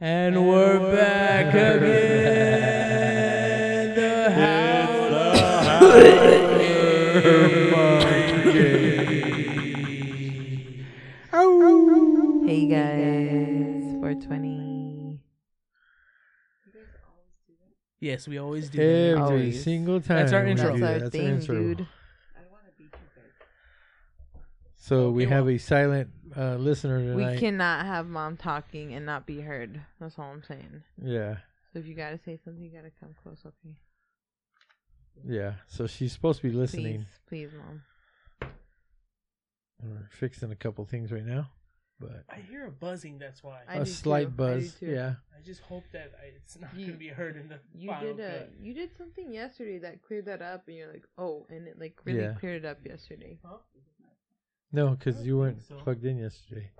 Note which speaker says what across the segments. Speaker 1: And, we're, back, again. the
Speaker 2: Hey guys, 420.
Speaker 1: Yes, we always do.
Speaker 3: Every
Speaker 2: Always.
Speaker 3: single time.
Speaker 1: That's our
Speaker 3: we
Speaker 1: intro.
Speaker 3: do
Speaker 2: That's
Speaker 3: that.
Speaker 2: our
Speaker 3: That's
Speaker 2: thing,
Speaker 3: intro.
Speaker 2: dude.
Speaker 3: So we
Speaker 1: Okay,
Speaker 3: have a silent uh, listener tonight.
Speaker 2: We cannot have mom talking and not be heard. That's all I'm saying.
Speaker 3: Yeah,
Speaker 2: So if you gotta say something, you gotta come close, okay?
Speaker 3: yeah. So she's supposed to be listening.
Speaker 2: Please, please, mom.
Speaker 3: We're fixing a couple things right now, but
Speaker 1: I hear a buzzing. That's why.
Speaker 2: I
Speaker 3: a
Speaker 2: do
Speaker 3: slight
Speaker 2: too. I do
Speaker 3: buzz.
Speaker 2: too.
Speaker 3: Yeah.
Speaker 1: I just hope that I, it's not
Speaker 2: You-
Speaker 1: going to be heard in the
Speaker 2: You
Speaker 1: final
Speaker 2: did a,
Speaker 1: cut.
Speaker 2: you did something yesterday that cleared that up, and you're like, oh, and it like really
Speaker 3: Yeah.
Speaker 2: cleared it up yesterday.
Speaker 1: Huh?
Speaker 3: No, because you
Speaker 1: I don't
Speaker 3: weren't
Speaker 1: think so.
Speaker 3: plugged in yesterday.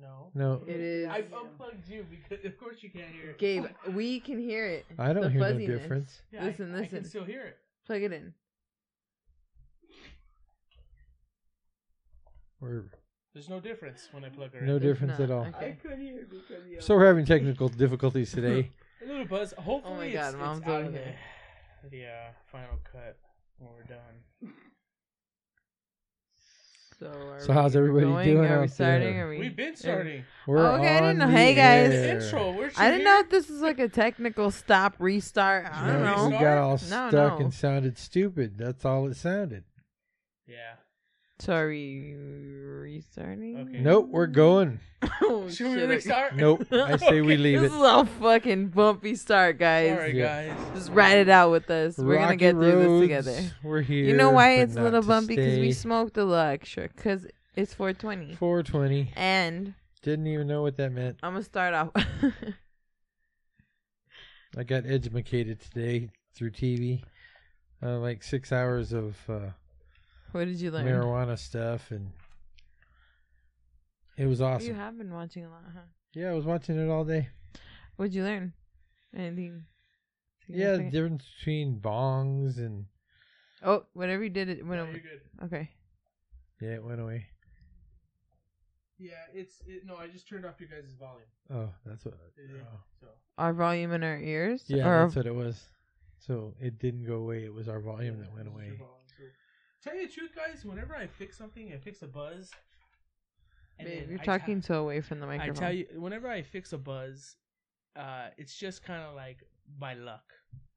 Speaker 1: No.
Speaker 3: No,
Speaker 2: It is.
Speaker 1: I've unplugged you because, of course, you can't hear. it.
Speaker 2: Gabe, we can hear it.
Speaker 3: I don't
Speaker 2: The
Speaker 3: hear no
Speaker 2: fuzziness.
Speaker 3: difference.
Speaker 1: Yeah,
Speaker 2: listen,
Speaker 1: I, I
Speaker 2: listen.
Speaker 1: can still hear it.
Speaker 2: Plug it in.
Speaker 3: we're
Speaker 1: There's no difference when I plug her
Speaker 3: no
Speaker 1: in.
Speaker 2: There's
Speaker 3: difference at
Speaker 2: not.
Speaker 3: all.
Speaker 2: I- Okay.
Speaker 4: could hear because the
Speaker 3: So we're having technical difficulties today.
Speaker 1: A little buzz. Hopefully,
Speaker 2: Oh God,
Speaker 1: it's,
Speaker 2: Mom's
Speaker 1: it's out
Speaker 2: over
Speaker 1: of
Speaker 2: here.
Speaker 1: the, the uh, final cut when we're done.
Speaker 2: So, are
Speaker 3: So how's
Speaker 2: we
Speaker 3: everybody
Speaker 2: going?
Speaker 3: doing
Speaker 2: Are we
Speaker 3: out
Speaker 2: starting?
Speaker 3: there?
Speaker 2: Are we?
Speaker 1: We've been starting.
Speaker 3: We're
Speaker 2: Okay, I didn't
Speaker 3: on
Speaker 2: know. Hey,
Speaker 3: the
Speaker 2: guys.
Speaker 3: air.
Speaker 1: Intro. Weren't you
Speaker 2: I didn't
Speaker 1: here?
Speaker 2: know if this was like a technical stop, restart. I
Speaker 3: Yeah,
Speaker 2: don't
Speaker 1: Should
Speaker 3: We
Speaker 2: know.
Speaker 1: start?
Speaker 3: got all
Speaker 2: No,
Speaker 3: stuck
Speaker 2: no.
Speaker 3: and sounded stupid. That's all it sounded.
Speaker 1: Yeah.
Speaker 2: So are we restarting?
Speaker 1: Okay.
Speaker 3: Nope, we're going.
Speaker 2: oh,
Speaker 1: Should we
Speaker 2: shit.
Speaker 1: restart?
Speaker 3: Nope. I say we leave
Speaker 2: This
Speaker 3: it.
Speaker 2: is a fucking bumpy start, guys.
Speaker 1: Sorry,
Speaker 3: Yeah.
Speaker 1: guys.
Speaker 2: Just ride it out with us. We're gonna
Speaker 3: Rocky
Speaker 2: get through this
Speaker 3: roads,
Speaker 2: together.
Speaker 3: We're here.
Speaker 2: You know why
Speaker 3: but
Speaker 2: it's a
Speaker 3: not
Speaker 2: little
Speaker 3: to
Speaker 2: bumpy? Because we
Speaker 3: stay.
Speaker 2: smoked a little extra. Because it's 420.
Speaker 3: 420.
Speaker 2: And
Speaker 3: Didn't even know what that meant.
Speaker 2: I'm gonna start off.
Speaker 3: I got edumacated today through TV. Uh, like six hours of uh,
Speaker 2: what did you learn?
Speaker 3: marijuana stuff, and it was awesome.
Speaker 2: You have been watching a lot, huh?
Speaker 3: yeah, I was watching it all day.
Speaker 2: What'd you learn? Anything?
Speaker 3: Yeah, the
Speaker 2: significant?
Speaker 3: difference between bongs and
Speaker 2: Oh, whatever you did, it went
Speaker 1: No,
Speaker 2: over.
Speaker 1: you're good.
Speaker 2: Okay.
Speaker 3: yeah, it went away.
Speaker 1: Yeah, it's it, no. I just turned off your guys' volume.
Speaker 3: Oh, that's what.
Speaker 1: Yeah.
Speaker 3: oh.
Speaker 1: So
Speaker 2: Our volume in our ears?
Speaker 3: Yeah,
Speaker 2: Or-
Speaker 3: that's what it was. So it didn't go away. It was our volume Oh, that went
Speaker 1: Just your
Speaker 3: away.
Speaker 1: volume. So, tell you the truth, guys. Whenever I fix something, I fix a buzz. and
Speaker 2: Babe,
Speaker 1: then
Speaker 2: you're
Speaker 1: I ta-
Speaker 2: talking so away from the
Speaker 1: I
Speaker 2: microphone.
Speaker 1: tell you, whenever I fix a buzz, uh, it's just kind of like by luck.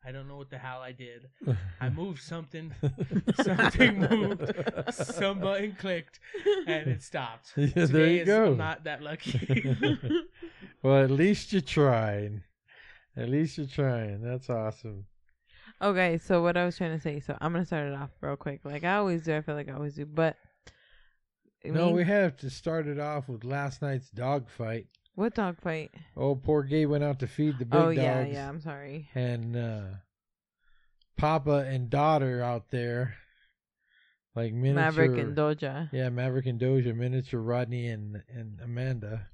Speaker 1: I don't know what the hell I did. I moved something, something moved, some button clicked, and it stopped.
Speaker 3: Yeah, there
Speaker 1: Today
Speaker 3: you
Speaker 1: is-
Speaker 3: go.
Speaker 1: I'm not that lucky.
Speaker 3: well, at least you're trying. At least you're trying. That's awesome.
Speaker 2: Okay, so what I was trying to say, so I'm gonna start it off real quick, like I always do. I feel like I always do, but I
Speaker 3: no,
Speaker 2: mean,
Speaker 3: we have to start it off with last night's dog fight.
Speaker 2: what dog fight?
Speaker 3: Oh, poor Gabe went out to feed the big
Speaker 2: Oh
Speaker 3: dogs.
Speaker 2: yeah, yeah. I'm sorry.
Speaker 3: And uh, Papa and daughter out there, like miniature.
Speaker 2: Maverick and Doja.
Speaker 3: yeah, Maverick and Doja, miniature Rodney and and Amanda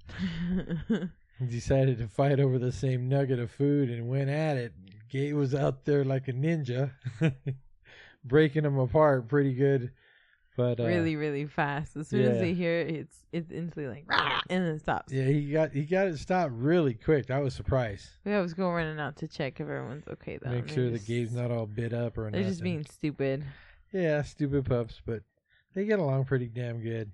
Speaker 3: decided to fight over the same nugget of food and went at it. Gabe was out there like a ninja, breaking them apart pretty good. But uh,
Speaker 2: really, really fast. As soon as
Speaker 3: yeah.
Speaker 2: they hear it, it's it's instantly like, "Rah!" and then it stops.
Speaker 3: Yeah, he got he got it stopped really quick. I was surprised.
Speaker 2: We always go running out to check if everyone's okay. Though
Speaker 3: Make
Speaker 2: and they're
Speaker 3: sure
Speaker 2: just-
Speaker 3: the game's not all bit up or
Speaker 2: They're just
Speaker 3: nothing.
Speaker 2: being stupid.
Speaker 3: yeah, stupid pups, but they get along pretty damn good.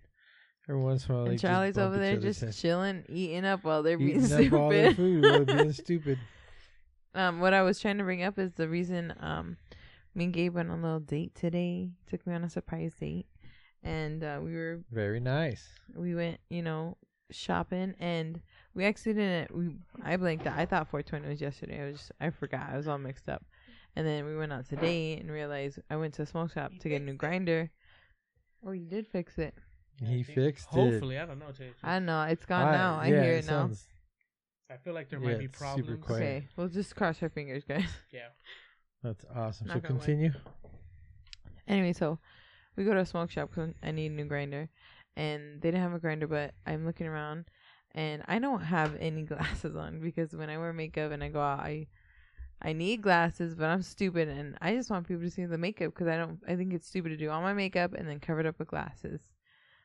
Speaker 3: Every once in a while, they
Speaker 2: and
Speaker 3: just
Speaker 2: Charlie's
Speaker 3: bump
Speaker 2: over
Speaker 3: each
Speaker 2: there
Speaker 3: other's
Speaker 2: just
Speaker 3: heads.
Speaker 2: chilling, eating up while they're being
Speaker 3: Eating
Speaker 2: stupid.
Speaker 3: up all their food while being stupid.
Speaker 2: um, what I was trying to bring up is the reason um, me and Gabe went on a little date today. Took me on a surprise date, and uh, we were
Speaker 3: Very nice.
Speaker 2: we went you know shopping, and we actually didn't. We I blanked out. I thought 420 was yesterday. I was just, I forgot. I was all mixed up. And then we went out today and realized I went to a smoke shop to get a new grinder. Oh, you did fix it.
Speaker 3: He
Speaker 1: I think-
Speaker 3: fixed it.
Speaker 1: Hopefully, I don't know. Tell you the
Speaker 2: I
Speaker 1: truth.
Speaker 2: don't know. It's gone
Speaker 3: I-
Speaker 2: now. I
Speaker 3: yeah,
Speaker 2: hear it now.
Speaker 3: sounds-
Speaker 1: I feel like there
Speaker 3: Yeah,
Speaker 1: might be
Speaker 3: it's super
Speaker 1: problems.
Speaker 3: quiet.
Speaker 2: Okay, we'll just cross our fingers, guys.
Speaker 1: Yeah.
Speaker 3: That's awesome. So
Speaker 2: Knock on wood.
Speaker 3: continue.
Speaker 2: Anyway, so we go to a smoke shop 'cause I need a new grinder, and they didn't have a grinder, but I'm looking around, and I don't have any glasses on because when I wear makeup and I go out, I I need glasses, but I'm stupid, and I just want people to see the makeup because I don't. I think it's stupid to do all my makeup and then cover it up with glasses.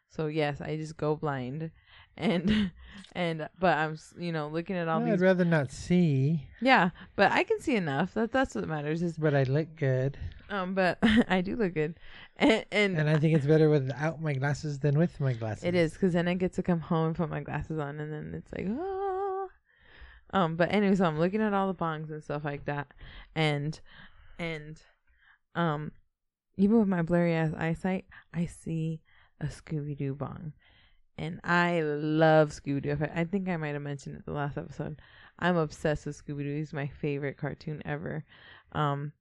Speaker 2: So yes, I just go blind, and and but I'm s- you know looking at all
Speaker 3: Well, I'd
Speaker 2: these.
Speaker 3: rather not see,
Speaker 2: yeah, but I can see enough. That that's what matters. Is
Speaker 3: but I look good.
Speaker 2: um, but I do look good, and and,
Speaker 3: And I think it's better without my glasses than with my glasses.
Speaker 2: it is because then I get to come home and put my glasses on, and then it's like ah. Um, but anyway, so I'm looking at all the bongs and stuff like that, and and um, even with my blurry ass eyesight, I see a Scooby Doo bong, and I love Scooby Doo. I think I might have mentioned it the last episode. I'm obsessed with Scooby Doo. He's my favorite cartoon ever. Um,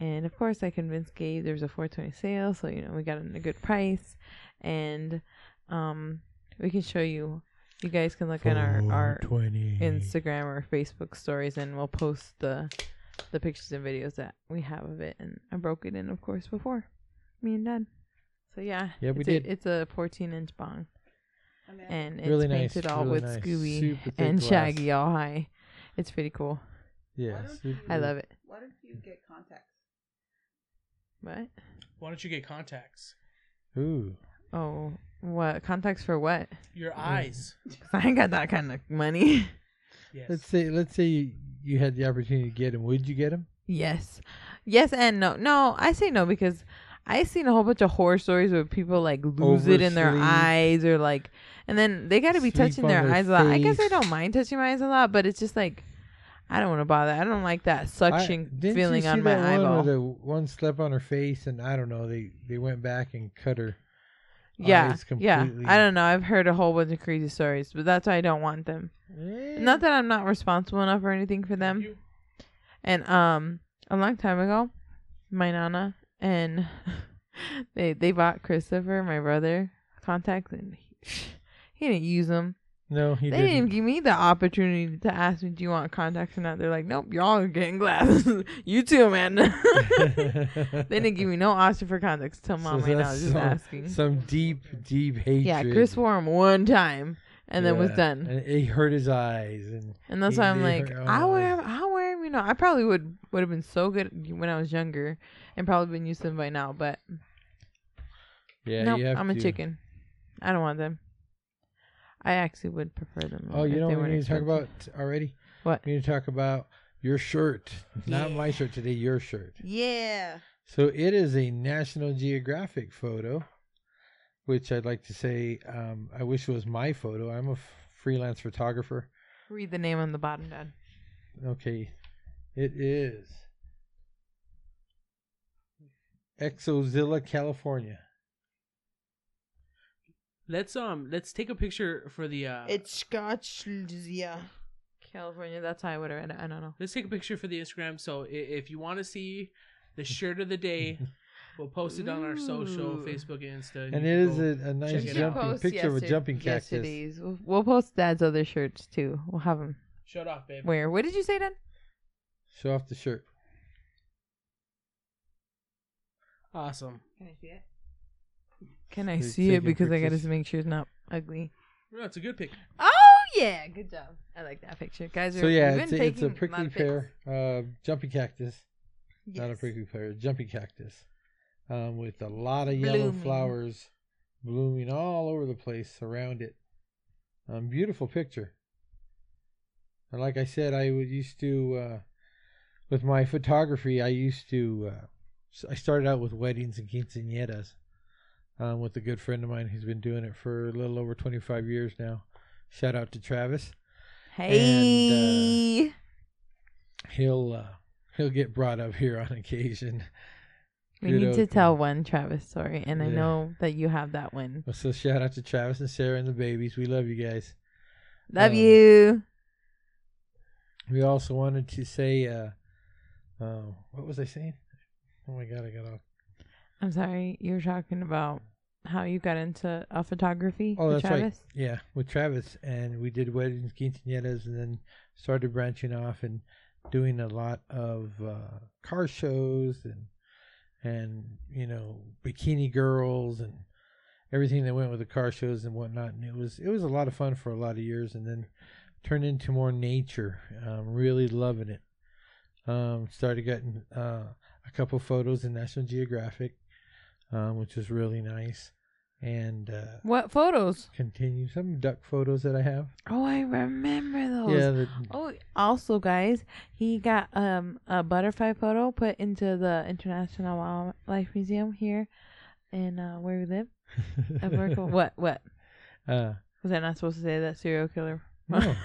Speaker 2: and of course, I convinced Gabe there's a 420 sale, so you know we got it at a good price, and um, we can show you. You guys can look at our our
Speaker 3: 420.
Speaker 2: Instagram or Facebook stories, and we'll post the the pictures and videos that we have of it. And I broke it in, of course, before me and Dad. So yeah,
Speaker 3: Yeah, we
Speaker 2: it's
Speaker 3: did.
Speaker 2: A, it's a 14 inch bong, and it's
Speaker 3: Really nice,
Speaker 2: painted all
Speaker 3: really
Speaker 2: with
Speaker 3: nice.
Speaker 2: Scooby
Speaker 3: Super thick
Speaker 2: and
Speaker 3: glass.
Speaker 2: Shaggy all high. It's pretty cool.
Speaker 3: Yeah,
Speaker 4: Why don't
Speaker 3: super-
Speaker 2: I love it.
Speaker 4: Why don't you get contacts?
Speaker 2: What?
Speaker 1: Why don't you get contacts?
Speaker 3: Ooh,
Speaker 2: Oh, what contacts for what?
Speaker 1: Your eyes.
Speaker 2: 'Cause I ain't got that kind of money.
Speaker 1: Yes.
Speaker 3: let's say let's say you, you had the opportunity to get him. Would you get him?
Speaker 2: Yes. Yes and no. No, I say no because I seen a whole bunch of horror stories where people like lose it in their
Speaker 3: Oversleep.
Speaker 2: eyes or like and then they got to be
Speaker 3: Sleep
Speaker 2: touching
Speaker 3: on
Speaker 2: their,
Speaker 3: their
Speaker 2: eyes a lot. I guess I
Speaker 3: face.
Speaker 2: don't mind touching my eyes a lot, but it's just like I don't want to bother. I don't like that suction
Speaker 3: I- didn't you
Speaker 2: feeling
Speaker 3: see
Speaker 2: on my
Speaker 3: that
Speaker 2: eyeball.
Speaker 3: One where the one slept on her face, and I don't know. They they went back and cut her.
Speaker 2: yeah.
Speaker 3: eyes
Speaker 2: Yeah.
Speaker 3: completely.
Speaker 2: I don't know. I've heard a whole bunch of crazy stories, but that's why I don't want them.
Speaker 3: Eh,
Speaker 2: Not that I'm not responsible enough or anything for them.
Speaker 1: You-
Speaker 2: And um, a long time ago, my nana and they they bought Christopher, my brother, contacts, and he, he didn't use them.
Speaker 3: No, he
Speaker 2: they
Speaker 3: didn't.
Speaker 2: didn't. even give me the opportunity to ask me, "Do you want contacts or not?" They're like, "Nope, y'all are getting glasses. you too, man." they didn't give me no option for contacts. Tell
Speaker 3: So
Speaker 2: mom right now, I
Speaker 3: that's
Speaker 2: was just
Speaker 3: so-
Speaker 2: asking.
Speaker 3: some deep, deep hatred.
Speaker 2: yeah, Chris wore them one time. And then was
Speaker 3: Yeah,
Speaker 2: done,
Speaker 3: And it hurt his eyes, and
Speaker 2: and that's
Speaker 3: he-
Speaker 2: why I'm
Speaker 3: they
Speaker 2: like,
Speaker 3: hurt-
Speaker 2: I
Speaker 3: oh.
Speaker 2: wear, 'em, I wear 'em, You know, I probably would would have been so good when I was younger, and probably been used to them by now. But
Speaker 3: yeah,
Speaker 2: no,
Speaker 3: you have
Speaker 2: I'm a
Speaker 3: to.
Speaker 2: chicken. I don't want them. I actually would prefer them.
Speaker 3: Oh, you
Speaker 2: if
Speaker 3: know
Speaker 2: they
Speaker 3: what we
Speaker 2: weren't
Speaker 3: need to talk
Speaker 2: expensive.
Speaker 3: about already?
Speaker 2: What?
Speaker 3: We need to talk about your shirt, not my shirt today. Your shirt.
Speaker 4: Yeah.
Speaker 3: So it is a National Geographic photo, which I'd like to say um, I wish it was my photo. I'm a f- freelance photographer.
Speaker 2: Read the name on the bottom, Dad.
Speaker 3: Okay, it is Exozilla, California.
Speaker 1: Let's um let's take a picture for the uh
Speaker 4: It's Scotch. Yeah.
Speaker 2: California. That's how I would have read it. I don't know.
Speaker 1: let's take a picture for the Instagram. So i- if you want to see the shirt of the day, we'll post it on our social,
Speaker 2: Ooh.
Speaker 1: Facebook,
Speaker 3: And
Speaker 1: Insta. you
Speaker 3: it
Speaker 1: can
Speaker 3: is
Speaker 1: go-
Speaker 3: a, a nice
Speaker 1: it out.
Speaker 3: jumping
Speaker 1: Post
Speaker 3: picture of a jumping cactus.
Speaker 2: yesterday's. We'll, we'll post Dad's other shirts too. We'll have them.
Speaker 1: Shut off, babe.
Speaker 2: Where? What did you say, Dad?
Speaker 3: Show off the shirt.
Speaker 1: Awesome.
Speaker 2: Can I see it? Can I
Speaker 3: They're
Speaker 2: see it?
Speaker 3: taking
Speaker 2: Because I got
Speaker 3: pictures.
Speaker 2: to make sure it's not ugly.
Speaker 1: No, it's a good pic.
Speaker 2: Oh yeah, good job. I like that picture, guys.
Speaker 3: So
Speaker 2: we've
Speaker 3: yeah,
Speaker 2: been
Speaker 3: it's a, it's a
Speaker 2: taking lot
Speaker 3: prickly
Speaker 2: of pics.
Speaker 3: pear, uh, jumping cactus. Not a
Speaker 2: Yes.
Speaker 3: prickly pear, a jumping cactus, um, with a lot of yellow
Speaker 2: Blooming.
Speaker 3: flowers blooming all over the place around it. Um, beautiful picture. And like I said, I would used to, uh, with my photography, I used to, uh, s- I started out with weddings and quinceañeras, um, with a good friend of mine who's been doing it for a little over 25 years now. Shout out to Travis. uh,
Speaker 2: Hey.
Speaker 3: He'll uh, he'll get brought up here on occasion.
Speaker 2: We
Speaker 3: Good
Speaker 2: need to
Speaker 3: outcome.
Speaker 2: tell one Travis story, and I
Speaker 3: Yeah.
Speaker 2: know that you have that one.
Speaker 3: Well, So shout out to Travis and Sarah and the babies. We love you guys.
Speaker 2: Love
Speaker 3: Um,
Speaker 2: you.
Speaker 3: We also wanted to say, uh, uh, what was I saying? Oh my god, I got off.
Speaker 2: I'm sorry, you were talking about how you got into uh, photography
Speaker 3: Oh,
Speaker 2: with
Speaker 3: that's right.
Speaker 2: Travis.
Speaker 3: Yeah, with Travis, and we did weddings, quinceañeras, and then started branching off and doing a lot of uh, car shows and and you know bikini girls and everything that went with the car shows and whatnot. And it was it was a lot of fun for a lot of years, and then turned into more nature. Um, really loving it. Um, started getting uh, a couple photos in National Geographic, um, which was really nice. and uh,
Speaker 2: What photos?
Speaker 3: continue some duck photos that I have.
Speaker 2: Oh, I remember those.
Speaker 3: Yeah, the,
Speaker 2: Oh, also, guys, he got um a butterfly photo put into the International Wildlife Museum here, in uh, where we live. At Merkel. what? What
Speaker 3: uh,
Speaker 2: was I not supposed to say? That serial killer.
Speaker 3: no,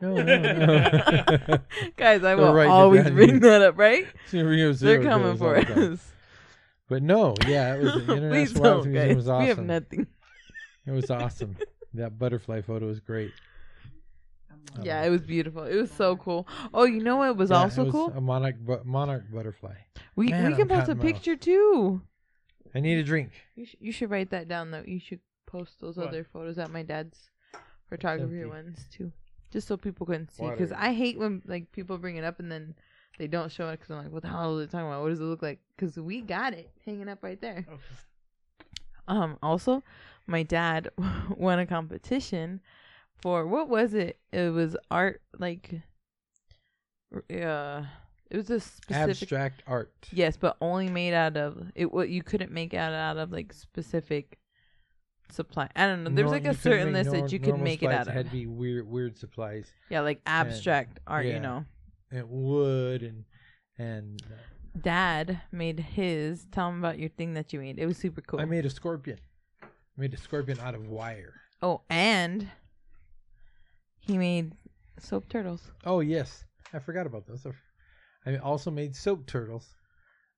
Speaker 3: no, no, no.
Speaker 2: guys, I
Speaker 3: They're
Speaker 2: will
Speaker 3: writing it
Speaker 2: always
Speaker 3: down
Speaker 2: bring
Speaker 3: here.
Speaker 2: that up, right?
Speaker 3: See, we have zero
Speaker 2: They're coming
Speaker 3: goals
Speaker 2: for
Speaker 3: all the time.
Speaker 2: us.
Speaker 3: But no, yeah, it was the
Speaker 2: Please
Speaker 3: International Wildlife
Speaker 2: don't,
Speaker 3: Museum
Speaker 2: guys.
Speaker 3: was
Speaker 2: We have
Speaker 3: awesome.
Speaker 2: nothing.
Speaker 3: It was awesome. that butterfly photo was great. Um,
Speaker 2: Yeah, it was beautiful. It was so cool. Oh, you know what was
Speaker 3: yeah,
Speaker 2: also
Speaker 3: it was
Speaker 2: cool?
Speaker 3: A monarch, bu- monarch butterfly.
Speaker 2: we
Speaker 3: man,
Speaker 2: we can
Speaker 3: I'm
Speaker 2: post a
Speaker 3: cotton mouth.
Speaker 2: picture too.
Speaker 3: I need a drink.
Speaker 2: You, sh- you should write that down though. You should post those
Speaker 1: What?
Speaker 2: other photos at my dad's photography
Speaker 3: empty.
Speaker 2: ones too, just so people can see. Because
Speaker 3: Water.
Speaker 2: I hate when like people bring it up and then they don't show it. Because I'm like, what the hell are they talking about? What does it look like? Because we got it hanging up right there.
Speaker 1: Okay.
Speaker 2: Um. Also, my dad won a competition for what was it? It was art like. Uh, it was a specific
Speaker 3: Abstract art.
Speaker 2: Yes, but only made out of it. What you couldn't make out out of like specific supply. I don't know. There's
Speaker 3: Nor-
Speaker 2: like
Speaker 3: you
Speaker 2: a
Speaker 3: couldn't
Speaker 2: certain
Speaker 3: make
Speaker 2: list
Speaker 3: nor-
Speaker 2: that you could
Speaker 3: normal
Speaker 2: make it
Speaker 3: supplies.
Speaker 2: out
Speaker 3: Had
Speaker 2: of.
Speaker 3: to be weird, weird supplies.
Speaker 2: Yeah, like abstract art.
Speaker 3: yeah.
Speaker 2: You know,
Speaker 3: And wood and and uh,
Speaker 2: Dad made his. Tell him about your thing that you made. It was super cool.
Speaker 3: I made a scorpion. I made a scorpion out of wire.
Speaker 2: oh, and he made soap turtles.
Speaker 3: Oh yes, I forgot about those. I also made soap turtles.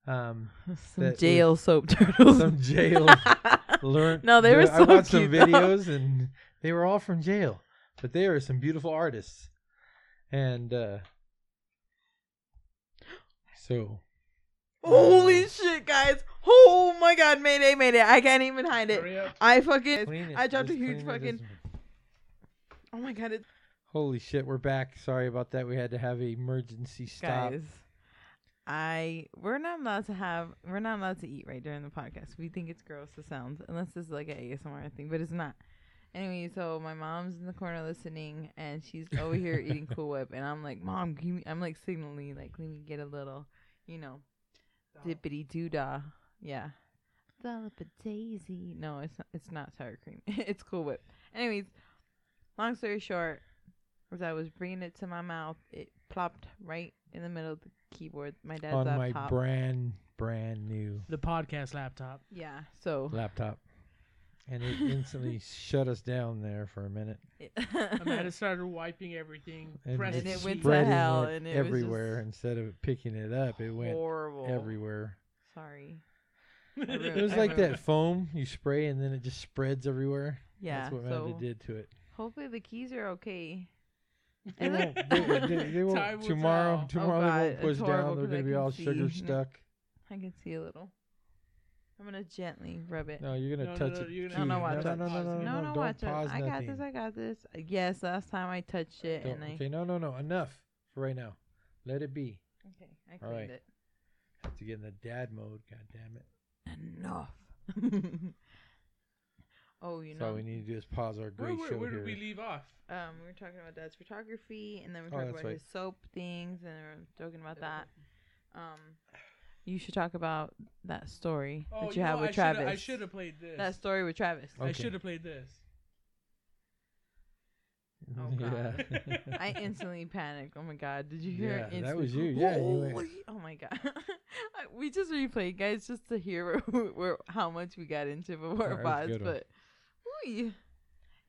Speaker 3: Um,
Speaker 2: Some
Speaker 3: That was-
Speaker 2: jail soap turtles.
Speaker 3: some jail learn.
Speaker 2: No, they were
Speaker 3: I
Speaker 2: so
Speaker 3: watched some
Speaker 2: cute, though.
Speaker 3: videos, and they were all from jail. But they are some beautiful artists, and uh, so
Speaker 2: Holy shit, guys! Oh my god, Mayday, Mayday! I can't even hide it.
Speaker 1: Hurry up.
Speaker 2: I fucking.
Speaker 3: clean it.
Speaker 2: I dropped
Speaker 3: Just
Speaker 2: a huge
Speaker 3: clean it
Speaker 2: fucking-
Speaker 3: as-
Speaker 2: Oh my god, it
Speaker 3: Holy shit, we're back. Sorry about that. We had to have a emergency stop.
Speaker 2: guys. I we're not allowed to have we're not allowed to eat right during the podcast. We think it's gross the sounds unless it's like an ASMR thing, but it's not. Anyway, so my mom's in the corner listening, and she's over here eating Cool Whip, and I'm like, "Mom, give me." I'm like signaling, like, "Let me get a little, you know, dippity doo dah." Yeah, Dollop a daisy. No, it's not, it's not sour cream. it's Cool Whip. Anyways, long story short, as I was bringing it to my mouth, it plopped right in the middle of the keyboard. My dad's
Speaker 3: on my
Speaker 2: laptop.
Speaker 3: brand brand new
Speaker 1: The podcast laptop.
Speaker 2: yeah, so
Speaker 3: laptop. And it instantly shut us down there for a minute.
Speaker 2: it
Speaker 1: Amanda started wiping everything.
Speaker 3: And,
Speaker 1: pressed
Speaker 2: And it
Speaker 1: G.
Speaker 2: went to
Speaker 3: spreading
Speaker 2: hell,
Speaker 3: it
Speaker 2: and it was
Speaker 3: everywhere
Speaker 2: just
Speaker 3: instead of picking it up, it went
Speaker 2: horrible.
Speaker 3: everywhere.
Speaker 2: Sorry.
Speaker 3: It was
Speaker 2: I
Speaker 3: like
Speaker 2: remember.
Speaker 3: that foam you spray and then it just spreads everywhere.
Speaker 2: Yeah.
Speaker 3: That's what
Speaker 2: so
Speaker 3: Amanda did to it.
Speaker 2: hopefully the keys are okay.
Speaker 3: They
Speaker 2: And
Speaker 3: won't,
Speaker 2: look-
Speaker 3: they, they- they won't-
Speaker 1: Time will
Speaker 3: tomorrow,
Speaker 1: tell.
Speaker 3: tomorrow
Speaker 2: Oh, God,
Speaker 3: they won't
Speaker 2: it's
Speaker 3: push down.
Speaker 2: horrible
Speaker 3: They're
Speaker 2: 'cause I
Speaker 3: going to be
Speaker 2: can
Speaker 3: all
Speaker 2: see.
Speaker 3: sugar
Speaker 2: No.
Speaker 3: stuck.
Speaker 2: I can see a little. I'm gonna gently rub it.
Speaker 3: No, you're going
Speaker 1: No,
Speaker 3: to
Speaker 1: no,
Speaker 3: touch
Speaker 1: no,
Speaker 3: it.
Speaker 1: you're
Speaker 3: too.
Speaker 2: gonna- No, no,
Speaker 3: no,
Speaker 2: watch
Speaker 3: no,
Speaker 2: it.
Speaker 3: no, no, no,
Speaker 2: No, no,
Speaker 3: don't
Speaker 2: watch it.
Speaker 3: pause
Speaker 2: I got
Speaker 3: nothing.
Speaker 2: this. I got this. Yes, last time I touched it
Speaker 3: Don't-
Speaker 2: and I.
Speaker 3: okay, no, no, no. Enough for right now. Let it be.
Speaker 2: Okay, I
Speaker 3: All
Speaker 2: cleaned
Speaker 3: right.
Speaker 2: it.
Speaker 3: Have to get in the dad mode. God damn it.
Speaker 2: Enough. oh, you
Speaker 3: so
Speaker 2: know,
Speaker 3: all we need to do is pause our
Speaker 1: Where,
Speaker 3: great
Speaker 1: where,
Speaker 3: show
Speaker 1: where
Speaker 3: here.
Speaker 1: did we leave off?
Speaker 2: um, we were talking about dad's photography, and then we
Speaker 3: Oh,
Speaker 2: talked
Speaker 3: that's
Speaker 2: about
Speaker 3: right.
Speaker 2: his soap things, and we are joking about that. Um, you should talk about that story that you,
Speaker 1: Oh, know,
Speaker 2: have with
Speaker 1: I shoulda-
Speaker 2: Travis.
Speaker 1: I should have played this.
Speaker 2: that story with Travis.
Speaker 1: I
Speaker 3: Okay.
Speaker 1: should have played this.
Speaker 2: Oh, God.
Speaker 1: Ah.
Speaker 3: yeah.
Speaker 2: I instantly panicked. Oh my god! Did you hear?
Speaker 3: Yeah,
Speaker 2: it?
Speaker 3: that was
Speaker 2: Instantly-
Speaker 3: you. Yeah, you went-
Speaker 2: Holy- Oh my god! I- we just replayed, guys, just to hear where, where how much we got into before
Speaker 3: That
Speaker 2: our
Speaker 3: was a
Speaker 2: pods,
Speaker 3: good one.
Speaker 2: but ooh,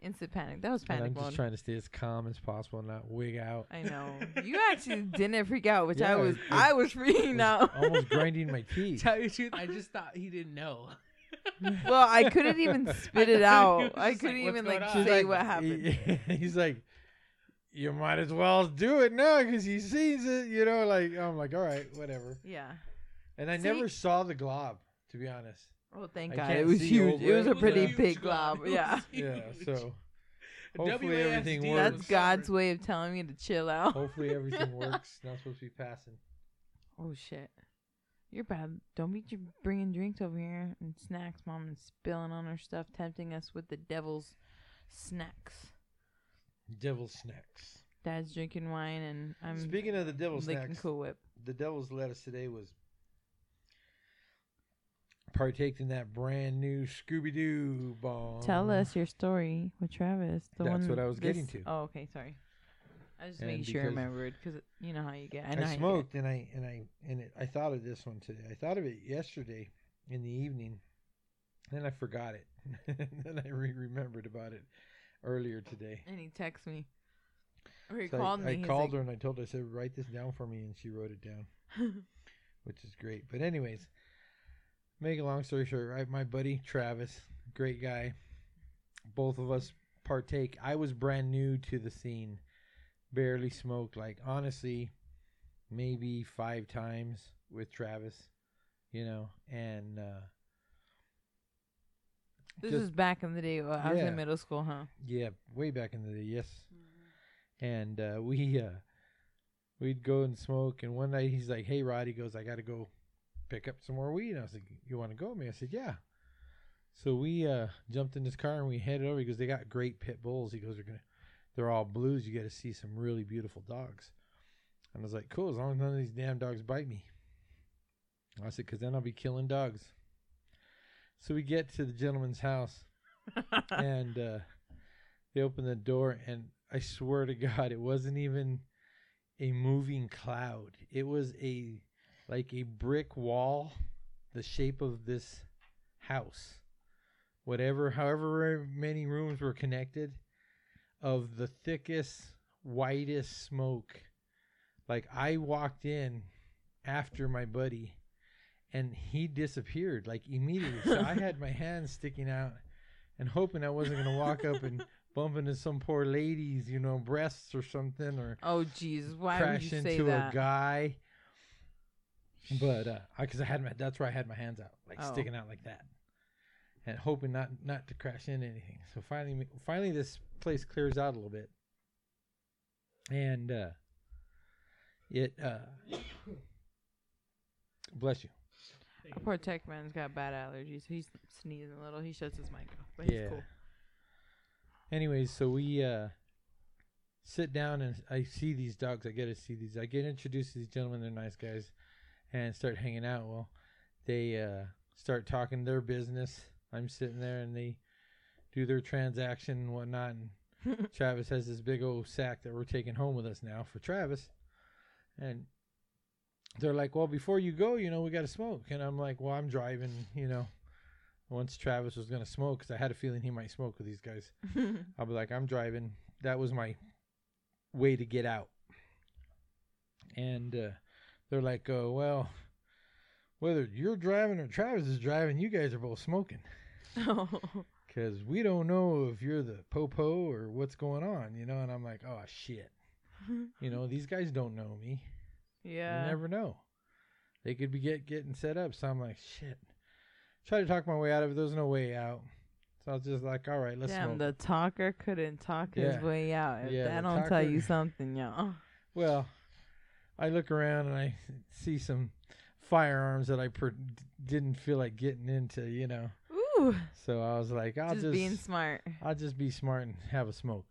Speaker 2: instant panic. That was
Speaker 3: And
Speaker 2: panic
Speaker 3: I'm just
Speaker 2: mode.
Speaker 3: trying to stay as calm as possible and not wig out.
Speaker 2: I know you actually didn't freak out, which I
Speaker 3: Yeah,
Speaker 2: was.
Speaker 3: it-
Speaker 2: I was freaking out.
Speaker 3: Almost grinding my teeth.
Speaker 1: Tell you the truth, I just thought he didn't know.
Speaker 2: well, I couldn't even spit it
Speaker 1: I thought he was
Speaker 2: out. I
Speaker 1: just like,
Speaker 2: couldn't
Speaker 1: "What's
Speaker 2: even
Speaker 1: going
Speaker 2: like
Speaker 1: on?"
Speaker 2: say
Speaker 1: She's
Speaker 2: what happened.
Speaker 3: he- he's like, you might as well do it now because he sees it. You know, like I'm like, all right, whatever.
Speaker 2: Yeah.
Speaker 3: And I
Speaker 2: See?
Speaker 3: never saw the glob, to be honest.
Speaker 2: Oh, thank
Speaker 3: I
Speaker 2: God!
Speaker 3: can't
Speaker 2: It was
Speaker 3: see
Speaker 2: huge.
Speaker 3: over
Speaker 2: It was
Speaker 3: it.
Speaker 2: a
Speaker 3: was
Speaker 2: pretty
Speaker 3: huge
Speaker 2: big
Speaker 1: glob.
Speaker 2: glob.
Speaker 1: It
Speaker 2: Yeah.
Speaker 1: was
Speaker 3: Yeah,
Speaker 1: huge.
Speaker 3: so
Speaker 1: A
Speaker 3: hopefully
Speaker 1: WASD
Speaker 3: everything
Speaker 1: was
Speaker 3: works.
Speaker 2: That's God's
Speaker 1: sovereign.
Speaker 2: way of telling me to chill out.
Speaker 3: hopefully everything works. Not supposed to be passing.
Speaker 2: Oh shit. You're bad. Don't be dr- bringing drinks over here and snacks, mom, and spilling on our stuff, tempting us with the devil's snacks.
Speaker 3: Devil snacks.
Speaker 2: Dad's drinking wine, and I'm
Speaker 3: Speaking of the devil
Speaker 2: licking
Speaker 3: snacks,
Speaker 2: Cool Whip.
Speaker 3: the devil's lettuce today was partaked in that brand new Scooby Doo bomb.
Speaker 2: Tell us your story with Travis. The
Speaker 3: um, That's
Speaker 2: one
Speaker 3: what I was getting
Speaker 2: this-
Speaker 3: to.
Speaker 2: Oh, okay, sorry. I was just
Speaker 3: And
Speaker 2: making sure I
Speaker 3: because-
Speaker 2: remembered because you know how you get. I, know how
Speaker 3: I,
Speaker 2: you
Speaker 3: smoked and I and I and it, I thought of this one today. I thought of it yesterday in the evening, then I forgot it. and then I re- remembered about it earlier today.
Speaker 2: Get. And he texted me, or he
Speaker 3: So I-
Speaker 2: called me.
Speaker 3: I,
Speaker 2: he's
Speaker 3: called
Speaker 2: like-
Speaker 3: her and I told her I said write this down for me, and she wrote it down, which is great. But anyways, make a long story short, I, my buddy Travis, great guy. Both of us partake. I was brand new to the scene, barely smoked. Like honestly, maybe five times with Travis, you know, and. uh
Speaker 2: this
Speaker 3: just-
Speaker 2: is back in the day. Well, I was
Speaker 3: Yeah.
Speaker 2: in middle school, huh?
Speaker 3: yeah, way back in the day, yes. And uh, we uh, we'd go and smoke. And one night he's like, "Hey, Rod," he goes, "I got to go pick up some more weed." And I was like, "You want to go with me?" I said, "Yeah." So we uh, jumped in his car and we headed over. He goes, "They got great pit bulls." He goes, "They're gonna, they're all blues. You got to see some really beautiful dogs." And I was like, "Cool, as long as none of these damn dogs bite me." I said, "Cause then I'll be killing dogs." So we get to the gentleman's house and uh, they opened the door, and I swear to God, it wasn't even a moving cloud. It was a like a brick wall, the shape of this house, whatever, however many rooms were connected, of the thickest, whitest smoke. Like I walked in after my buddy. And he disappeared like immediately. So I had my hands sticking out and hoping I wasn't gonna walk up and bump into some poor lady's, you know, breasts or something, or
Speaker 2: oh, jeez, why would
Speaker 3: crash
Speaker 2: you say
Speaker 3: into a
Speaker 2: that?
Speaker 3: guy. But uh, because I had my, that's where I had my hands out, like
Speaker 2: Oh.
Speaker 3: sticking out like that, and hoping not not to crash into anything. So finally, finally, this place clears out a little bit, and uh, it. Uh, bless you.
Speaker 2: Poor tech man's got bad allergies. He's sneezing a little. He shuts his mic off, but he's cool.
Speaker 3: Anyways, so we uh sit down and I see these dogs. I get to see these. I get introduced to these gentlemen. They're nice guys, and start hanging out. Well, they uh start talking their business. I'm sitting there and they do their transaction and whatnot. And Travis has this big old sack that we're taking home with us now for Travis, and. They're like, well, before you go, you know, we got to smoke. And I'm like, well, I'm driving, you know. Once Travis was going to smoke, because I had a feeling he might smoke with these guys. I'll be like, I'm driving. That was my way to get out. And uh, they're like, oh, well, whether you're driving or Travis is driving, you guys are both smoking. Because we don't know if you're the popo or what's going on, you know? And I'm like, oh, shit. You know, these guys don't know me.
Speaker 2: yeah.
Speaker 3: You never know. They could be get getting set up. So I'm like, shit. Try to talk my way out of it. There's no way out. So I was just like, all right, let's
Speaker 2: Damn,
Speaker 3: smoke.
Speaker 2: the talker couldn't talk
Speaker 3: Yeah.
Speaker 2: his way out. If
Speaker 3: Yeah,
Speaker 2: that
Speaker 3: the
Speaker 2: don't tell
Speaker 3: talker-
Speaker 2: you something, y'all.
Speaker 3: Well, I look around and I see some firearms that I per- didn't feel like getting into, you know.
Speaker 2: Ooh,
Speaker 3: So I was like, I'll
Speaker 2: just,
Speaker 3: just,
Speaker 2: being smart.
Speaker 3: I'll just be smart and have a smoke.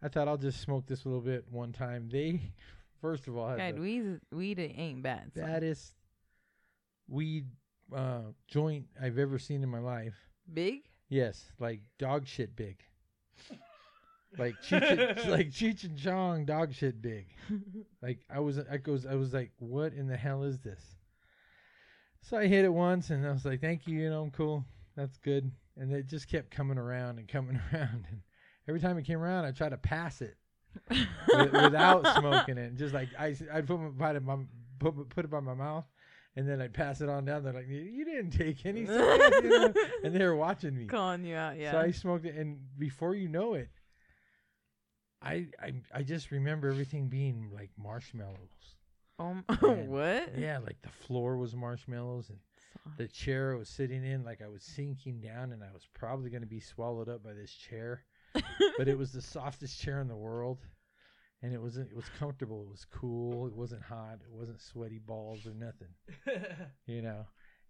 Speaker 3: I thought I'll just smoke this a little bit one time. They, first of all, had
Speaker 2: God,
Speaker 3: the
Speaker 2: weed, weed ain't bad. So.
Speaker 3: baddest weed uh, joint I've ever seen in my life.
Speaker 2: Big?
Speaker 3: Yes, like dog shit big. Like Cheech and, like Cheech and Chong dog shit big. Like I was I goes I was like, what in the hell is this? So I hit it once and I was like, thank you, you know, I'm cool. That's good. And it just kept coming around and coming around and every time it came around I tried to pass it wi- without smoking it. Just like I I'd put my bite in my put, my- put it by my mouth and then I'd pass it on down. They're like, You, you didn't take any cigarettes, you know? and they were watching me.
Speaker 2: Calling you out, yeah.
Speaker 3: So I smoked it, and before you know it, I I, I just remember everything being like marshmallows.
Speaker 2: um,
Speaker 3: Man.
Speaker 2: what?
Speaker 3: Yeah, like the floor was marshmallows, and the chair I was sitting in, like I was sinking down, and I was probably going to be swallowed up by this chair. but it was the softest chair in the world, and it was it was comfortable. It was cool. It wasn't hot. It wasn't sweaty balls or nothing you know,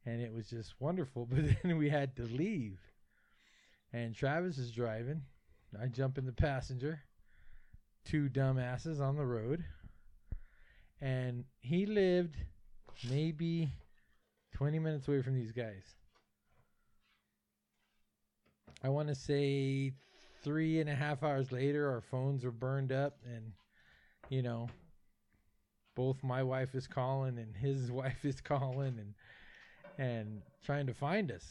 Speaker 3: and it was just wonderful. But then we had to leave, and Travis is driving. I jump in the passenger, two dumbasses on the road, and he lived maybe 20 minutes away from these guys. I want to say three and a half hours later, our phones are burned up, and you know, both my wife is calling and his wife is calling and and trying to find us.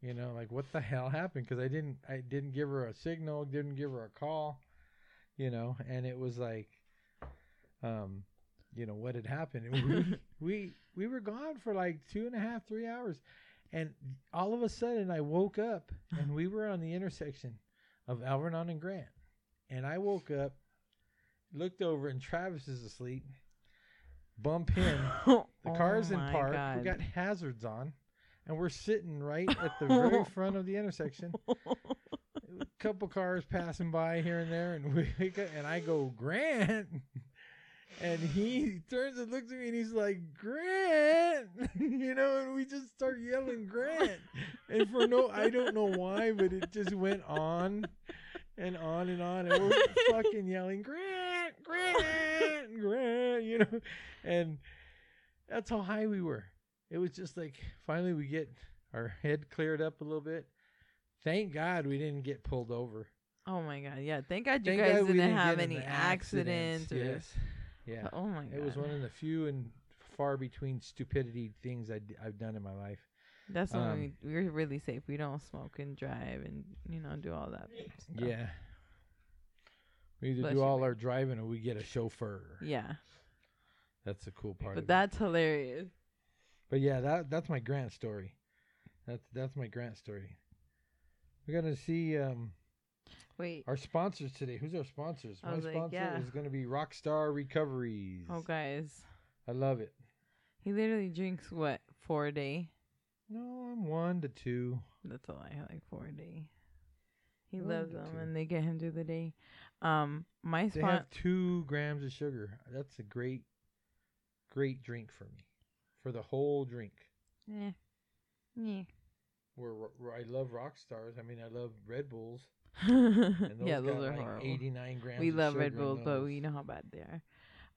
Speaker 3: You know, like what the hell happened? Because I didn't, I didn't give her a signal, didn't give her a call. You know, and it was like, um, you know, what had happened? And we we we were gone for like two and a half, three hours, and all of a sudden I woke up and we were on the intersection of Alvernon and Grant, and I woke up, looked over, and Travis is asleep. Bump him.
Speaker 2: Oh
Speaker 3: The car's in park. We got hazards on, and we're sitting right at the very front of the intersection. A couple cars passing by here and there, and we we go- and I go Grant, and he turns and looks at me, and he's like Grant, you know, and we just start yelling Grant, and for no, I don't know why, but it just went on and on and on, and we're fucking yelling Grant, Grant, Grant, you know, and that's how high we were. It was just like finally we get our head cleared up a little bit. Thank God we didn't get pulled over.
Speaker 2: Oh my god! Yeah, thank God you
Speaker 3: Thank
Speaker 2: guys
Speaker 3: God we
Speaker 2: didn't, have
Speaker 3: get in
Speaker 2: any
Speaker 3: the
Speaker 2: accidents. or-
Speaker 3: Yes. Yeah.
Speaker 2: Oh my god!
Speaker 3: It was one of the few and far between stupidity things I, have done in my life.
Speaker 2: That's when
Speaker 3: um,
Speaker 2: we we're really safe. We don't smoke and drive and you know do all that. stuff.
Speaker 3: Yeah. We either
Speaker 2: Bless
Speaker 3: do
Speaker 2: you,
Speaker 3: all our driving or we get a chauffeur.
Speaker 2: Yeah,
Speaker 3: That's the cool part. of
Speaker 2: but
Speaker 3: it.
Speaker 2: that's hilarious.
Speaker 3: But yeah, that that's my Grant story. That's that's my Grant story. We're gonna see um,
Speaker 2: Wait.
Speaker 3: our sponsors today. Who's our sponsors?
Speaker 2: I
Speaker 3: My
Speaker 2: was like,
Speaker 3: sponsor
Speaker 2: Oh, yeah.
Speaker 3: is gonna be Rockstar Recoveries.
Speaker 2: Oh guys,
Speaker 3: I love it.
Speaker 2: he literally drinks what four a day.
Speaker 3: No, I'm one to two.
Speaker 2: That's all I like four a day. He
Speaker 3: One
Speaker 2: loves
Speaker 3: to
Speaker 2: them
Speaker 3: two.
Speaker 2: and they get him through the day. Um, my
Speaker 3: They
Speaker 2: spot.
Speaker 3: have two grams of sugar. That's a great, great drink for me, for the whole drink.
Speaker 2: Yeah. eh. Yeah.
Speaker 3: Where, where I love rock stars. I mean, I love Red Bulls. And
Speaker 2: yeah,
Speaker 3: got
Speaker 2: those are
Speaker 3: like
Speaker 2: horrible.
Speaker 3: 89 grams.
Speaker 2: we
Speaker 3: of
Speaker 2: love
Speaker 3: sugar
Speaker 2: Red
Speaker 3: in
Speaker 2: Bulls, but
Speaker 3: those.
Speaker 2: we know how bad they are.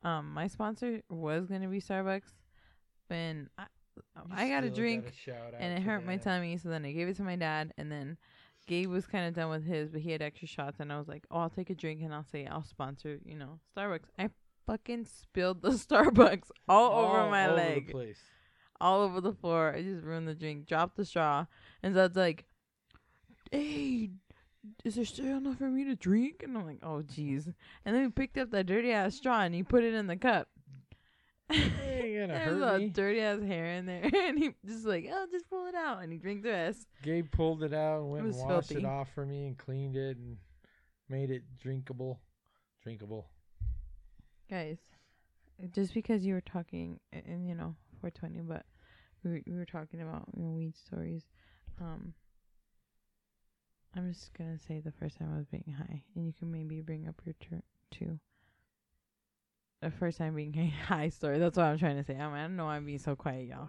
Speaker 2: Um, my sponsor was gonna be Starbucks, and I,
Speaker 3: You
Speaker 2: I got a
Speaker 3: still
Speaker 2: drink,
Speaker 3: shout out
Speaker 2: and it
Speaker 3: to
Speaker 2: hurt my
Speaker 3: that.
Speaker 2: tummy, so then I gave it to my dad, and then Gabe was kind of done with his, but he had extra shots, and I was like, "Oh, I'll take a drink, and I'll say I'll sponsor, you know, Starbucks." I fucking spilled the Starbucks all, over my
Speaker 3: over the
Speaker 2: leg
Speaker 3: place.
Speaker 2: all over the floor. I just ruined the drink, dropped the straw, and so it's like, "Hey, is there still enough for me to drink?" And I'm like, "Oh, jeez." And then we picked up that dirty ass straw and he put it in the cup.
Speaker 3: It ain't gonna
Speaker 2: There's
Speaker 3: hurt
Speaker 2: a
Speaker 3: me.
Speaker 2: dirty ass hair in there, and he just like, "Oh, just pull it out," and he drank the rest.
Speaker 3: Gabe pulled it out and went and
Speaker 2: was
Speaker 3: washed it
Speaker 2: filthy.
Speaker 3: off for me and cleaned it and made it drinkable. Drinkable.
Speaker 2: Guys, just because you were talking, and- and you know, 420, but we were, we were talking about you know, weed stories. Um, I'm just gonna say the first time I was being high, and you can maybe bring up your tur too. The first time being high, high story. That's what I'm trying to say. I'm, I don't know why I'm being so quiet, y'all.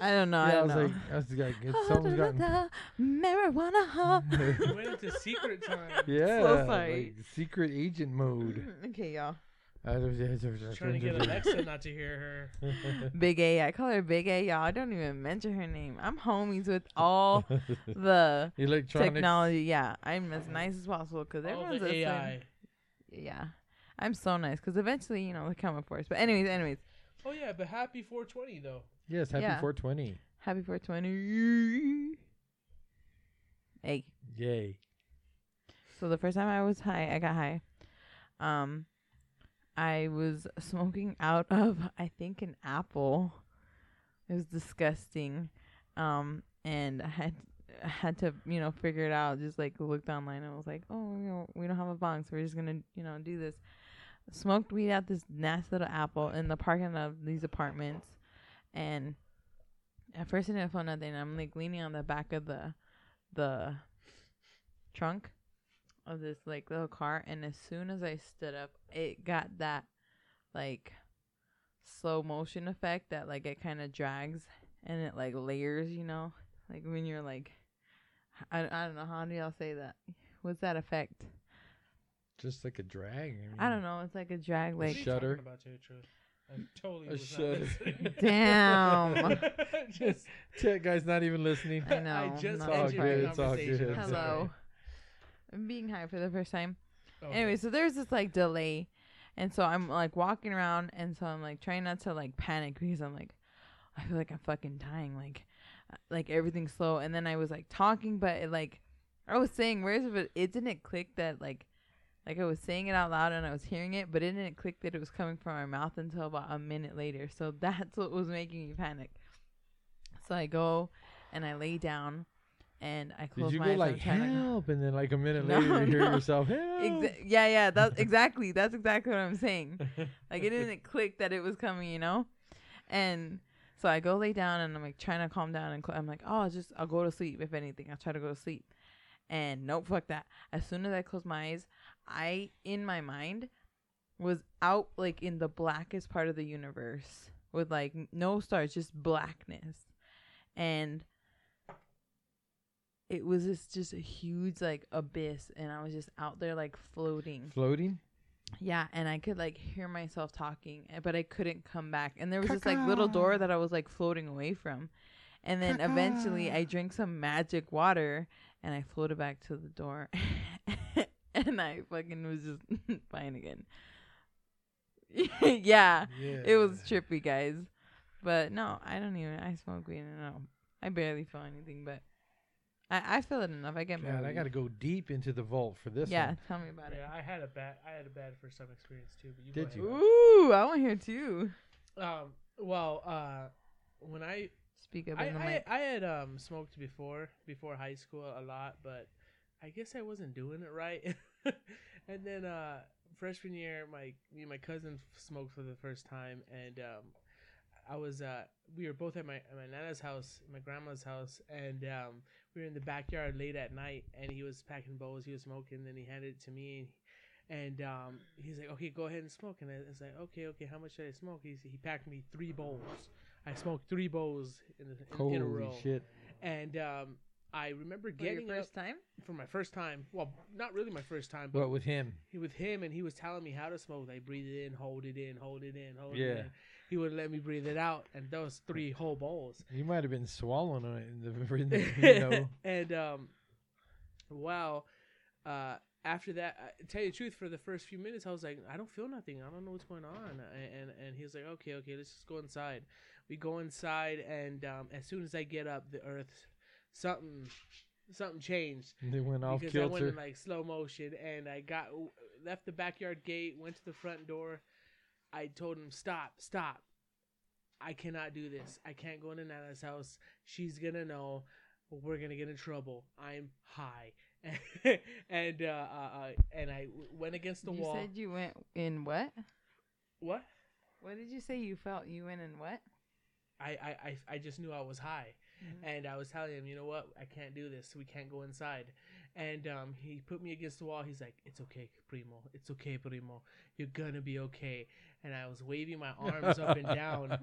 Speaker 2: I don't know. I
Speaker 3: yeah, I
Speaker 2: don't
Speaker 3: was
Speaker 2: know. Oh,
Speaker 3: like, I was like, it's someone's gotten.
Speaker 2: marijuana. Huh?
Speaker 1: We went into secret time.
Speaker 3: yeah,
Speaker 2: sorry.
Speaker 3: like secret agent mode.
Speaker 2: okay, y'all.
Speaker 3: I was- I was- I was-
Speaker 1: Trying to get Alexa not to hear her.
Speaker 2: Big A. I call her Big A, y'all. I don't even mention her name. I'm homies with all the
Speaker 3: Electronic
Speaker 2: Oh. technology. Yeah, I'm as nice as possible because
Speaker 1: All
Speaker 2: everyone's
Speaker 1: the
Speaker 2: listening.
Speaker 1: AI.
Speaker 2: Yeah, I'm so nice because eventually, you know, they come up for us. But anyways, anyways,
Speaker 1: Oh yeah, but happy 420 though.
Speaker 3: Yes, happy
Speaker 2: Yeah.
Speaker 3: 420.
Speaker 2: happy 420. Hey,
Speaker 3: Yay.
Speaker 2: so the first time I was high, I got high. Um, I was smoking out of I think an apple. It was disgusting. Um, and I had I had to you know figure it out. Just like looked online and was like, oh, you know, we don't have a bong, so we're just gonna you know do this. Smoked weed out this nasty little apple in the parking lot of these apartments, and at first I didn't feel nothing. I'm like leaning on the back of the the trunk of this like little car, and as soon as I stood up, it got that like slow motion effect that like it kind of drags and it like layers, you know, like when you're like, I, I don't know how do y'all say that? What's that effect?
Speaker 3: Just like a drag. mean,
Speaker 2: I don't know. It's like a drag,
Speaker 1: What are
Speaker 2: like
Speaker 1: you
Speaker 3: shudder.
Speaker 1: talking About Tetra? I totally
Speaker 3: A
Speaker 1: was
Speaker 3: shudder.
Speaker 2: Damn.
Speaker 1: Not listening. Just
Speaker 3: That guy's not even listening.
Speaker 2: I know.
Speaker 1: I just
Speaker 3: It's
Speaker 2: not
Speaker 3: all
Speaker 1: entered
Speaker 2: surprised.
Speaker 1: the
Speaker 3: good, it's all
Speaker 1: conversation.
Speaker 3: good.
Speaker 1: I'm
Speaker 2: Hello.
Speaker 1: sorry. Oh.
Speaker 2: being high for the first time.
Speaker 3: Oh.
Speaker 1: Okay.
Speaker 2: Anyway, so there's this like delay, and so I'm like walking around, and so I'm like trying not to like panic because I'm like, I feel like I'm fucking dying, like, uh, like everything's slow. And then I was like talking, but it like, I was saying words, but it didn't click that like, like I was saying it out loud and I was hearing it, but it didn't click that it was coming from my mouth until about a minute later. So that's what was making me panic. So I go and I lay down, and I
Speaker 3: Did
Speaker 2: close
Speaker 3: you
Speaker 2: my
Speaker 3: go
Speaker 2: eyes.
Speaker 3: like
Speaker 2: I'm trying to go-
Speaker 3: help, and then like a minute
Speaker 2: No,
Speaker 3: later you hear
Speaker 2: no.
Speaker 3: yourself help?
Speaker 2: Exa- yeah, yeah, that's exactly that's exactly what I'm saying. Like it didn't click that it was coming, you know. And so I go lay down and I'm like trying to calm down and cl- I'm like, oh, I'll just I'll go to sleep if anything. I'll try to go to sleep. And nope, fuck that. As soon as I close my eyes, I in my mind was out like in the blackest part of the universe with like n- no stars, just blackness, and it was this just a huge like abyss, and I was just out there like floating.
Speaker 3: Floating.
Speaker 2: Yeah, and I could like hear myself talking, eh, but I couldn't come back. And there was this like little door that I was like floating away from. And then eventually I drank some magic water and I floated back to the door. and I fucking was just fine again. yeah, it was trippy, guys. But no, I don't even. I smoke weed and I don't. I barely feel anything, but I, I feel it enough. I get my.
Speaker 3: God, I got to go deep into the vault for this.
Speaker 2: Yeah,
Speaker 3: one.
Speaker 2: tell me about
Speaker 1: Yeah, I had a bad I had a bad first time experience too. But you
Speaker 3: Did
Speaker 1: go
Speaker 2: it.
Speaker 3: you?
Speaker 2: Ooh, I want to hear too.
Speaker 1: Ahead. Um. Well, uh, when I
Speaker 2: Speak up
Speaker 1: I,
Speaker 2: in the mic.
Speaker 1: I I had um smoked before before high school a lot, but I guess I wasn't doing it right. and then uh freshman year, my me and my cousin f- smoked for the first time, and um I was uh we were both at my at my nana's house, my grandma's house, and um we were in the backyard late at night, and he was packing bowls, he was smoking, then he handed it to me. And um, he's like, okay, go ahead and smoke. And I was like, okay, okay, how much should I smoke? He, he packed me three bowls. I smoked three bowls in, the, in, in a
Speaker 3: Holy
Speaker 1: row.
Speaker 3: shit!
Speaker 1: And um, I remember
Speaker 2: For your
Speaker 1: getting up
Speaker 2: first time?
Speaker 1: for my first time. Well, not really my first time, but
Speaker 3: What with him?
Speaker 1: he with him, and he was telling me how to smoke. Like breathe it in, hold it in, hold it in, hold it
Speaker 3: Yeah.
Speaker 1: in. He would let me breathe it out, and those three whole bowls.
Speaker 3: You might have been swallowing it in the, in the you know.
Speaker 1: and um, wow. Uh, after that, I, to tell you the truth, for the first few minutes, I was like, I don't feel nothing. I don't know what's going on. And and, and he was like, okay, okay, let's just go inside. We go inside, and um, as soon as I get up, the earth, something, something changed
Speaker 3: They went off
Speaker 1: because I went in
Speaker 3: kilter.
Speaker 1: like slow motion and I got left the backyard gate, went to the front door. I told him, "Stop, stop! I cannot do this. I can't go into Nana's house. She's gonna know. We're gonna get in trouble. I'm high." and uh, uh, uh, and I w- went against the
Speaker 2: you
Speaker 1: wall.
Speaker 2: said you went in what?
Speaker 1: what?
Speaker 2: What did you say you felt? You went in what?
Speaker 1: I, I, I, I just knew I was high.
Speaker 2: Mhm.
Speaker 1: And I was telling him, you know what? I can't do this. We can't go inside. And um, he put me against the wall. He's like, it's okay, primo. It's okay, primo. You're going to be okay. And I was waving my arms up and down.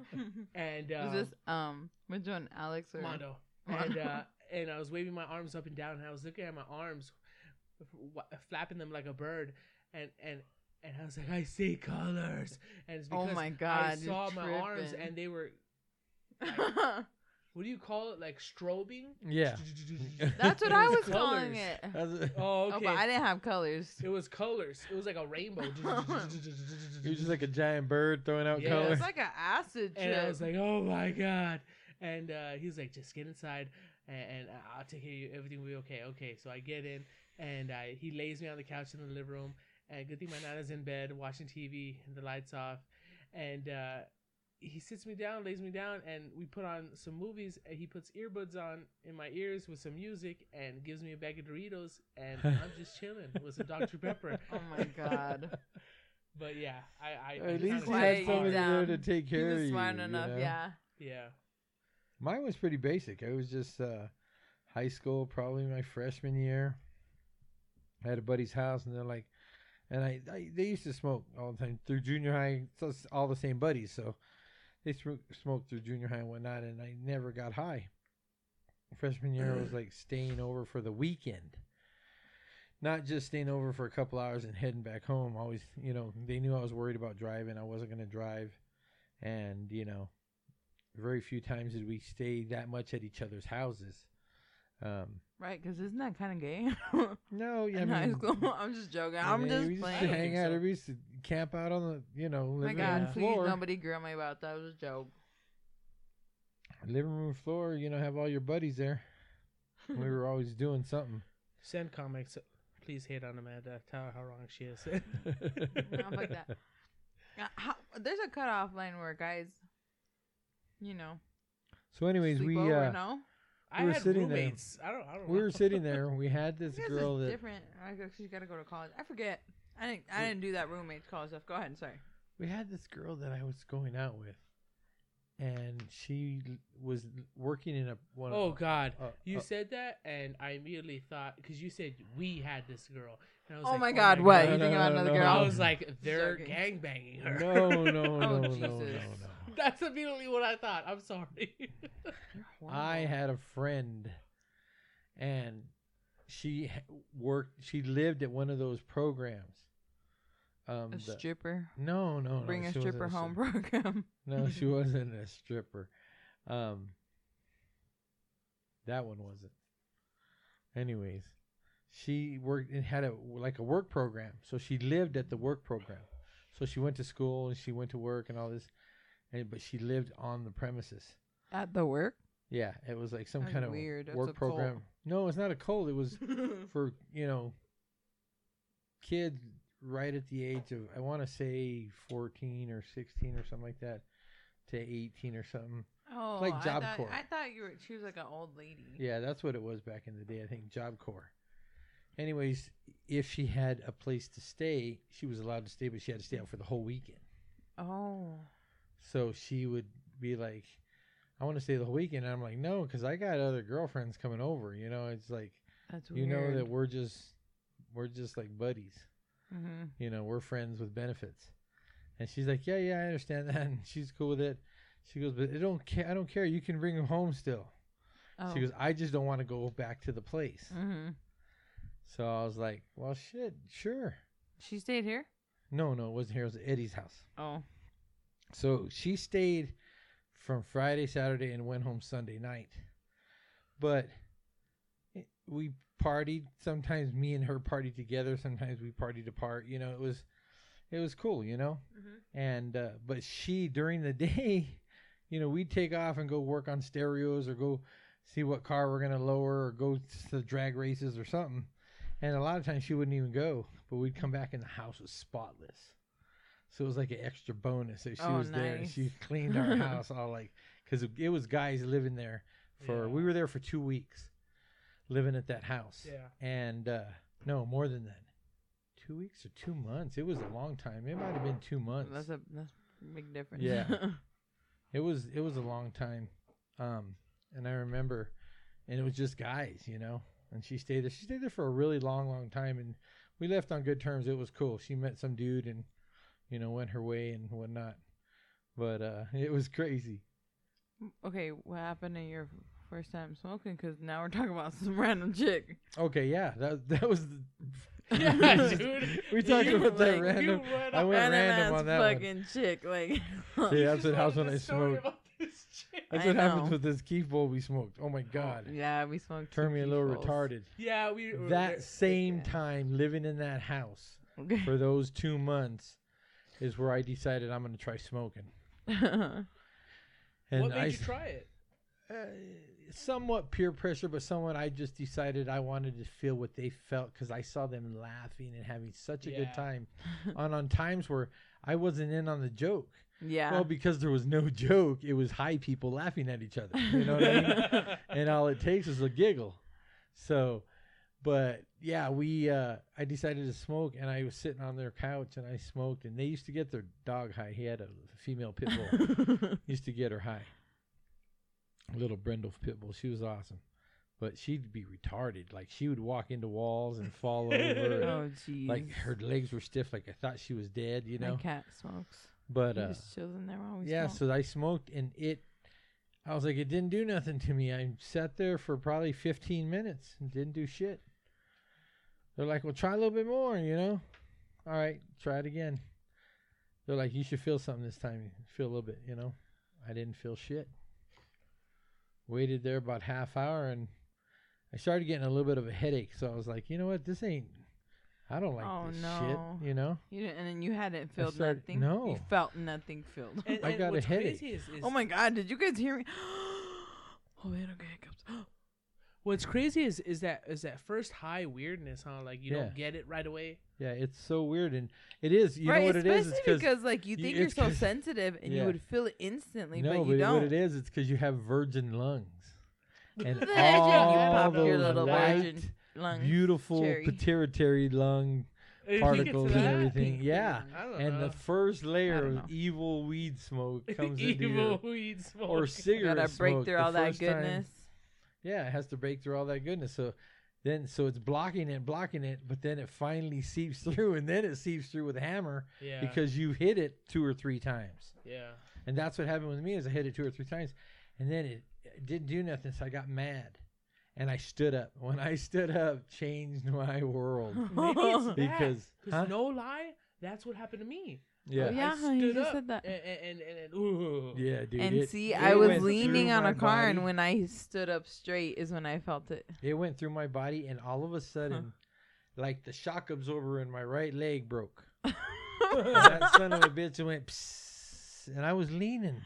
Speaker 1: And um,
Speaker 2: Was this um which one, Alex or
Speaker 1: Mondo.
Speaker 2: Mondo.
Speaker 1: And, uh, and I was waving my arms up and down. And I was looking at my arms, wa- flapping them like a bird. And, and, and I was like, I see colors. And it's
Speaker 2: Oh
Speaker 1: because
Speaker 2: my god!
Speaker 1: I
Speaker 2: you're
Speaker 1: saw my arms
Speaker 2: tripping.
Speaker 1: and they were what do you call it? Like strobing?
Speaker 3: Yeah.
Speaker 2: that's what I was
Speaker 1: was
Speaker 2: calling
Speaker 1: colours.
Speaker 2: it.
Speaker 3: That's-
Speaker 1: Oh, okay.
Speaker 2: Oh, but I didn't have colors.
Speaker 1: It was colors. It was like a rainbow.
Speaker 3: He was just like a giant bird throwing out
Speaker 1: Yeah.
Speaker 2: It
Speaker 3: color.
Speaker 2: was like an acid trip.
Speaker 1: and I was like, oh my god. And uh, he was like, just get inside, and, and I'll take care of you. Everything will be okay. Okay. So I get in, and I he lays me on the couch in the living room. And good thing my nana's in bed watching TV and the lights off. And uh, he sits me down, lays me down, and we put on some movies. And he puts earbuds on in my ears with some music and gives me a bag of Doritos, and I'm just chilling with some Dr Pepper.
Speaker 2: oh my god!
Speaker 1: But yeah, I, I I
Speaker 3: At least
Speaker 1: kinda
Speaker 3: you
Speaker 1: had
Speaker 3: had
Speaker 2: Quiet
Speaker 1: it
Speaker 2: you
Speaker 3: somebody
Speaker 1: hard.
Speaker 3: there
Speaker 2: down.
Speaker 3: to take
Speaker 2: He
Speaker 3: care of
Speaker 2: was
Speaker 3: you.
Speaker 2: smart
Speaker 3: you
Speaker 2: enough,
Speaker 3: know?
Speaker 2: yeah.
Speaker 1: Yeah.
Speaker 3: Mine was pretty basic. I was just uh, high school, probably my freshman year. I had a buddy's house, and they're like, and I, I they used to smoke all the time through junior high. So it's all the same buddies, so they sm- smoked through junior high and whatnot, and I never got high. Freshman year, I was like staying over for the weekend, not just staying over for a couple hours and heading back home. Always, you know, they knew I was worried about driving. I wasn't going to drive, and you know, very few times did we stay that much at each other's houses. Um,
Speaker 2: Right, because isn't that kind of gay?
Speaker 3: no, yeah, I
Speaker 2: in
Speaker 3: mean,
Speaker 2: high school. I'm just joking.
Speaker 3: I
Speaker 2: I'm
Speaker 3: mean,
Speaker 2: just
Speaker 3: we used to
Speaker 1: I don't
Speaker 2: playing.
Speaker 3: hang
Speaker 1: think
Speaker 3: out.
Speaker 1: so.
Speaker 3: We used to camp out on the, you know,
Speaker 2: My
Speaker 3: living
Speaker 2: God,
Speaker 3: room
Speaker 1: Yeah.
Speaker 2: please,
Speaker 3: floor.
Speaker 2: nobody grill me about that. It was a joke.
Speaker 3: Living room floor. You know, have all your buddies there. we were always doing something.
Speaker 1: Send comics. Please hate on Amanda. Tell her how wrong she is.
Speaker 2: fuck that. Uh, how, there's a cutoff line where guys, you know,
Speaker 3: So, anyways,
Speaker 2: sleep
Speaker 3: we
Speaker 2: over.
Speaker 3: uh,
Speaker 2: no,
Speaker 1: I
Speaker 3: We were
Speaker 1: had
Speaker 3: sitting there.
Speaker 1: roommates. I don't. I don't.
Speaker 3: we
Speaker 1: know.
Speaker 3: were sitting there. We had this
Speaker 2: you guys
Speaker 3: girl
Speaker 2: is
Speaker 3: that
Speaker 2: different. I guess you gotta go to college. I forget. I didn't. I didn't do that roommate college stuff. Go ahead. Sorry.
Speaker 3: we had this girl that I was going out with, and she l- was l- working in a one.
Speaker 1: Oh God.
Speaker 3: uh,
Speaker 1: You
Speaker 3: uh,
Speaker 1: said that, and I immediately thought because you said we had this girl. And I was
Speaker 2: Oh
Speaker 1: like,
Speaker 2: my God! What
Speaker 3: God.
Speaker 2: you
Speaker 3: No,
Speaker 2: think
Speaker 3: no,
Speaker 2: about
Speaker 3: no,
Speaker 2: another
Speaker 3: no.
Speaker 2: girl?
Speaker 1: I was like, they're
Speaker 2: Joking.
Speaker 1: gangbanging her.
Speaker 3: no, no, no, no, no, no,
Speaker 2: Oh, Jesus.
Speaker 1: That's immediately what I thought. I'm sorry.
Speaker 3: I had a friend, and she h- worked. She lived at one of those programs. Um,
Speaker 2: a
Speaker 3: the-
Speaker 2: stripper.
Speaker 3: no, no, no,
Speaker 2: Bring a
Speaker 3: she wasn't
Speaker 2: stripper home
Speaker 3: stripper.
Speaker 2: program.
Speaker 3: No, she wasn't a stripper. Um, that one wasn't. Anyways, she worked and had a like a work program, so she lived at the work program. So she went to school and she went to work and all this, and but she lived on the premises.
Speaker 2: At the work?
Speaker 3: Yeah, it was like some
Speaker 2: That's
Speaker 3: kind of
Speaker 2: weird. That's a
Speaker 3: work
Speaker 2: cult.
Speaker 3: program. No, it's not a cult. It was for you know kids right at the age of I want to say 14 or 16 or something like that to 18 or something.
Speaker 2: Oh,
Speaker 3: Like
Speaker 2: I
Speaker 3: Job
Speaker 2: thought-
Speaker 3: Corps.
Speaker 2: I thought you were. She was like an old lady.
Speaker 3: Yeah, that's what it was back in the day. I think Job Corps. Anyways, if she had a place to stay, she was allowed to stay, but she had to stay out for the whole weekend.
Speaker 2: Oh.
Speaker 3: So she would be like, "I want to stay the whole weekend." And I'm like, "No, because I got other girlfriends coming over." You know, it's like
Speaker 2: That's
Speaker 3: you
Speaker 2: weird.
Speaker 3: know that we're just we're just like buddies.
Speaker 2: hmm
Speaker 3: you know, we're friends with benefits. And she's like, yeah, yeah, I understand that. And she's cool with it. She goes, but it don't care. I don't care. You can bring him home still.
Speaker 2: Oh.
Speaker 3: She goes, I just don't want to go back to the place.
Speaker 2: hmm
Speaker 3: So I was like, well, shit, sure.
Speaker 2: She stayed here.
Speaker 3: No, no, it wasn't here. It was at Eddie's house.
Speaker 2: Oh.
Speaker 3: So she stayed from Friday, Saturday, and went home Sunday night. But it- we partied. Sometimes me and her partied together. Sometimes we partied apart. You know, it was, it was cool. You know,
Speaker 2: Mm-hmm.
Speaker 3: and uh, but she during the day, you know, we'd take off and go work on stereos or go see what car we're gonna lower or go to the drag races or something. And a lot of times she wouldn't even go, but we'd come back and the house was spotless. So it was like an extra bonus that she
Speaker 2: Oh,
Speaker 3: was there and
Speaker 2: nice.
Speaker 3: she cleaned our house all like because it was guys living there for
Speaker 1: Yeah.
Speaker 3: we were there for two weeks living at that house
Speaker 1: Yeah.
Speaker 3: and uh no more than that two weeks or two months it was a long time it might have been two months
Speaker 2: That's a that's a big difference.
Speaker 3: Yeah. it was it was a long time um and i remember and it was just guys you know and she stayed there she stayed there for a really long long time and we left on good terms it was cool she met some dude and you know went her way and whatnot but uh it was crazy
Speaker 2: okay, what happened to your first time smoking? Because now we're talking about some random chick.
Speaker 3: okay yeah that that was the,
Speaker 1: yeah, dude.
Speaker 3: we talked
Speaker 2: You,
Speaker 3: about that
Speaker 2: like,
Speaker 3: random
Speaker 1: You went
Speaker 3: I
Speaker 1: off-
Speaker 3: went
Speaker 2: random
Speaker 3: random
Speaker 2: ass
Speaker 3: on that one.
Speaker 2: fucking chick. Like,
Speaker 3: yeah
Speaker 1: you
Speaker 3: that's
Speaker 1: just
Speaker 3: what happens
Speaker 1: wanted
Speaker 3: when
Speaker 1: the
Speaker 3: i
Speaker 1: story
Speaker 3: smoke
Speaker 1: about this chick.
Speaker 3: that's
Speaker 2: I
Speaker 3: what happens
Speaker 2: know.
Speaker 3: with this keef bowl we smoked oh my god
Speaker 2: yeah, we smoked.
Speaker 3: turned
Speaker 2: two
Speaker 3: me a little
Speaker 2: Keef Bowls.
Speaker 3: retarded
Speaker 1: Yeah, we were
Speaker 3: that same
Speaker 2: Yeah.
Speaker 3: time living in that house for those two months is where I decided I'm going to try smoking.
Speaker 2: Okay.
Speaker 1: There. What made
Speaker 3: I,
Speaker 1: you try it?
Speaker 3: Uh, somewhat peer pressure, but somewhat I just decided I wanted to feel what they felt because I saw them laughing and having such a
Speaker 1: Yeah.
Speaker 3: good time. on on times where I wasn't in on the joke.
Speaker 2: yeah.
Speaker 3: Well, because there was no joke, it was high people laughing at each other. You know what I mean? and um, all it takes is a giggle. So, but yeah, we uh, I decided to smoke, and I was sitting on their couch, and I smoked, and they used to get their dog high. He had a female pit bull, used to get her high. Little Brendel pit bull, she was awesome, but she'd be retarded. Like she would walk into walls and fall over. and,
Speaker 2: oh jeez.
Speaker 3: like her legs were stiff. Like I thought she was dead, you know.
Speaker 2: My cat smokes.
Speaker 3: But
Speaker 2: he
Speaker 3: uh,
Speaker 2: just chills in there while we
Speaker 3: yeah,
Speaker 2: smoke.
Speaker 3: so I smoked and it. I was like, it didn't do nothing to me. I sat there for probably 15 minutes and didn't do shit. They're like, well, try a little bit more, you know? All right, try it again. They're like, you should feel something this time. Feel a little bit, you know? I didn't feel shit. Waited there about half hour and I started getting a little bit of a headache, so I was like, you know what, this ain't. I don't like
Speaker 2: Oh,
Speaker 3: this
Speaker 2: no.
Speaker 3: shit. You know,
Speaker 2: You didn't, and then you hadn't filled
Speaker 3: started-
Speaker 2: nothing.
Speaker 3: no.
Speaker 2: you felt nothing filled.
Speaker 1: And-
Speaker 3: I
Speaker 1: and
Speaker 3: got a
Speaker 1: what's
Speaker 3: headache.
Speaker 1: crazy is- is-
Speaker 2: oh my god! Did you guys hear me? oh, man, okay, hiccups.
Speaker 1: What's crazy is is that is that first high weirdness, huh? Like you
Speaker 3: Yeah.
Speaker 1: don't get it right away.
Speaker 3: yeah, it's so weird, and it is. You know what it is?
Speaker 2: especially
Speaker 3: It's
Speaker 2: because like you
Speaker 3: you-
Speaker 2: think
Speaker 3: it's
Speaker 2: you're so
Speaker 3: 'cause-
Speaker 2: sensitive and you
Speaker 3: Yeah.
Speaker 2: would feel it instantly,
Speaker 3: no,
Speaker 2: but
Speaker 3: but,
Speaker 2: you
Speaker 3: it-
Speaker 2: don't.
Speaker 3: what it is, it's because you have virgin lungs, and
Speaker 2: There you
Speaker 3: all
Speaker 2: pop your
Speaker 3: those
Speaker 2: little
Speaker 3: white,
Speaker 2: virgin lungs.
Speaker 3: beautiful
Speaker 2: cherry.
Speaker 3: pituitary lung
Speaker 1: If you get to
Speaker 3: particles and
Speaker 1: that-
Speaker 3: everything.
Speaker 2: Pink
Speaker 3: Yeah,
Speaker 1: I don't
Speaker 3: and
Speaker 1: know.
Speaker 3: the first layer
Speaker 2: don't
Speaker 3: of
Speaker 2: know.
Speaker 3: evil weed smoke comes into
Speaker 1: evil
Speaker 3: your
Speaker 1: weed smoke.
Speaker 3: or cigarette
Speaker 2: Gotta break
Speaker 3: smoke
Speaker 2: through
Speaker 3: the
Speaker 2: all that
Speaker 3: first time.
Speaker 2: goodness.
Speaker 3: Yeah, it has to break through all that goodness. So then, so it's blocking it, blocking it, but then it finally seeps through, and then it seeps through with a hammer
Speaker 1: yeah,
Speaker 3: because you hit it two or three times,
Speaker 1: yeah,
Speaker 3: and that's what happened with me. Is I hit it two or three times, and then it, it didn't do nothing, so I got mad, and I stood up. When I stood up, changed my world
Speaker 1: maybe it's that.
Speaker 3: because huh?
Speaker 1: Cause no lie, that's what happened to me.
Speaker 3: yeah.
Speaker 2: Oh, yeah.
Speaker 1: I
Speaker 2: huh, you
Speaker 1: stood
Speaker 2: just
Speaker 1: up
Speaker 2: said that.
Speaker 1: And and and, and ooh.
Speaker 3: Yeah, dude.
Speaker 2: and
Speaker 3: it-
Speaker 2: see,
Speaker 3: it
Speaker 2: I was
Speaker 3: went
Speaker 2: leaning
Speaker 3: through
Speaker 2: on a
Speaker 3: my
Speaker 2: car,
Speaker 3: body.
Speaker 2: and when I stood up straight is when I felt it.
Speaker 3: It went through my body, and all of a sudden, like the shock absorber in my right leg broke. And that son of a bitch went, psst, and I was leaning,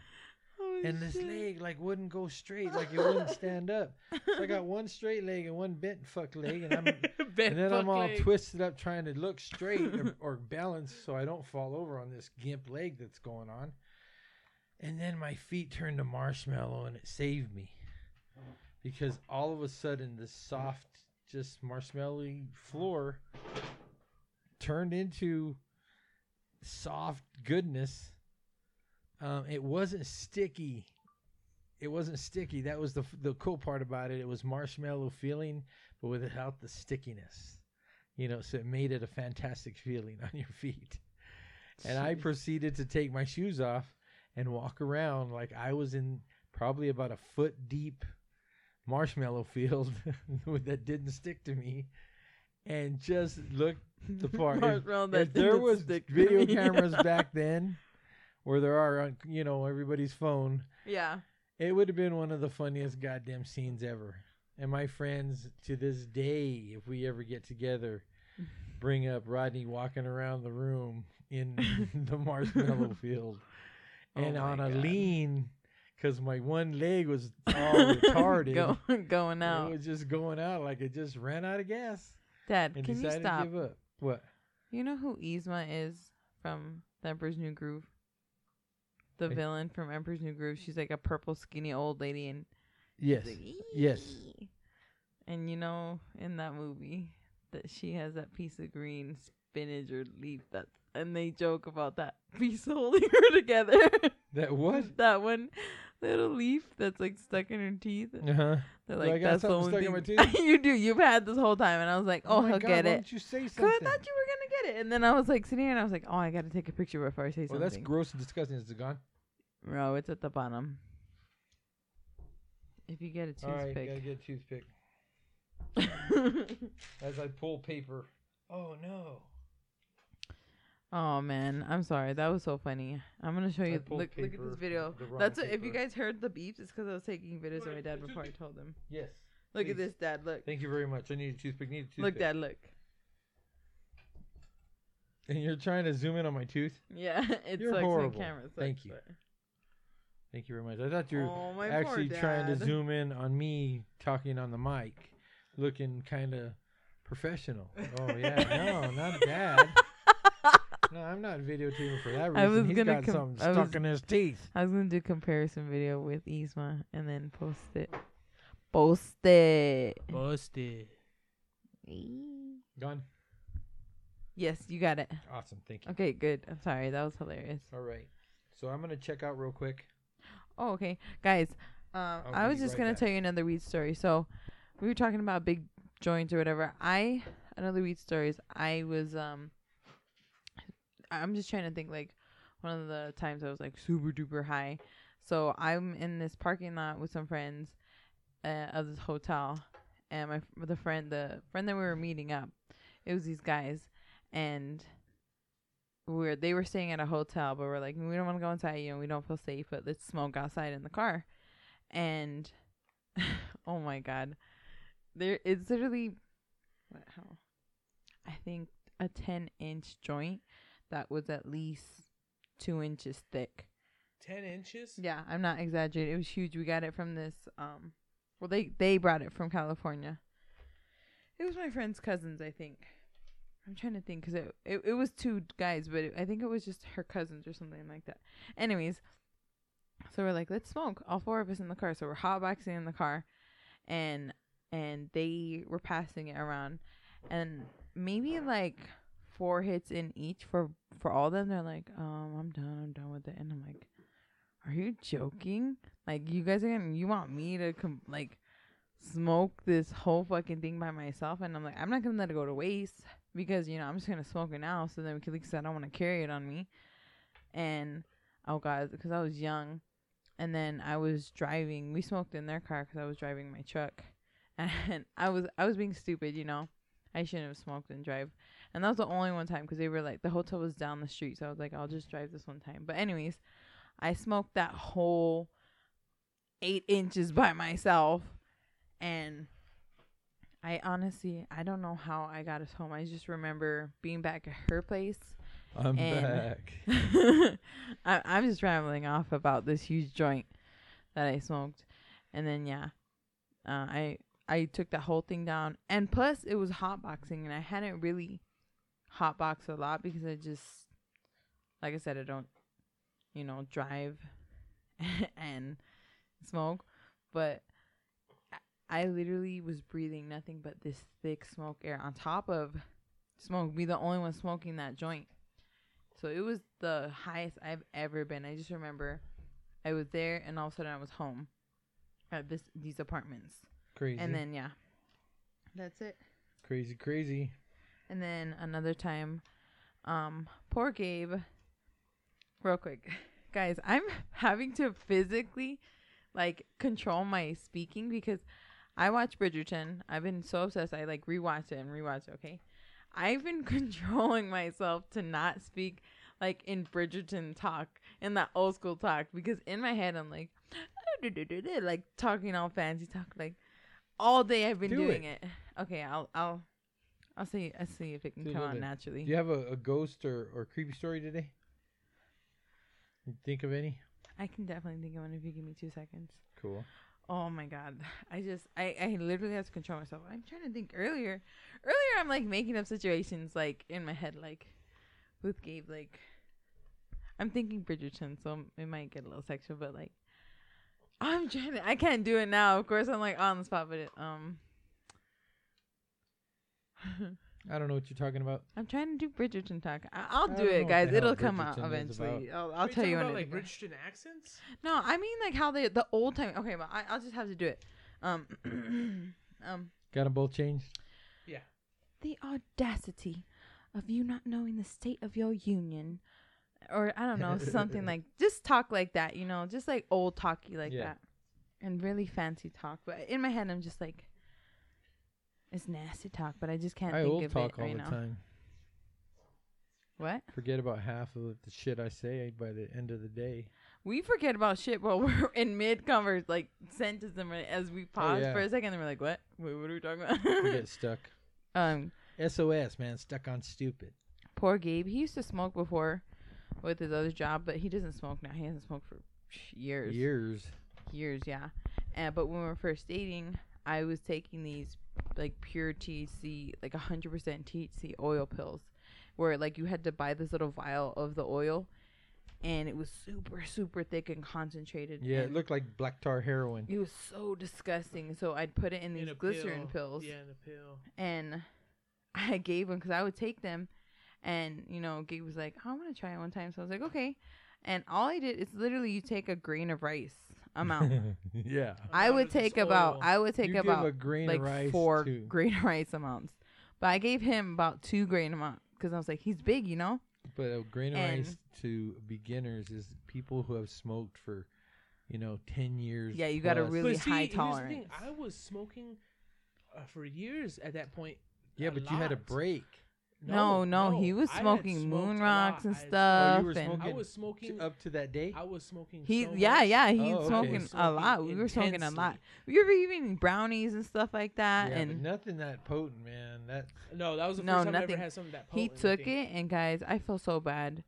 Speaker 3: and this leg like wouldn't go straight, like it wouldn't stand up. So I got one straight leg and one bent fuck leg, and I'm
Speaker 1: Bent
Speaker 3: and then I'm
Speaker 1: fuck
Speaker 3: all
Speaker 1: leg.
Speaker 3: twisted up trying to look straight or, or balance so I don't fall over on this gimp leg that's going on. And then my feet turned to marshmallow and it saved me. Because all of a sudden the soft, just marshmallowy floor turned into soft goodness. Um, it wasn't sticky. It wasn't sticky. That was the the cool part about it. It was marshmallow feeling, but without the stickiness. You know, so it made it a fantastic feeling on your feet. And I proceeded to take my shoes off and walk around like I was in probably about a foot deep marshmallow field that didn't stick to me, and just looked the part. If-
Speaker 2: Marshmallow that
Speaker 3: if there
Speaker 2: didn't
Speaker 3: was
Speaker 2: stick to
Speaker 3: video
Speaker 2: me.
Speaker 3: cameras back then where there are on you know everybody's phone
Speaker 2: yeah.
Speaker 3: it would have been one of the funniest goddamn scenes ever and my friends to this day if we ever get together bring up rodney walking around the room in the marshmallow field
Speaker 2: Oh
Speaker 3: and
Speaker 2: my
Speaker 3: on a
Speaker 2: God.
Speaker 3: lean because my one leg was all retarded
Speaker 2: Go, going out.
Speaker 3: it was just going out like it just ran out of gas
Speaker 2: Dad,
Speaker 3: and
Speaker 2: can you
Speaker 3: decided
Speaker 2: stop?
Speaker 3: to give up what
Speaker 2: You know who Yzma is from The Emperor's New Groove? The
Speaker 3: I-
Speaker 2: villain from Emperor's New Groove. She's like a purple, skinny old lady, and she's
Speaker 3: yes
Speaker 2: like,
Speaker 3: yes
Speaker 2: "Ee." And you know, in that movie, that she has that piece of green spinach or leaf that, and they joke about that piece holding her together.
Speaker 3: that what
Speaker 2: that one little leaf that's like stuck in her teeth.
Speaker 3: uh-huh
Speaker 2: They're
Speaker 3: Do I
Speaker 2: like,
Speaker 3: got
Speaker 2: that's the
Speaker 3: something
Speaker 2: only
Speaker 3: stuck in
Speaker 2: thing
Speaker 3: my teeth?"
Speaker 2: you do. You've had this whole time, and I was like, oh,
Speaker 3: my
Speaker 2: he'll
Speaker 3: God,
Speaker 2: get
Speaker 3: why
Speaker 2: it.
Speaker 3: don't you say
Speaker 2: Cause I
Speaker 3: something?
Speaker 2: thought you were gonna get it, and then I was like sitting here and I was like, "Oh, I gotta take a picture before I say
Speaker 3: well,
Speaker 2: something."
Speaker 3: that's gross and disgusting. Is it gone?
Speaker 2: No, it's at the bottom. If you get a
Speaker 3: gotta
Speaker 2: toothpick,
Speaker 3: get a toothpick. As I pull paper. Oh no!
Speaker 2: oh man, I'm sorry. That was so funny. I'm gonna show
Speaker 3: I
Speaker 2: you.
Speaker 3: pulled
Speaker 2: Look, look at
Speaker 3: paper,
Speaker 2: this video.
Speaker 3: the wrong
Speaker 2: That's what, if you
Speaker 3: paper.
Speaker 2: guys heard the beeps, it's because I was taking videos of my dad before I told him.
Speaker 3: Yes.
Speaker 2: Look
Speaker 3: Please.
Speaker 2: at this, Dad. Look,
Speaker 3: Thank you very much. I need a toothpick. Need a toothpick.
Speaker 2: look, Dad. Look.
Speaker 3: And you're trying to zoom in on my tooth.
Speaker 2: Yeah, it's
Speaker 3: You're
Speaker 2: like
Speaker 3: horrible.
Speaker 2: my camera. Sucks,
Speaker 3: Thank you. Thank you very much. I thought you were
Speaker 2: Oh my poor
Speaker 3: actually trying to
Speaker 2: dad.
Speaker 3: zoom in on me talking on the mic, looking kind of professional. Oh yeah, no, not bad. No, I'm not videotaping for that reason.
Speaker 2: I was
Speaker 3: He's
Speaker 2: gonna
Speaker 3: got
Speaker 2: com-
Speaker 3: something
Speaker 2: I was-
Speaker 3: stuck in his teeth.
Speaker 2: I was gonna do comparison video with Isma and then post it. Post it.
Speaker 1: busted.
Speaker 3: Gone.
Speaker 2: Yes, you got it.
Speaker 3: Awesome. Thank you.
Speaker 2: Okay, good. I'm sorry. That was hilarious.
Speaker 3: All right. So I'm gonna check out real quick.
Speaker 2: Oh, okay. Guys, um,
Speaker 3: I'll
Speaker 2: I
Speaker 3: be
Speaker 2: was just
Speaker 3: right
Speaker 2: going
Speaker 3: back.
Speaker 2: to tell you another weed story. So, we were talking about big joints or whatever. I, another weed story is I was, um, I'm just trying to think like one of the times I was like super duper high. So, I'm in this parking lot with some friends uh, of this hotel. And my f- the friend the friend that we were meeting up, it was these guys, and we're they were staying at a hotel, but we're like, we don't want to go inside, you know, we don't feel safe, but let's smoke outside in the car. And oh my god, there it's literally what, how I think a ten inch joint that was at least two inches thick.
Speaker 1: Ten inches.
Speaker 2: Yeah, I'm not exaggerating. It was huge. We got it from this um well they they brought it from California. It was my friend's cousins, I think. I'm trying to think cuz it, it it was two guys, but it, I think it was just her cousins or something like that. Anyways, so we're like, "Let's smoke." All four of us in the car. So we're hotboxing in the car and and they were passing it around and maybe like four hits in each for for all of them they're like um i'm done i'm done with it and i'm like are you joking like you guys are gonna you want me to com- like smoke this whole fucking thing by myself and i'm like i'm not gonna let it go to waste because you know i'm just gonna smoke it now so then we can at least i don't want to carry it on me and oh god because i was young and then I was driving. We smoked in their car because I was driving my truck, and I was I was being stupid, you know. I shouldn't have smoked and drive, and that was the only one time because they were like the hotel was down the street, so I was like I'll just drive this one time. But anyways, I smoked that whole eight inches by myself, and I honestly I don't know how I got us home. I just remember being back at her place
Speaker 3: I'm
Speaker 2: And-
Speaker 3: back.
Speaker 2: I, I'm just rambling off about this huge joint that I smoked, and then yeah, uh, I I took that whole thing down, and plus it was hotboxing, and I hadn't really hotboxed a lot because I just, like I said, I don't, you know, drive and smoke, but I- I literally was breathing nothing but this thick smoke air on top of smoke. Be the only one smoking that joint. So it was the highest I've ever been. I just remember I was there and all of a sudden I was home at this these apartments.
Speaker 3: Crazy.
Speaker 2: And then yeah.
Speaker 4: That's it.
Speaker 3: crazy, crazy.
Speaker 2: And then another time, um, poor Gabe. Real quick, guys, I'm having to physically, like, control my speaking because I watch Bridgerton. I've been so obsessed. I like rewatch it and rewatch. It, okay, I've been controlling myself to not speak like in Bridgerton talk, in that old school talk, because in my head I'm like, like talking all fancy talk, like all day I've been
Speaker 3: Do
Speaker 2: doing it. Okay, I'll I'll I'll see I'll see if it can
Speaker 3: Do a
Speaker 2: come
Speaker 3: little
Speaker 2: out
Speaker 3: bit.
Speaker 2: naturally.
Speaker 3: Do you have a, a ghost or, or creepy story today? You think of any?
Speaker 2: I can definitely think of one if you give me two seconds.
Speaker 3: Cool.
Speaker 2: Oh my god. I just I, I literally have to control myself. I'm trying to think earlier. Earlier I'm like making up situations like in my head, like with Gabe, like I'm thinking Bridgerton, so it might get a little sexual, but like I'm trying to I can't do it now. Of course I'm like on the spot, but it, um
Speaker 3: I don't know what you're talking about.
Speaker 2: I'm trying to do Bridgerton talk. I- I'll
Speaker 3: I
Speaker 2: do
Speaker 3: don't know
Speaker 2: it,
Speaker 3: what
Speaker 2: guys.
Speaker 3: the hell
Speaker 2: It'll come out
Speaker 3: Bridgerton is
Speaker 2: eventually. I'll, I'll tell you when.
Speaker 1: about, like
Speaker 2: it comes.
Speaker 1: Bridgerton accents.
Speaker 2: No, I mean like how they the old time. Okay, but I, I'll just have to do it. Um, um,
Speaker 3: Got them both changed.
Speaker 1: Yeah.
Speaker 2: the audacity of you not knowing the state of your union, or I don't know something like just talk like that. You know, just like old talky like
Speaker 3: Yeah.
Speaker 2: that, and really fancy talk. But in my head, I'm just like, it's nasty talk, but I just can't
Speaker 3: I
Speaker 2: think
Speaker 3: old
Speaker 2: of
Speaker 3: talk
Speaker 2: it
Speaker 3: all
Speaker 2: right
Speaker 3: the
Speaker 2: now.
Speaker 3: time.
Speaker 2: What?
Speaker 3: Forget about half of the shit I say by the end of the day.
Speaker 2: We forget about shit while we're in mid converse, like sentence, and as we pause
Speaker 3: Oh, yeah.
Speaker 2: for a second, and we're like, "What? Wait, what are we talking about?"
Speaker 3: We get stuck.
Speaker 2: Um,
Speaker 3: SOS, man. Stuck on stupid.
Speaker 2: poor Gabe. He used to smoke before with his other job, but he doesn't smoke now. He hasn't smoked for years.
Speaker 3: Years.
Speaker 2: Years, yeah. And but when we were first dating, I was taking these like pure THC, like 100% THC oil pills, where like you had to buy this little vial of the oil, and it was super super thick and concentrated.
Speaker 3: Yeah, it
Speaker 2: and
Speaker 3: looked like black tar heroin.
Speaker 2: It was so disgusting. So I'd put it in these
Speaker 1: a
Speaker 2: glycerin
Speaker 1: pill.
Speaker 2: pills
Speaker 1: Yeah, in a pill.
Speaker 2: and I gave them because I would take them, and you know, Gabe was like, "I want to try it one time," so I was like, "Okay." And all I did is literally you take a grain of rice amount.
Speaker 3: yeah.
Speaker 2: I
Speaker 1: Amount
Speaker 2: would
Speaker 1: of this
Speaker 2: take about
Speaker 1: oil.
Speaker 2: I would take
Speaker 3: you give a
Speaker 2: about
Speaker 3: grain
Speaker 2: like
Speaker 3: of rice
Speaker 2: four
Speaker 3: to
Speaker 2: grain of rice amounts, but I gave him about two grain amount because I was like, he's big, you know.
Speaker 3: But a grain of
Speaker 2: And-
Speaker 3: rice to beginners is people who have smoked for, you know, ten years.
Speaker 2: Yeah, you gotta
Speaker 3: plus.
Speaker 2: really-
Speaker 1: but see,
Speaker 2: high
Speaker 1: here's the
Speaker 2: tolerance.
Speaker 1: thing, I was smoking uh, for years at that point.
Speaker 3: Yeah,
Speaker 1: a
Speaker 3: but you had a
Speaker 1: lot.
Speaker 3: break.
Speaker 2: No, no, he was
Speaker 1: I had
Speaker 2: smoking
Speaker 1: smoked
Speaker 2: moon
Speaker 1: a lot.
Speaker 2: rocks and
Speaker 1: I had
Speaker 2: stuff.
Speaker 3: Oh, were
Speaker 2: and
Speaker 1: smoked- I
Speaker 3: smoking
Speaker 1: was Oh, smoking.
Speaker 3: up to that date.
Speaker 1: I was smoking.
Speaker 2: he,
Speaker 1: so
Speaker 2: yeah,
Speaker 1: much.
Speaker 2: yeah, he's
Speaker 3: Oh, okay.
Speaker 2: smoking a lot. We were smoking a lot. We were eating brownies and stuff like that,
Speaker 3: Yeah, but
Speaker 2: Uh, and
Speaker 3: nothing that potent, man. That
Speaker 1: No, that was the
Speaker 2: No,
Speaker 1: first time I
Speaker 2: nothing.
Speaker 1: ever had something that
Speaker 2: he
Speaker 1: potent, I
Speaker 2: took
Speaker 1: think.
Speaker 2: it. And guys, I feel so bad.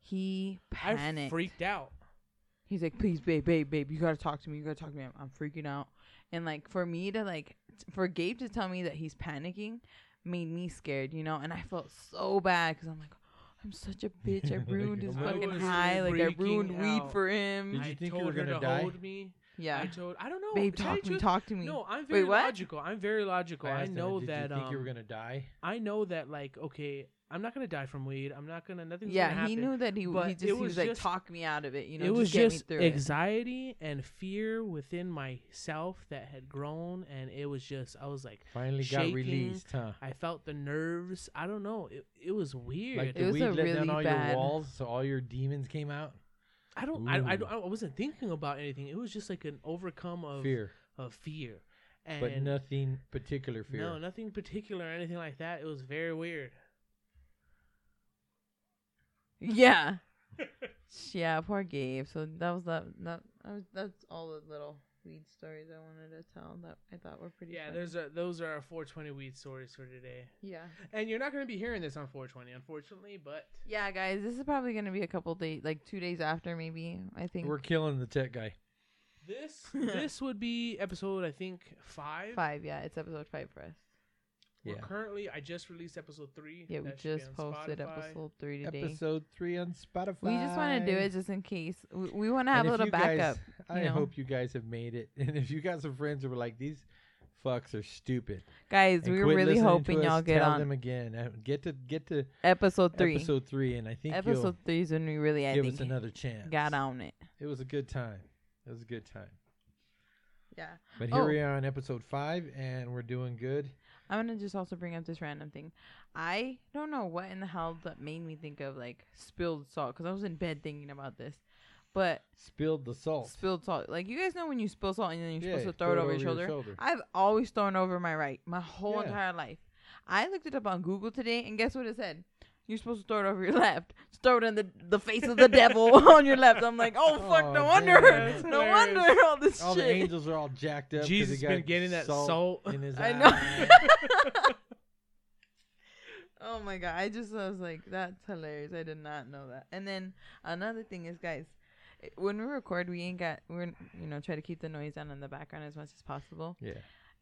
Speaker 2: He
Speaker 1: I
Speaker 2: panicked.
Speaker 1: freaked out.
Speaker 2: He's like, please, babe, babe, babe, you gotta talk to me. You gotta talk to me. I'm, I'm freaking out. And like for me to like t- for Gabe to tell me that he's panicking made me scared, you know. And I felt so bad because I'm like, I'm such a bitch. I ruined his
Speaker 3: I
Speaker 2: fucking
Speaker 1: was
Speaker 2: high. Like I
Speaker 1: freaking
Speaker 2: ruined weed
Speaker 1: out.
Speaker 2: for
Speaker 3: Did
Speaker 2: him.
Speaker 3: you
Speaker 1: I
Speaker 3: think you
Speaker 1: told
Speaker 3: were
Speaker 1: her
Speaker 3: gonna
Speaker 1: to
Speaker 3: die?
Speaker 1: hold me.
Speaker 2: Yeah,
Speaker 1: I told. I don't know.
Speaker 2: babe,
Speaker 1: Tell you
Speaker 2: talk to me.
Speaker 1: truth-
Speaker 2: Talk to me.
Speaker 1: No, I'm very
Speaker 2: what?
Speaker 1: logical. I'm very logical. I,
Speaker 3: asked him,
Speaker 1: know
Speaker 3: did
Speaker 1: that.
Speaker 3: You think you were
Speaker 1: um,
Speaker 3: gonna die?
Speaker 1: I know that. Like, okay, I'm not gonna die from weed. I'm not gonna. Nothing's gonna
Speaker 2: yeah,
Speaker 1: happen.
Speaker 2: he knew that he, he
Speaker 1: But
Speaker 2: just
Speaker 1: it
Speaker 2: he
Speaker 1: was
Speaker 2: was like
Speaker 1: just-
Speaker 2: talk me out of it, you know.
Speaker 1: it was
Speaker 2: get
Speaker 1: just
Speaker 2: me through it.
Speaker 1: anxiety and fear within myself that had grown, and it was just. I was like,
Speaker 3: Finally
Speaker 1: shaking,
Speaker 3: got released, huh?
Speaker 1: I felt the nerves. I don't know. It it was weird.
Speaker 3: Like
Speaker 2: It
Speaker 3: the
Speaker 2: was
Speaker 3: weed
Speaker 2: a
Speaker 3: let down
Speaker 2: really
Speaker 3: all
Speaker 2: bad-
Speaker 3: your walls, so all your demons came out.
Speaker 1: I don't. I, I
Speaker 3: Ooh.
Speaker 1: don't. I wasn't thinking about anything. It was just like an overcome of
Speaker 3: Fear,
Speaker 1: of fear. And
Speaker 3: but nothing particular fear.
Speaker 1: No, nothing particular or anything like that. It was very weird.
Speaker 2: Yeah. yeah, poor Gabe. So that was that. That, that was, that's all the little weed stories I wanted to tell that I thought were pretty.
Speaker 1: Yeah,
Speaker 2: funny.
Speaker 1: there's a, those are our 420 weed stories for today.
Speaker 2: Yeah.
Speaker 1: And you're not going to be hearing this on 420, unfortunately, but
Speaker 2: Yeah, guys, this is probably gonna be a couple days, like two days after, maybe. I think
Speaker 3: We're killing the tech guy.
Speaker 1: this this would be episode I think 5.
Speaker 2: five. Yeah, it's episode five for us.
Speaker 1: We're
Speaker 3: Yeah.
Speaker 1: currently I just released episode 3.
Speaker 2: Yeah, we
Speaker 1: That should be
Speaker 2: just
Speaker 1: on
Speaker 2: posted
Speaker 1: Spotify.
Speaker 2: episode three today.
Speaker 3: Episode three on Spotify.
Speaker 2: We just want to do it just in case. We, we want to have
Speaker 3: And
Speaker 2: a
Speaker 3: if
Speaker 2: little
Speaker 3: you guys-
Speaker 2: backup.
Speaker 3: I
Speaker 2: you know.
Speaker 3: hope you guys have made it. And if you got some friends who were like, these fucks are stupid.
Speaker 2: Guys,
Speaker 3: and
Speaker 2: we were
Speaker 3: quit
Speaker 2: really
Speaker 3: listening to
Speaker 2: hoping
Speaker 3: us,
Speaker 2: y'all get
Speaker 3: tell
Speaker 2: on
Speaker 3: them again. Uh, Get to get to
Speaker 2: episode three. Episode,
Speaker 3: episode three, and I think
Speaker 2: three is when we really,
Speaker 3: you'll
Speaker 2: I
Speaker 3: give
Speaker 2: think,
Speaker 3: us another chance.
Speaker 2: got on it.
Speaker 3: It was a good time. It was a good time.
Speaker 2: Yeah.
Speaker 3: But here
Speaker 2: Oh.
Speaker 3: we are on episode five, and we're doing good.
Speaker 2: I'm gonna just also bring up this random thing. I don't know what in the hell that made me think of like spilled salt because I was in bed thinking about this, but
Speaker 3: Spilled the salt.
Speaker 2: spilled salt. Like you guys know when you spill salt and then you're
Speaker 3: Oh. Yeah,
Speaker 2: supposed to throw it over, your shoulder. Ah, I've always thrown over my right my whole
Speaker 3: Yeah.
Speaker 2: entire life. I looked it up on Google today and guess what it said. You're supposed to throw it over your left. Just throw it in the, the face of the devil on your left. I'm like, oh fuck,
Speaker 3: Oh,
Speaker 2: no
Speaker 3: damn,
Speaker 2: wonder,
Speaker 1: that's
Speaker 2: no
Speaker 1: hilarious.
Speaker 2: wonder all this
Speaker 3: All
Speaker 2: shit.
Speaker 3: the angels are all jacked up. 'cause
Speaker 1: Jesus
Speaker 3: he
Speaker 1: has
Speaker 3: got
Speaker 1: been getting that salt.
Speaker 3: in his
Speaker 2: I know.
Speaker 3: eye.
Speaker 2: oh my god! I just I was like, that's hilarious. I did not know that. And then another thing is, guys, i- when we record, we ain't got we're you know try to keep the noise down in the background as much as possible,
Speaker 3: yeah.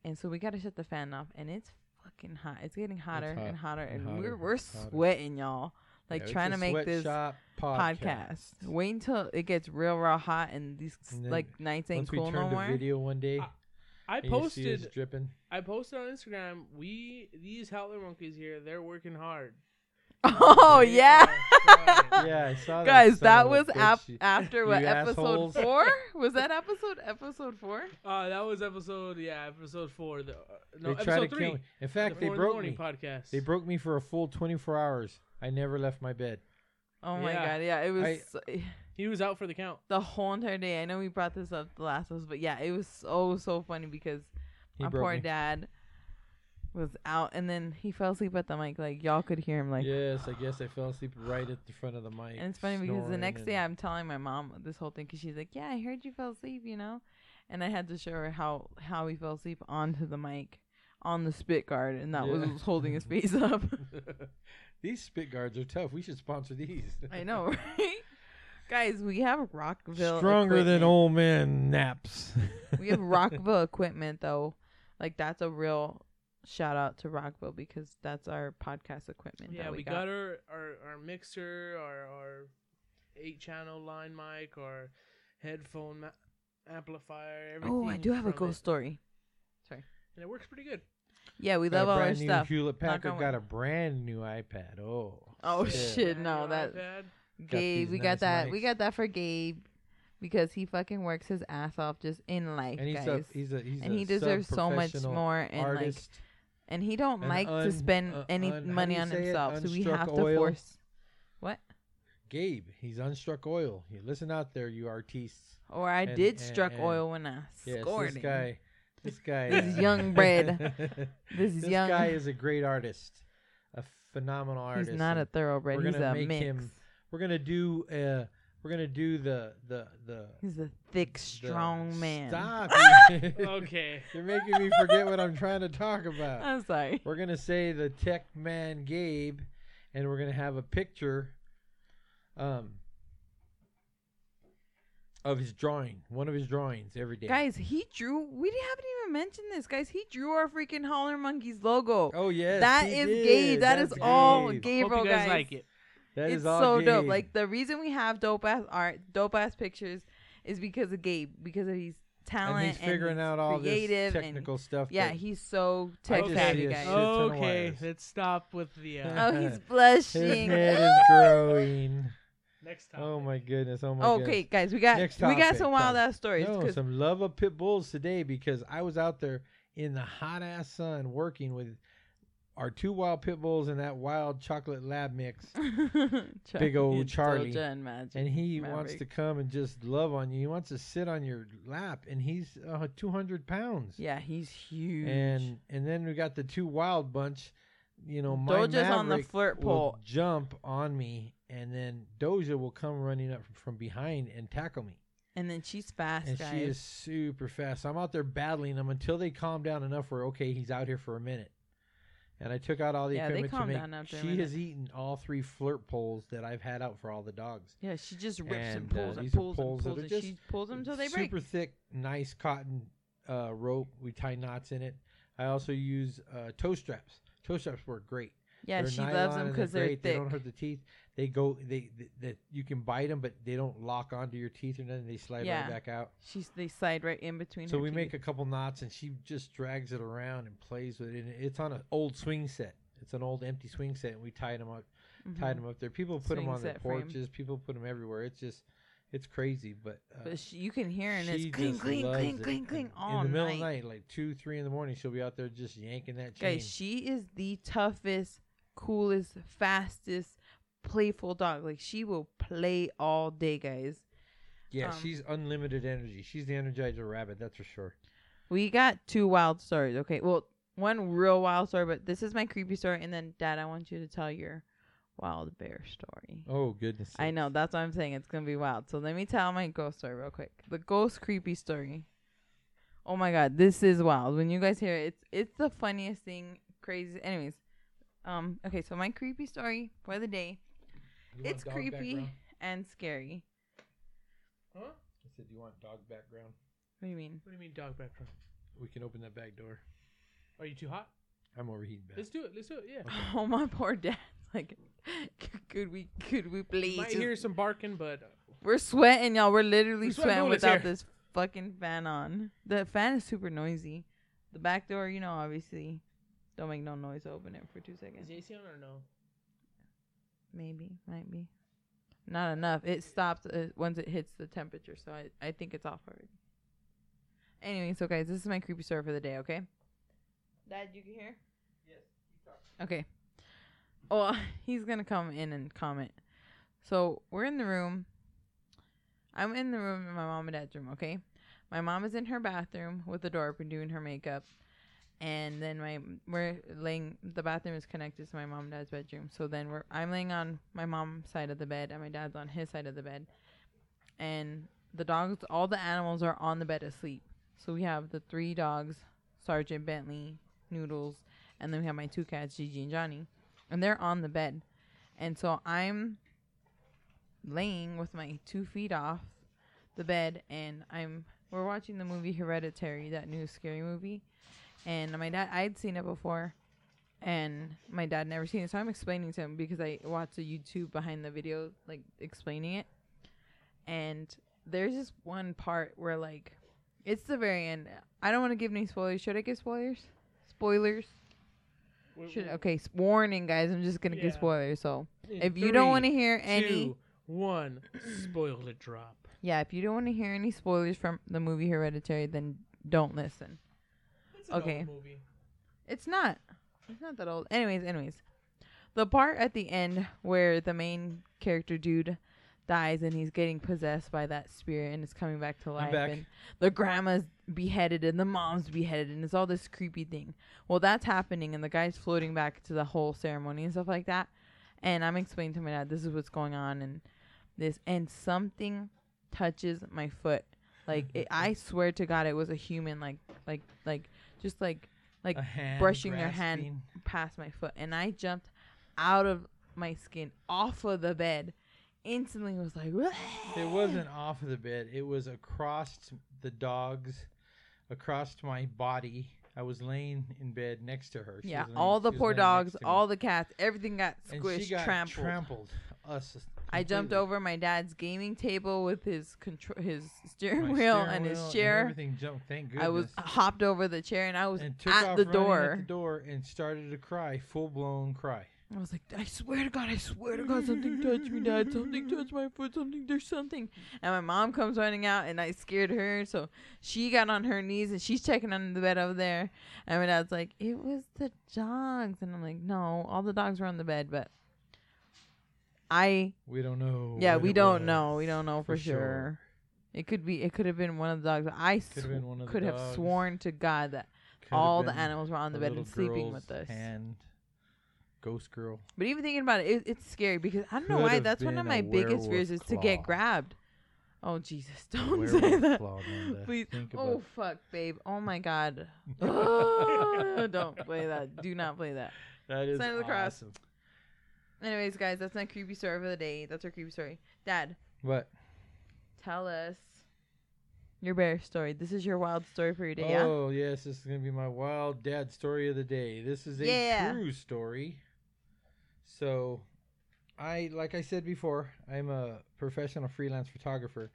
Speaker 2: and so we gotta shut the fan off, and it's fucking hot. It's getting hotter
Speaker 3: hot
Speaker 2: and hotter,
Speaker 3: and
Speaker 2: and
Speaker 3: hotter
Speaker 2: we're
Speaker 3: and
Speaker 2: we're
Speaker 3: hotter.
Speaker 2: sweating, y'all. Like
Speaker 3: Yeah, it's
Speaker 2: trying
Speaker 3: a
Speaker 2: to make this
Speaker 3: sweatshop
Speaker 2: podcast.
Speaker 3: podcast.
Speaker 2: Wait until it gets real, real hot, and these
Speaker 3: And then
Speaker 2: like nights ain't
Speaker 3: Once we
Speaker 2: cool
Speaker 3: turn
Speaker 2: no
Speaker 3: the
Speaker 2: more.
Speaker 3: video one day,
Speaker 1: I I
Speaker 3: and you see us
Speaker 1: posted
Speaker 3: dripping.
Speaker 1: I posted on Instagram, we these howler monkeys here, they're working hard.
Speaker 2: oh
Speaker 1: They
Speaker 2: yeah.
Speaker 1: are trying.
Speaker 3: Yeah, I saw that.
Speaker 2: guys
Speaker 3: son
Speaker 2: that
Speaker 3: of a
Speaker 2: was
Speaker 3: bitch.
Speaker 2: ap-
Speaker 3: You-
Speaker 2: after what
Speaker 3: you
Speaker 2: episode
Speaker 3: assholes.
Speaker 2: four was that episode episode four
Speaker 1: Uh, that was episode yeah, episode 4, the uh, no,
Speaker 3: they
Speaker 1: episode
Speaker 3: tried to
Speaker 1: 3.
Speaker 3: kill me. In
Speaker 1: the
Speaker 3: fact, they
Speaker 1: Four in the
Speaker 3: broke
Speaker 1: morning
Speaker 3: me.
Speaker 1: podcast.
Speaker 3: They broke me for a full 24 hours. I never left my bed.
Speaker 2: oh my
Speaker 1: Yeah.
Speaker 2: god yeah it was
Speaker 3: I-
Speaker 2: so-
Speaker 1: he was out for the count.
Speaker 2: the whole entire day i know we brought this up the last one but yeah it was so so funny because
Speaker 3: He
Speaker 2: my
Speaker 3: broke
Speaker 2: poor
Speaker 3: me.
Speaker 2: dad was out and then he fell asleep at the mic like y'all could hear him like
Speaker 3: yes, I guess I fell asleep right at the front of the mic.
Speaker 2: and it's funny because the
Speaker 3: snoring
Speaker 2: next day
Speaker 3: and-
Speaker 2: i'm telling my mom this whole thing because she's like yeah i heard you fell asleep you know and i had to show her how how he fell asleep onto the mic on the spit guard and that was
Speaker 3: Yeah.
Speaker 2: what was holding his face up
Speaker 3: these spit guards are tough. We should sponsor these.
Speaker 2: I know, right? Guys, we have Rockville.
Speaker 3: Stronger than
Speaker 2: equipment.
Speaker 3: old man naps.
Speaker 2: We have Rockville equipment, though. Like that's a real shout out to Rockville because that's our podcast equipment.
Speaker 1: Yeah,
Speaker 2: that
Speaker 1: we,
Speaker 2: we,
Speaker 1: got, our, our our mixer, our our eight channel line mic, our headphone ma- amplifier. Everything
Speaker 2: Oh, I do have a
Speaker 1: from
Speaker 2: ghost
Speaker 1: it,
Speaker 2: story.
Speaker 1: and it works pretty good.
Speaker 2: Yeah, we
Speaker 3: Got
Speaker 2: love
Speaker 3: a
Speaker 2: all our
Speaker 3: brand new
Speaker 2: stuff.
Speaker 3: Hewlett
Speaker 2: Knock on
Speaker 3: Packard
Speaker 2: wood.
Speaker 3: got a brand new iPad. Oh.
Speaker 2: Oh,
Speaker 3: shit.
Speaker 2: shit,
Speaker 1: And
Speaker 2: no,
Speaker 1: your
Speaker 2: that-
Speaker 1: iPad.
Speaker 2: Gabe,
Speaker 3: these
Speaker 2: we
Speaker 3: nice
Speaker 2: got that. We
Speaker 3: mics.
Speaker 2: got that for Gabe because he fucking works his ass off just in life,
Speaker 3: And he's
Speaker 2: guys.
Speaker 3: a he's a he's
Speaker 2: and
Speaker 3: a
Speaker 2: he deserves so much
Speaker 3: sub-professional
Speaker 2: more and like
Speaker 3: artist.
Speaker 2: and he don't
Speaker 3: An
Speaker 2: like to
Speaker 3: un-
Speaker 2: spend
Speaker 3: uh,
Speaker 2: any
Speaker 3: un- how
Speaker 2: money
Speaker 3: do you
Speaker 2: on
Speaker 3: say it?
Speaker 2: himself so we
Speaker 3: Unstruck
Speaker 2: have to
Speaker 3: oil?
Speaker 2: force
Speaker 3: Gabe, he's unstruck oil. You listen out there, you artists.
Speaker 2: Or I
Speaker 3: And-
Speaker 2: did
Speaker 3: and-
Speaker 2: struck
Speaker 3: and-
Speaker 2: oil when I
Speaker 3: Yes,
Speaker 2: scored
Speaker 3: this
Speaker 2: it.
Speaker 3: guy, this guy,
Speaker 2: This
Speaker 3: uh,
Speaker 2: young bread. This,
Speaker 3: this
Speaker 2: young
Speaker 3: guy is a great artist. a phenomenal artist.
Speaker 2: He's not
Speaker 3: and
Speaker 2: a thoroughbred.
Speaker 3: we're
Speaker 2: He's
Speaker 3: gonna
Speaker 2: a
Speaker 3: make
Speaker 2: mix.
Speaker 3: him- we're gonna do uh we're gonna do the the the
Speaker 2: He's a thick,
Speaker 3: the-
Speaker 2: strong man.
Speaker 3: Stop.
Speaker 1: Okay.
Speaker 3: You're making me forget what I'm trying to talk about.
Speaker 2: I'm sorry.
Speaker 3: We're gonna say the tech man Gabe, and we're gonna have a picture, um, of his drawing, one of his drawings every day.
Speaker 2: Guys, he drew. We didn't- haven't even mentioned this, guys. He drew our freaking Holler Monkeys logo.
Speaker 3: oh yes,
Speaker 2: that
Speaker 3: he
Speaker 2: is
Speaker 3: did.
Speaker 2: Gabe. That's
Speaker 3: That's
Speaker 2: all
Speaker 3: Gabe.
Speaker 2: Gabriel,
Speaker 1: Hope you guys, like it.
Speaker 3: That is
Speaker 2: it's
Speaker 3: all
Speaker 2: so dope.
Speaker 3: Gabe.
Speaker 2: Like the reason we have dope ass art, dope ass pictures, is because of Gabe, because of his talent
Speaker 3: and he's figuring out all this
Speaker 2: creative and-
Speaker 3: technical stuff.
Speaker 2: yeah,
Speaker 3: that-
Speaker 2: he's so tech
Speaker 1: just
Speaker 2: savvy,
Speaker 1: see
Speaker 3: a
Speaker 2: guys.
Speaker 3: shit ton of
Speaker 1: Okay,
Speaker 3: wires.
Speaker 1: let's stop with the uh,
Speaker 2: Oh, he's
Speaker 3: his
Speaker 2: blushing.
Speaker 3: head is growing.
Speaker 1: next time.
Speaker 3: Oh my goodness! Oh my
Speaker 2: okay, guys, we got
Speaker 3: Next
Speaker 2: we got
Speaker 3: topic,
Speaker 2: some wild
Speaker 3: topic.
Speaker 2: ass stories.
Speaker 3: goodness! No,
Speaker 2: 'cause-
Speaker 3: some love of pit bulls today because I was out there in the hot ass sun working with our two wild pit bulls and that wild chocolate lab mix,
Speaker 2: Charlie-
Speaker 3: Big old
Speaker 2: it's
Speaker 3: Charlie.
Speaker 2: Doja and Magic.
Speaker 3: and he wants
Speaker 2: Maverick.
Speaker 3: to come and just love on you. He wants to sit on your lap, and he's uh, two hundred pounds.
Speaker 2: yeah, he's huge.
Speaker 3: And and then we got the two wild bunch. You know, my
Speaker 2: Doja's on the
Speaker 3: Maverick
Speaker 2: flirt
Speaker 3: will
Speaker 2: pole.
Speaker 3: jump on me, and then Doja will come running up from behind and tackle me.
Speaker 2: And then she's fast,
Speaker 3: and
Speaker 2: guys.
Speaker 3: she is super fast. So I'm out there battling them until they calm down enough where okay, he's out here for a minute. And I took out all the
Speaker 2: Yeah, they
Speaker 3: equipment
Speaker 2: calm
Speaker 3: to make.
Speaker 2: down after a
Speaker 3: she
Speaker 2: minute.
Speaker 3: has eaten all three flirt poles that I've had out for all the dogs.
Speaker 2: yeah, she just rips
Speaker 3: And,
Speaker 2: and,
Speaker 3: uh,
Speaker 2: pulls and
Speaker 3: these are
Speaker 2: pulls and
Speaker 3: poles that
Speaker 2: pulls
Speaker 3: are
Speaker 2: and
Speaker 3: just
Speaker 2: she pulls them till they break.
Speaker 3: super thick, nice cotton uh, rope. We tie knots in it. I also use uh, toe straps. Toe straps work great.
Speaker 2: Yeah,
Speaker 3: They're
Speaker 2: she loves
Speaker 3: nylon
Speaker 2: them
Speaker 3: and
Speaker 2: because they're
Speaker 3: great. They
Speaker 2: thick.
Speaker 3: don't hurt the teeth. They go. They th- that you can bite them, but they don't lock onto your teeth or nothing. They slide
Speaker 2: Yeah.
Speaker 3: right back out.
Speaker 2: She's they slide right in between.
Speaker 3: So we make a couple knots, and she just drags it around and plays with it. And it's on an old swing set. It's an old empty swing set, and we tied them up. Tied them up there. People put them
Speaker 2: Mm-hmm. Swing
Speaker 3: on their
Speaker 2: set frame.
Speaker 3: porches. People put them everywhere. It's just, it's crazy. But, uh,
Speaker 2: But she, you can hear and it's
Speaker 3: she
Speaker 2: cling,
Speaker 3: just
Speaker 2: cling,
Speaker 3: loves
Speaker 2: cling,
Speaker 3: it.
Speaker 2: cling,
Speaker 3: And
Speaker 2: cling all
Speaker 3: in the middle
Speaker 2: night.
Speaker 3: of the night, like two, three in the morning. She'll be out there just yanking that chain.
Speaker 2: Guys, she is the toughest, coolest, fastest, playful dog. Like she will play all day, guys.
Speaker 3: yeah,
Speaker 2: um,
Speaker 3: she's unlimited energy. She's the Energizer Rabbit, that's for sure.
Speaker 2: We got two wild stories. Okay, well, one real wild story, but this is my creepy story. And then, Dad, I want you to tell your wild bear story.
Speaker 3: Oh goodness.
Speaker 2: I know. That's what I'm saying. It's gonna be wild. So let me tell my ghost story real quick. The ghost creepy story. Oh my god, this is wild. When you guys hear it, it's it's the funniest thing. Crazy. Anyways, um, okay. So my creepy story for the day.
Speaker 3: You want
Speaker 2: It's
Speaker 3: dog
Speaker 2: creepy
Speaker 3: background?
Speaker 2: and scary.
Speaker 1: Huh?
Speaker 3: I said, "Do you want dog background?
Speaker 2: What do you mean?
Speaker 1: What do you mean dog background?
Speaker 3: We can open that back door.
Speaker 1: Are you too hot?
Speaker 3: I'm overheating. Bad.
Speaker 1: Let's do it. Let's do it. Yeah.
Speaker 2: Oh my poor dad. Like, could we could we please?
Speaker 1: You might
Speaker 2: just-
Speaker 1: hear some barking, but uh,
Speaker 2: We're sweating, y'all. We're literally
Speaker 1: We're sweating
Speaker 2: sweating
Speaker 1: bullets
Speaker 2: without
Speaker 1: here.
Speaker 2: this fucking fan on. The fan is super noisy. The back door, you know, obviously, don't make no noise. Open it for two
Speaker 1: is
Speaker 2: seconds.
Speaker 1: the AC on or no?
Speaker 2: Maybe, might be, not enough. It stops uh, once it hits the temperature, so I, I think it's off already. Anyway, so guys, this is my creepy story for the day. Okay. Dad, you can hear? Yes. Okay. Well, he's gonna come in and comment. So we're in the room. I'm in the room in my mom and dad's room. Okay. My mom is in her bathroom with the door open, doing her makeup, and then my we're laying. The bathroom is connected to my mom and dad's bedroom. So then we're I'm laying on my mom's side of the bed, and my dad's on his side of the bed, and the dogs, all the animals are on the bed asleep. So we have the three dogs, Sergeant Bentley, Noodles, and then we have my two cats, Gigi and Johnny, and they're on the bed, and so I'm laying with my two feet off the bed, and I'm we're watching the movie Hereditary, that new scary movie, and my dad I'd seen it before, and my dad never seen it, so I'm explaining to him because I watched a YouTube behind the video like explaining it, and there's this one part where like it's the very end. I don't want to give any spoilers. Should I give spoilers? Spoilers.
Speaker 1: We're-
Speaker 2: Should,
Speaker 1: we're-
Speaker 2: okay, s- warning, guys. I'm just gonna
Speaker 1: Mm-hmm. Yeah.
Speaker 2: give spoilers. So
Speaker 1: in
Speaker 2: if you don't
Speaker 1: three,
Speaker 2: want to hear any,
Speaker 1: two, one, spoiler drop.
Speaker 2: yeah, if you don't want to hear any spoilers from the movie Hereditary, then don't listen.
Speaker 1: It's an old
Speaker 2: Okay.
Speaker 1: Movie.
Speaker 2: It's not. It's not that old. Anyways, anyways. The part at the end where the main character dude, dies and he's getting possessed by that spirit and it's coming back to life
Speaker 3: back.
Speaker 2: and the grandma's beheaded and the mom's beheaded and it's all this creepy thing well that's happening and the guy's floating back to the whole ceremony and stuff like that and i'm explaining to my dad this is what's going on and this and something touches my foot like it, i swear to god it was a human like like like just like like
Speaker 1: A hand
Speaker 2: brushing their hand
Speaker 1: grasping.
Speaker 2: past my foot and I jumped out of my skin off of the bed. Instantly was like
Speaker 3: It wasn't off of the bed. It was across the dogs, across my body. I was laying in bed next to her. She
Speaker 2: Yeah,
Speaker 3: was laying-
Speaker 2: all the
Speaker 3: she was
Speaker 2: poor
Speaker 3: laying next
Speaker 2: dogs,
Speaker 3: to me.
Speaker 2: all the cats, everything got
Speaker 3: And
Speaker 2: squished,
Speaker 3: she got
Speaker 2: trampled.
Speaker 3: Us.
Speaker 2: I jumped
Speaker 3: completely.
Speaker 2: over my dad's gaming table with his control, his
Speaker 3: My
Speaker 2: steering wheel and his
Speaker 3: wheel
Speaker 2: chair.
Speaker 3: everything jumped. Thank goodness.
Speaker 2: I was hopped over the chair and I was
Speaker 3: and took
Speaker 2: at
Speaker 3: off
Speaker 2: the
Speaker 3: running
Speaker 2: door.
Speaker 3: At the door and started to cry, full blown cry.
Speaker 2: I was like, I swear to God, I swear to God, something touched me, Dad. Something touched my foot. Something, there's something. And my mom comes running out, and I scared her. So she got on her knees and she's checking under the bed over there. And my dad's like, It was the dogs. And I'm like, No, all the dogs were on the bed, but I,
Speaker 3: We don't know.
Speaker 2: yeah,
Speaker 3: what
Speaker 2: we
Speaker 3: it
Speaker 2: don't
Speaker 3: was.
Speaker 2: know. We don't know for,
Speaker 3: for
Speaker 2: sure.
Speaker 3: sure.
Speaker 2: It could be, it could have been one of the dogs. I
Speaker 3: Could
Speaker 2: sw-
Speaker 3: have been one of the
Speaker 2: could have
Speaker 3: dogs.
Speaker 2: sworn to God that
Speaker 3: Could have
Speaker 2: all the
Speaker 3: been
Speaker 2: animals were on the
Speaker 3: a
Speaker 2: bed
Speaker 3: little
Speaker 2: and sleeping
Speaker 3: girl's
Speaker 2: with us.
Speaker 3: Hand, ghost girl.
Speaker 2: But even thinking about it, it it's scary because I don't know
Speaker 3: Could
Speaker 2: why.
Speaker 3: have
Speaker 2: That's one of
Speaker 3: been
Speaker 2: my
Speaker 3: a
Speaker 2: biggest
Speaker 3: werewolf
Speaker 2: fears is to get
Speaker 3: claw.
Speaker 2: grabbed. Oh Jesus! Don't say
Speaker 3: Werewolf
Speaker 2: that,
Speaker 3: claw, Amanda.
Speaker 2: please.
Speaker 3: Think about
Speaker 2: Oh fuck, babe. Oh my God. Oh, don't play that. Do not play that.
Speaker 3: That is
Speaker 2: Sign of the Cross.
Speaker 3: awesome.
Speaker 2: Anyways, guys, that's my creepy story for the day. That's our creepy story. Dad,
Speaker 3: What?
Speaker 2: tell us your bear story. This is your wild story for your day. Yeah.
Speaker 3: Oh yes, this is gonna be my wild dad story of the day. This is a
Speaker 4: Yeah.
Speaker 3: true story. So, I like I said before, I'm a professional freelance photographer,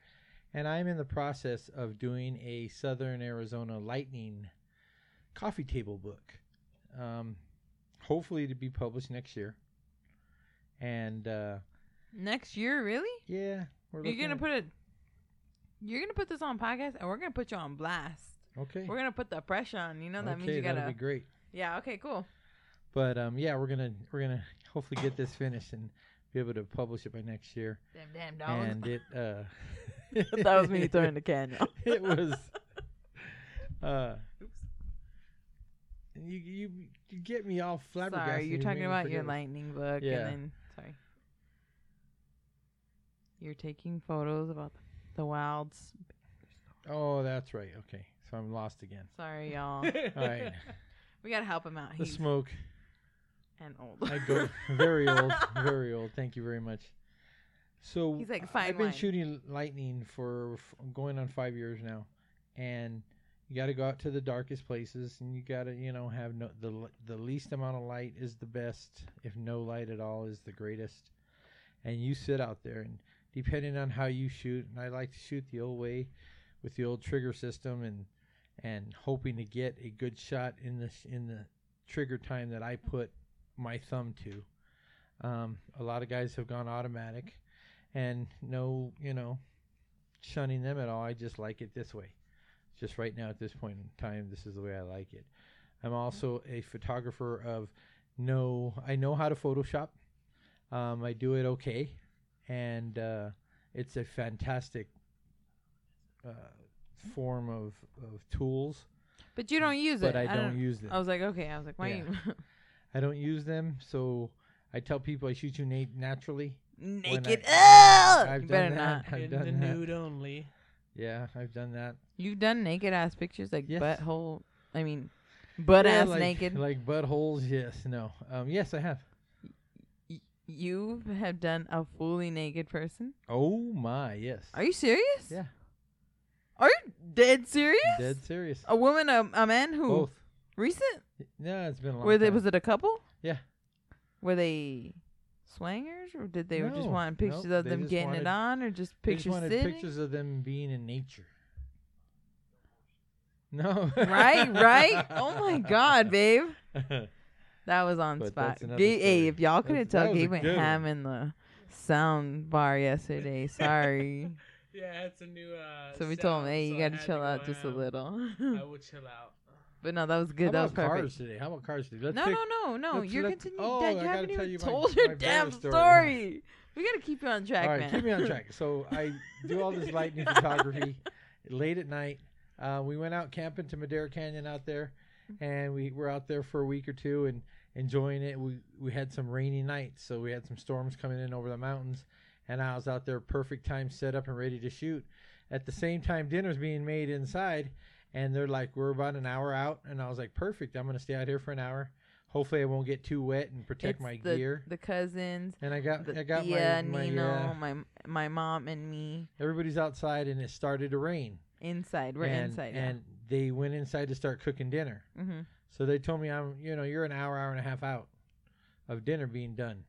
Speaker 3: and I'm in the process of doing a Southern Arizona lightning coffee table book. Um, hopefully to be published next year. And uh,
Speaker 2: Next year, really?
Speaker 3: yeah, we're
Speaker 2: You're
Speaker 3: looking
Speaker 2: gonna
Speaker 3: at-
Speaker 2: put it. You're gonna put this on podcast, and we're gonna put you on blast.
Speaker 3: okay.
Speaker 2: We're gonna put the pressure on. You know that means
Speaker 3: Okay,
Speaker 2: you
Speaker 3: that'll
Speaker 2: gotta.
Speaker 3: be great.
Speaker 2: Yeah. Okay. Cool.
Speaker 3: But um, yeah, we're gonna we're gonna hopefully get this finished and be able to publish it by next year.
Speaker 2: Damn. Damn.
Speaker 3: And it uh,
Speaker 2: that was me throwing the can.
Speaker 3: it was. Uh,
Speaker 2: Oops.
Speaker 3: you you you get me all flabbergasted.
Speaker 2: Sorry, you're talking about your
Speaker 3: line.
Speaker 2: lightning book,
Speaker 3: Yeah.
Speaker 2: and then sorry, you're taking photos about the wilds.
Speaker 3: Oh, that's right. Okay, so I'm lost again.
Speaker 2: Sorry, y'all.
Speaker 3: All right,
Speaker 2: we gotta help him out.
Speaker 3: the
Speaker 2: He's
Speaker 3: smoke.
Speaker 2: and old.
Speaker 3: I go very old, very old. Thank you very much. So
Speaker 2: He's like,
Speaker 3: I-
Speaker 2: "Fine
Speaker 3: I've been
Speaker 2: wine."
Speaker 3: shooting lightning for f- going on five years now, and you got to go out to the darkest places, and you got to you know have no the l- the least amount of light is the best. If no light at all is the greatest, and you sit out there, and depending on how you shoot, and I like to shoot the old way, with the old trigger system, and and hoping to get a good shot in the sh- in the trigger time that I put my thumb to. Um, a lot of guys have gone automatic, and no, you know, shunning them at all. I just like it this way. Just right now at this point in time, this is the way I like it. I'm also a photographer of no. I know how to Photoshop. Um, I do it okay, and uh, it's a fantastic uh, form of of tools.
Speaker 2: but you don't use
Speaker 3: But
Speaker 2: it.
Speaker 3: I, don't, use them.
Speaker 2: I was like, okay. I was like, why?
Speaker 3: Yeah. I don't use them, so I tell people I shoot you na- naturally.
Speaker 2: You
Speaker 3: when
Speaker 2: naked?
Speaker 3: I,
Speaker 2: Ugh!
Speaker 3: I've
Speaker 2: You
Speaker 3: done that.
Speaker 2: better not.
Speaker 3: I've
Speaker 1: in the
Speaker 3: done that.
Speaker 1: nude only.
Speaker 3: Yeah, I've done that.
Speaker 2: You've done naked ass pictures, like
Speaker 3: Yes.
Speaker 2: butthole. I mean, butt
Speaker 3: Yeah,
Speaker 2: ass
Speaker 3: like,
Speaker 2: naked.
Speaker 3: Like buttholes, yes, no. Um, yes, I have.
Speaker 2: you have done a fully naked person.
Speaker 3: Oh my, yes.
Speaker 2: Are you serious?
Speaker 3: Yeah.
Speaker 2: Are you dead serious?
Speaker 3: Dead serious.
Speaker 2: A woman, a, a man who
Speaker 3: Both.
Speaker 2: recent?
Speaker 3: No, it's been a long
Speaker 2: Were
Speaker 3: time.
Speaker 2: they? Was it a couple?
Speaker 3: Yeah.
Speaker 2: Were they swangers, or did they just
Speaker 3: No,
Speaker 2: want pictures
Speaker 3: nope,
Speaker 2: of
Speaker 3: they
Speaker 2: them
Speaker 3: just
Speaker 2: getting it
Speaker 3: wanted-
Speaker 2: on, or just
Speaker 3: They just
Speaker 2: pictures
Speaker 3: wanted
Speaker 2: sitting?
Speaker 3: pictures of them being in nature. No.
Speaker 2: right, right. Oh my God, babe,
Speaker 3: babe.
Speaker 2: that was on
Speaker 3: But
Speaker 2: spot.
Speaker 3: that's another
Speaker 2: Gabe, hey,
Speaker 3: story.
Speaker 2: if y'all couldn't
Speaker 3: That's- that
Speaker 2: tell,
Speaker 3: was a
Speaker 2: Gabe went
Speaker 3: good
Speaker 2: ham in the sound bar yesterday. Sorry.
Speaker 1: Yeah, it's a new. Uh,
Speaker 2: so we
Speaker 1: sound,
Speaker 2: told him, hey,
Speaker 1: so
Speaker 2: you
Speaker 1: I
Speaker 2: got to
Speaker 1: had
Speaker 2: chill
Speaker 1: go
Speaker 2: out just a
Speaker 1: out.
Speaker 2: little.
Speaker 1: I will chill out.
Speaker 2: But no, that was
Speaker 3: How
Speaker 2: good. That was
Speaker 3: about
Speaker 2: perfect.
Speaker 3: cars today? How about cars today? Let's
Speaker 2: no,
Speaker 3: take-
Speaker 2: no, no, no,
Speaker 3: let's-
Speaker 2: You're
Speaker 3: let's-
Speaker 2: continuing.
Speaker 3: oh, I
Speaker 2: Dad, you
Speaker 3: gotta
Speaker 2: haven't
Speaker 3: tell
Speaker 2: even
Speaker 3: you my- my
Speaker 2: told your
Speaker 3: brother's
Speaker 2: damn
Speaker 3: story.
Speaker 2: story. We gotta keep you on track,
Speaker 3: All right,
Speaker 2: man.
Speaker 3: keep me on track. So I do all this lightning photography late at night. Uh, we went out camping to Madera Canyon out there, and we were out there for a week or two and enjoying it. We we had some rainy nights, so we had some storms coming in over the mountains, and I was out there perfect time set up and ready to shoot. At the same time, dinner's being made inside, and they're like, "We're about an hour out," and I was like, "Perfect, I'm gonna stay out here for an hour. Hopefully, I won't get too wet and protect
Speaker 2: It's
Speaker 3: my
Speaker 2: the,
Speaker 3: gear."
Speaker 2: The cousins.
Speaker 3: And I got
Speaker 2: The
Speaker 3: I got
Speaker 2: tia,
Speaker 3: my, my
Speaker 2: Nino,
Speaker 3: uh,
Speaker 2: my my mom, and me
Speaker 3: everybody's outside and it started to rain
Speaker 2: inside. We're
Speaker 3: and,
Speaker 2: inside.
Speaker 3: and they went inside to start cooking dinner
Speaker 2: yeah. hmm
Speaker 3: so they told me i'm you know you're an hour hour and a half out of dinner being done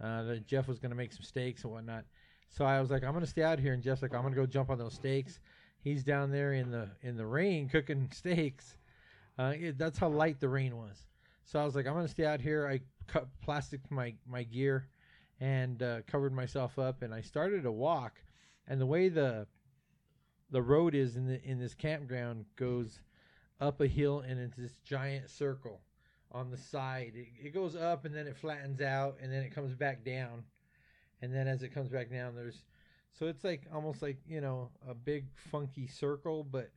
Speaker 3: uh, that jeff was going to make some steaks and whatnot so i was like i'm going to stay out here and jeff's like i'm going to go jump on those steaks he's down there in the in the rain cooking steaks uh, it, that's how light the rain was so i was like i'm going to stay out here i cut plastic my my gear and uh, covered myself up and i started to walk and the way the the road is in the in this campground goes up a hill and into this giant circle on the side. It, it goes up and then it flattens out and then it comes back down, and then as it comes back down, there's so it's like almost like you know a big funky circle, but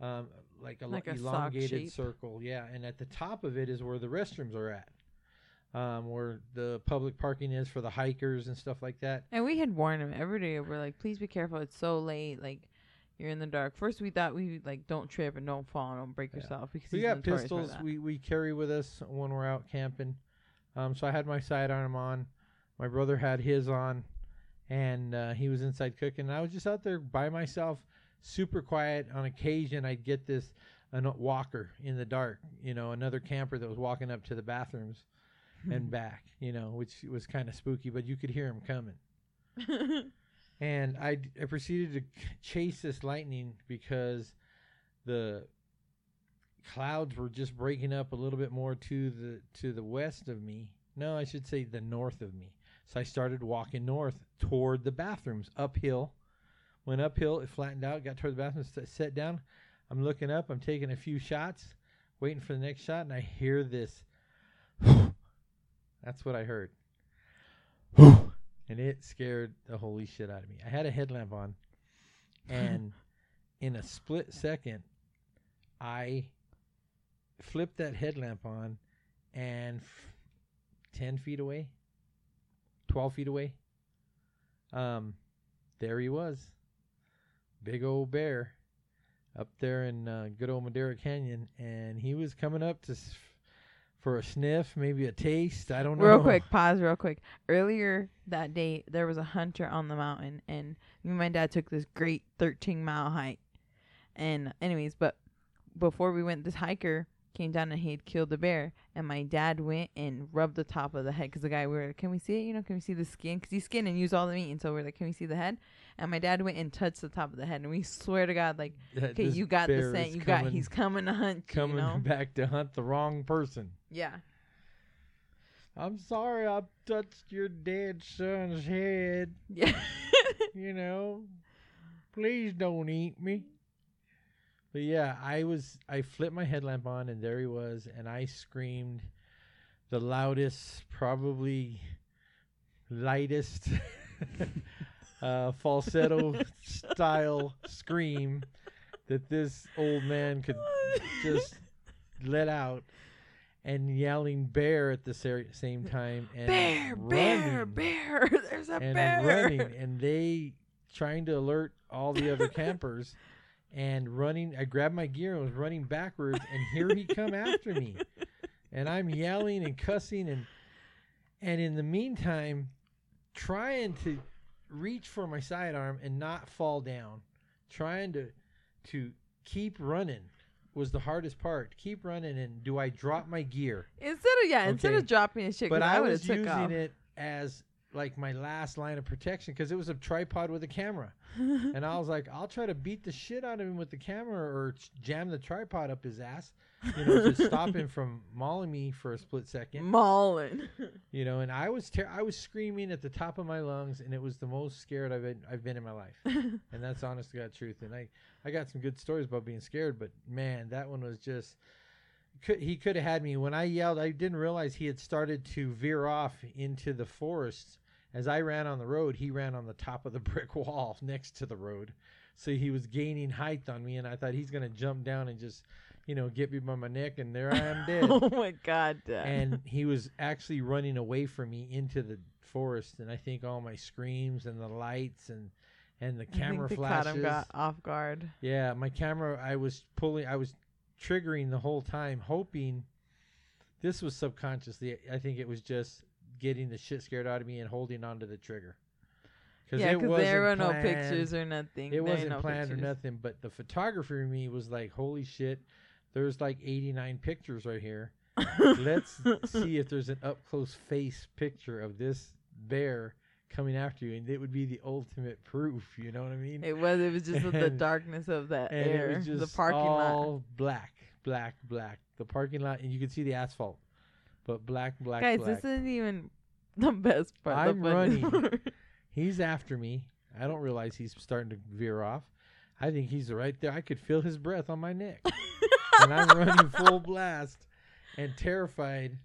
Speaker 3: um, like a
Speaker 2: Like a sock
Speaker 3: elongated
Speaker 2: shape.
Speaker 3: circle. Yeah, and at the top of it is where the restrooms are at. Um, where the public parking is for the hikers and stuff like that.
Speaker 2: And we had warned him every day. We're like, please be careful. It's so late. Like, you're in the dark. First, we thought we like don't trip and don't fall and don't break
Speaker 3: Yeah.
Speaker 2: yourself because
Speaker 3: we
Speaker 2: he's
Speaker 3: got
Speaker 2: notorious for
Speaker 3: pistols
Speaker 2: that.
Speaker 3: we, we carry with us when we're out camping um, so i had my sidearm on my brother had his on and uh, he was inside cooking and i was just out there by myself super quiet on occasion i'd get this an uh, walker in the dark you know another camper that was walking up to the bathrooms
Speaker 2: Hmm.
Speaker 3: and back you know which was kind of spooky but you could hear him coming and I, d- I proceeded to c- chase this lightning because the clouds were just breaking up a little bit more to the to the west of me. No, I should say the north of me. So I started walking north toward the bathrooms, uphill. Went uphill, it flattened out, got toward the bathrooms, s- sat down. I'm looking up, I'm taking a few shots, waiting for the next shot, and I hear this. That's what I heard. and it scared the holy shit out of me. I had a headlamp on, and in a split second, I flipped that headlamp on, and f- ten feet away, twelve feet away, um, there he was, big old bear, up there in uh, good old Madera Canyon, and he was coming up to. S- for a sniff, maybe a taste. I don't know.
Speaker 2: real quick, pause real quick. Earlier that day, there was a hunter on the mountain, and me and my dad took this great 13 mile hike. And, anyways, but before we went, this hiker came down and he had killed the bear. And my dad went and rubbed the top of the head because the guy, we were like, can we see it? You know, can we see the skin? Because he's skin and used all the meat. And so we're like, can we see the head? And my dad went and touched the top of the head. And we swear to God, like,
Speaker 3: That
Speaker 2: okay,
Speaker 3: this
Speaker 2: you got the
Speaker 3: bear
Speaker 2: scent.
Speaker 3: is
Speaker 2: You got,
Speaker 3: coming-
Speaker 2: he's coming to hunt. you,
Speaker 3: coming
Speaker 2: you know?
Speaker 3: back to hunt the wrong person.
Speaker 2: Yeah.
Speaker 3: I'm sorry I touched your dead son's head,
Speaker 2: Yeah.
Speaker 3: you know. Please don't eat me. But yeah, I was I flipped my headlamp on and there he was and I screamed the loudest, probably lightest uh, falsetto style scream that this old man could just let out and yelling bear at the ser- same time and
Speaker 2: bear, bear,
Speaker 3: running
Speaker 2: bear. There's a
Speaker 3: and
Speaker 2: bear.
Speaker 3: running and they trying to alert all the other campers and running I grabbed my gear and was running backwards and here he come after me and I'm yelling and cussing and and in the meantime trying to reach for my sidearm and not fall down trying to to keep running was the hardest part keep running and do I drop my gear
Speaker 2: Instead of yeah, instead
Speaker 3: Okay.
Speaker 2: of dropping his shit,
Speaker 3: but
Speaker 2: 'cause
Speaker 3: I,
Speaker 2: I would have
Speaker 3: was
Speaker 2: took
Speaker 3: using
Speaker 2: off.
Speaker 3: it as like my last line of protection because it was a tripod with a camera, and I was like, I'll try to beat the shit out of him with the camera or ch- jam the tripod up his ass, you know, to stop him from mauling me for a split second,
Speaker 2: Mauling.
Speaker 3: you know. And I was ter- I was screaming at the top of my lungs, and it was the most scared I've been I've been in my life, and that's honest to God truth. And I I got some good stories about being scared, but man, that one was just could he could have had me when I yelled. I didn't realize he had started to veer off into the forest. As I ran on the road, he ran on the top of the brick wall next to the road, so he was gaining height on me, and I thought he's gonna jump down and just, you know, get me by my neck, and there I am dead.
Speaker 2: oh my god. Dad.
Speaker 3: and he was actually running away from me into the forest, and I think all my screams and the lights and and the
Speaker 2: I think
Speaker 3: camera
Speaker 2: they caught
Speaker 3: flashes.
Speaker 2: him got off guard.
Speaker 3: Yeah, my camera. I was pulling. I was triggering the whole time, hoping this was subconsciously. I think it was just getting the shit scared out of me and holding onto the trigger.
Speaker 2: Yeah,
Speaker 3: it
Speaker 2: because
Speaker 3: wasn't
Speaker 2: there were no
Speaker 3: planned.
Speaker 2: pictures or nothing.
Speaker 3: It
Speaker 2: There
Speaker 3: wasn't
Speaker 2: ain't no
Speaker 3: planned or
Speaker 2: pictures.
Speaker 3: nothing, but the photographer in me was like, "Holy shit, there's like 89 pictures right here. Let's see if there's an up close face picture of this bear coming after you, and it would be the ultimate proof. You know what I mean?
Speaker 2: It was. It was just with the
Speaker 3: And-
Speaker 2: darkness of that
Speaker 3: and
Speaker 2: air,
Speaker 3: it was just
Speaker 2: the parking lot.
Speaker 3: all black, black, black. The parking lot, and you could see the asphalt, but black, black,
Speaker 2: Guys,
Speaker 3: black.
Speaker 2: this isn't even the best part.
Speaker 3: I'm
Speaker 2: the funniest
Speaker 3: running.
Speaker 2: part.
Speaker 3: He's after me. I don't realize he's starting to veer off. I think he's right there. I could feel his breath on my neck, and I'm running full blast, and terrified,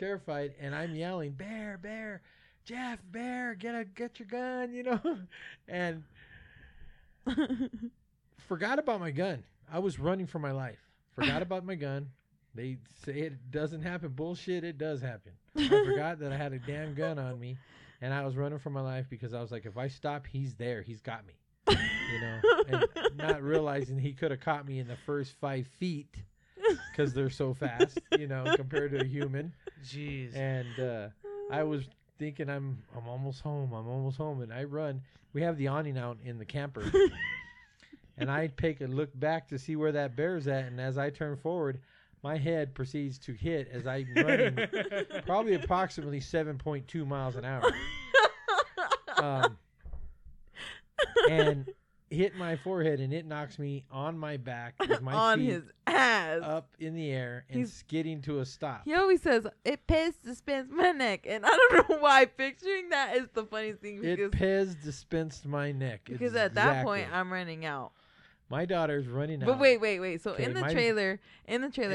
Speaker 3: terrified, and I'm yelling, "Bear, bear, Jeff, bear, get a get your gun," you know, and forgot about my gun. I was running for my life. Forgot about my gun. They say it doesn't happen. Bullshit, it does happen. I forgot that I had a damn gun on me and I was running for my life because I was like, if I stop, he's there. He's got me. You know? And not realizing he could have caught me in the first five feet because they're so fast, you know, compared to a human.
Speaker 1: Jeez.
Speaker 3: And uh, I was thinking I'm I'm almost home. I'm almost home, and I run. We have the awning out in the camper, and I take a look back to see where that bear's at. And as I turn forward, my head proceeds to hit as I'm running, probably approximately 7.2 miles an hour, um, and hit my forehead, and it knocks me on my back with my
Speaker 2: on
Speaker 3: feet
Speaker 2: his ass.
Speaker 3: up in the air and
Speaker 2: He's-
Speaker 3: skidding to a stop.
Speaker 2: He always says it pays to spend my neck, and I don't know why. Picturing that is the funniest thing
Speaker 3: It
Speaker 2: because,
Speaker 3: Pez dispensed my neck.
Speaker 2: because at that point
Speaker 3: Exactly.
Speaker 2: I'm running out.
Speaker 3: my daughter's running out.
Speaker 2: But wait, wait, wait. So
Speaker 3: Okay,
Speaker 2: in the
Speaker 3: my-
Speaker 2: trailer, in the trailer,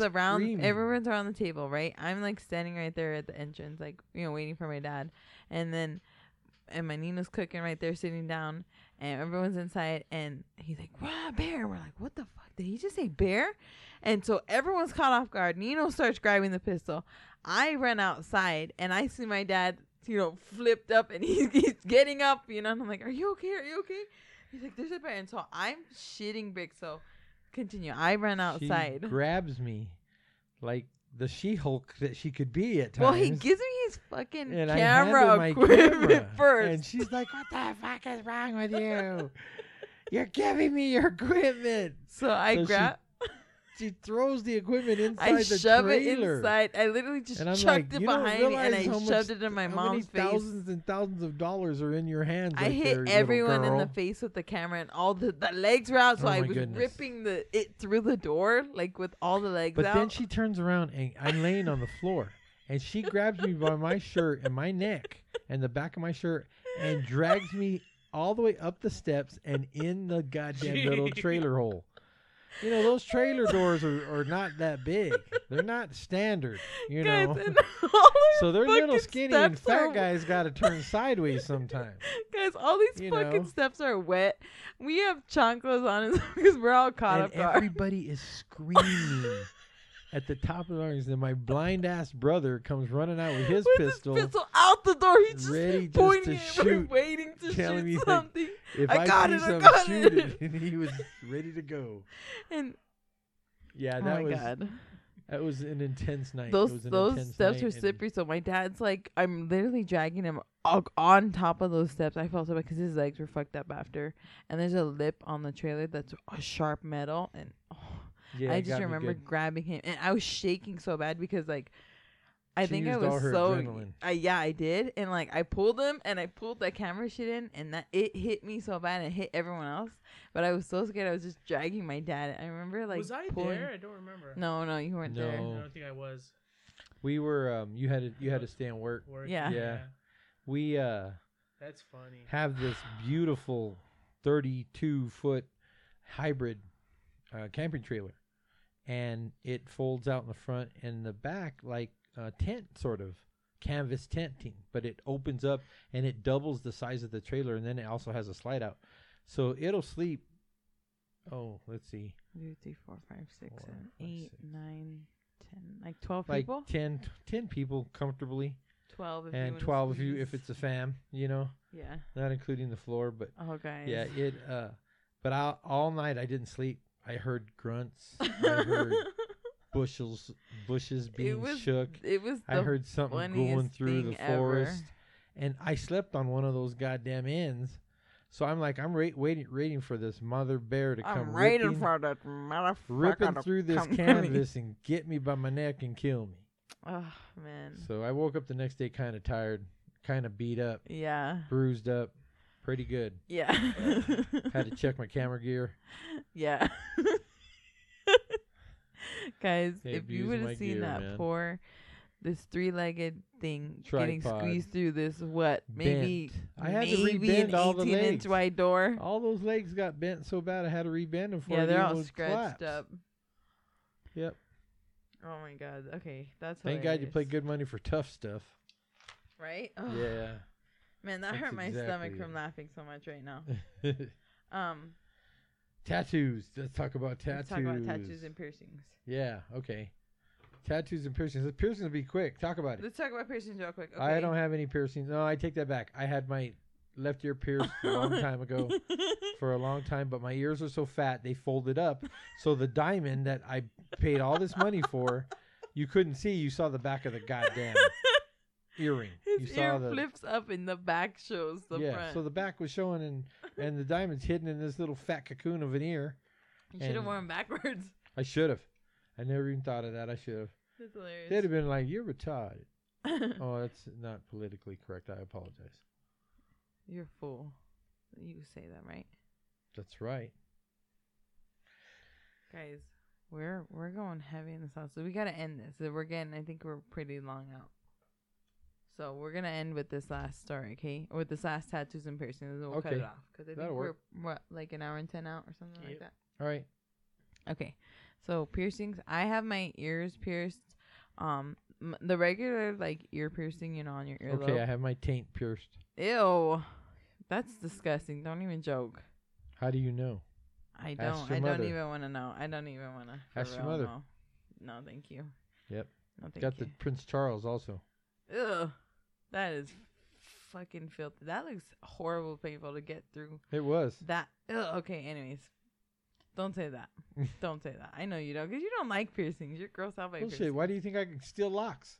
Speaker 3: Everybody's
Speaker 2: around.
Speaker 3: screaming.
Speaker 2: Everyone's around the table, right? I'm like standing right there at the entrance, like you know, waiting for my dad, and then and my Nina's cooking right there, sitting down, and everyone's inside, and he's like, "Wow, bear!" And we're like, "What the fuck? Did he just say bear?" And so everyone's caught off guard. Nino starts grabbing the pistol. I run outside and I see my dad, you know, flipped up and he's, he's getting up, you know, and I'm like, Are you okay? Are you okay? He's like, There's a bear. And so I'm shitting big. So continue. I run
Speaker 3: She
Speaker 2: outside.
Speaker 3: grabs me like the She-Hulk that she could be at times.
Speaker 2: Well, he gives me his fucking
Speaker 3: and I handle
Speaker 2: camera
Speaker 3: my
Speaker 2: equipment
Speaker 3: camera,
Speaker 2: first.
Speaker 3: and she's like, "What the fuck is wrong with you? You're giving me your equipment."
Speaker 2: so I
Speaker 3: So she
Speaker 2: grab,
Speaker 3: She throws the equipment inside
Speaker 2: I
Speaker 3: the
Speaker 2: shove
Speaker 3: trailer.
Speaker 2: it inside. I literally just
Speaker 3: And I'm like,
Speaker 2: chucked it
Speaker 3: "You don't
Speaker 2: behind me and I
Speaker 3: realize how much-
Speaker 2: shoved it in my
Speaker 3: How
Speaker 2: mom's
Speaker 3: many
Speaker 2: face.
Speaker 3: thousands and thousands of dollars are in your hands?
Speaker 2: I
Speaker 3: right
Speaker 2: hit
Speaker 3: there, little
Speaker 2: everyone in the
Speaker 3: girl.
Speaker 2: face with the camera, and all the, the legs were out, so
Speaker 3: Oh
Speaker 2: I
Speaker 3: my
Speaker 2: was
Speaker 3: goodness.
Speaker 2: ripping the it through the door, like with all the legs
Speaker 3: But
Speaker 2: out.
Speaker 3: then she turns around and I'm laying on the floor and she grabs me by my shirt and my neck and the back of my shirt and drags me all the way up the steps and in the goddamn little trailer hole. You know, those trailer doors are, are not that big. They're not standard, you
Speaker 2: Guys,
Speaker 3: know.
Speaker 2: and all these
Speaker 3: So they're little
Speaker 2: fucking
Speaker 3: skinny and
Speaker 2: steps are-
Speaker 3: fat guys gotta turn sideways sometimes.
Speaker 2: Guys, all these
Speaker 3: you
Speaker 2: fucking
Speaker 3: know.
Speaker 2: steps are wet. We have chanclas on us because we're all caught
Speaker 3: and
Speaker 2: up guard.
Speaker 3: everybody is screaming at the top of their lungs. Then my blind ass brother comes running out with his
Speaker 2: with
Speaker 3: pistol.
Speaker 2: his pistol out the door, he's just
Speaker 3: ready just
Speaker 2: pointing
Speaker 3: to
Speaker 2: it,
Speaker 3: shoot,
Speaker 2: waiting to
Speaker 3: telling me
Speaker 2: shoot
Speaker 3: that-
Speaker 2: something.
Speaker 3: If
Speaker 2: I
Speaker 3: I,
Speaker 2: got
Speaker 3: see
Speaker 2: it, I
Speaker 3: some,
Speaker 2: got
Speaker 3: shoot
Speaker 2: it.
Speaker 3: it. And he was ready to go.
Speaker 2: And
Speaker 3: Yeah,
Speaker 2: oh
Speaker 3: that
Speaker 2: my
Speaker 3: was
Speaker 2: god.
Speaker 3: that was an intense night. It
Speaker 2: those
Speaker 3: was an
Speaker 2: those
Speaker 3: intense
Speaker 2: steps
Speaker 3: night
Speaker 2: were
Speaker 3: and-
Speaker 2: slippery. So my dad's like, I'm literally dragging him o- on top of those steps. I felt so bad because his legs were fucked up after. And there's a lip on the trailer that's a sharp metal, and oh,
Speaker 3: Yeah,
Speaker 2: I
Speaker 3: it got
Speaker 2: just
Speaker 3: me
Speaker 2: remember
Speaker 3: good.
Speaker 2: grabbing him, and I was shaking so bad because like. I
Speaker 3: She
Speaker 2: think I
Speaker 3: used
Speaker 2: was
Speaker 3: all her
Speaker 2: so
Speaker 3: adrenaline.
Speaker 2: I yeah, I did. And like I pulled him and I pulled that camera shit in and that it hit me so bad and it hit everyone else. But I was so scared I was just dragging my dad. I remember like
Speaker 1: was I
Speaker 2: pulling-
Speaker 1: there? I don't remember.
Speaker 2: No, no, you weren't there.
Speaker 1: I
Speaker 3: No.
Speaker 1: don't think I was.
Speaker 3: We were um you had to you had to stay and work.
Speaker 1: Work.
Speaker 2: Yeah.
Speaker 3: Yeah. We uh
Speaker 1: That's funny.
Speaker 3: have this beautiful 32 foot hybrid uh, camping trailer and it folds out in the front and the back like a tent sort of canvas tenting, but it opens up and it doubles the size of the trailer, and then it also has a slide out, so it'll sleep. Oh, let's see,
Speaker 2: Two, three, four, five, six,
Speaker 3: Four,
Speaker 2: seven,
Speaker 3: five,
Speaker 2: eight,
Speaker 3: six.
Speaker 2: nine, ten, like twelve
Speaker 3: like
Speaker 2: people.
Speaker 3: 10, 10 people comfortably,
Speaker 2: Twelve if you
Speaker 3: and
Speaker 2: wanna
Speaker 3: twelve if you
Speaker 2: squeeze.
Speaker 3: if it's a fam, you know,
Speaker 2: yeah.
Speaker 3: not including the floor, but
Speaker 2: Oh guys.
Speaker 3: Yeah, it. Uh, but I, all night I didn't sleep. I heard grunts. I heard bushels, bushes being
Speaker 2: it was
Speaker 3: shook.
Speaker 2: It was. The
Speaker 3: I heard something going
Speaker 2: funniest
Speaker 3: through the
Speaker 2: thing ever.
Speaker 3: forest, and I slept on one of those goddamn ends. So I'm like, I'm ra- waiting, waiting for this mother bear to come ripping,
Speaker 2: that motherfucker
Speaker 3: ripping
Speaker 2: to
Speaker 3: through this
Speaker 2: come get me.
Speaker 3: canvas and get me by my neck and kill me.
Speaker 2: Oh man.
Speaker 3: So I woke up the next day kind of tired, kind of beat up,
Speaker 2: Yeah.
Speaker 3: bruised up, pretty good.
Speaker 2: Yeah.
Speaker 3: Had to check my camera gear.
Speaker 2: Yeah. Guys,
Speaker 3: They
Speaker 2: if you
Speaker 3: abused
Speaker 2: would
Speaker 3: my
Speaker 2: have seen
Speaker 3: gear,
Speaker 2: that
Speaker 3: man.
Speaker 2: poor, this three-legged thing getting
Speaker 3: Tripod.
Speaker 2: squeezed through this what maybe
Speaker 3: Bent. I had to
Speaker 2: maybe
Speaker 3: rebend
Speaker 2: an
Speaker 3: all the legs.
Speaker 2: eighteen-inch wide door.
Speaker 3: All those legs got bent so bad I had to rebend them for
Speaker 2: yeah,
Speaker 3: it
Speaker 2: they're
Speaker 3: even
Speaker 2: all
Speaker 3: would
Speaker 2: scratched
Speaker 3: collapse.
Speaker 2: up.
Speaker 3: Yep.
Speaker 2: Oh my god. Okay, that's
Speaker 3: Thank God you
Speaker 2: hilarious.
Speaker 3: pay good money for tough stuff.
Speaker 2: right? Ugh. Man, that
Speaker 3: That's
Speaker 2: hurt my
Speaker 3: exactly
Speaker 2: stomach from
Speaker 3: it.
Speaker 2: laughing so much right now.
Speaker 3: Yeah.
Speaker 2: Um,
Speaker 3: tattoos. Let's talk about tattoos.
Speaker 2: let's talk about tattoos and piercings.
Speaker 3: yeah. Okay. Tattoos and piercings. The piercings will be quick. Talk about it.
Speaker 2: Let's talk about piercings real quick. Okay.
Speaker 3: I don't have any piercings. No, I take that back. I had my left ear pierced a long time ago. for a long time, but my ears are so fat they folded up. So the diamond that I paid all this money for, you couldn't see. You saw the back of the goddamn earring.
Speaker 2: His
Speaker 3: you
Speaker 2: ear
Speaker 3: saw the
Speaker 2: flips up and the back shows the
Speaker 3: yeah.
Speaker 2: front.
Speaker 3: So the back was showing, and and the diamond's hidden in this little fat cocoon of an ear.
Speaker 2: you should have
Speaker 3: and-
Speaker 2: worn backwards.
Speaker 3: I should have. I never even thought of that. I should have.
Speaker 2: That's
Speaker 3: They'd
Speaker 2: hilarious.
Speaker 3: have been like, "You're retarded." oh, that's not politically correct. I apologize.
Speaker 2: You're a fool. You say that right,
Speaker 3: That's right.
Speaker 2: guys? We're we're going heavy in the sauce, so we gotta end this. We're getting, I think, we're pretty long out. So we're gonna end with this last story, okay? Or with this last tattoos and piercings, and then we'll cut
Speaker 3: Okay.
Speaker 2: it off because I
Speaker 3: That'll
Speaker 2: think
Speaker 3: work.
Speaker 2: we're what like an hour and ten out or something like
Speaker 1: Yep.
Speaker 2: that.
Speaker 3: All right.
Speaker 2: Okay. So piercings, I have my ears pierced. Um m- the regular like ear piercing, you know, on your earlobe.
Speaker 3: Okay. I have my taint pierced.
Speaker 2: Ew. That's disgusting. Don't even joke.
Speaker 3: How do you know?
Speaker 2: I
Speaker 3: Ask
Speaker 2: don't
Speaker 3: your
Speaker 2: I
Speaker 3: mother.
Speaker 2: don't even want to know. I don't even want to.
Speaker 3: Ask your mother.
Speaker 2: No. No, thank you.
Speaker 3: Yep.
Speaker 2: No, thank
Speaker 3: Got the
Speaker 2: you.
Speaker 3: Prince Charles also.
Speaker 2: Ugh. That is fucking filthy. That looks horrible painful to get through.
Speaker 3: It was.
Speaker 2: That ugh, okay, anyways. Don't say that. don't say that. I know you don't cuz you don't like piercings. You're grossed out by piercings.
Speaker 3: Bullshit. Why do you think I can steal locks?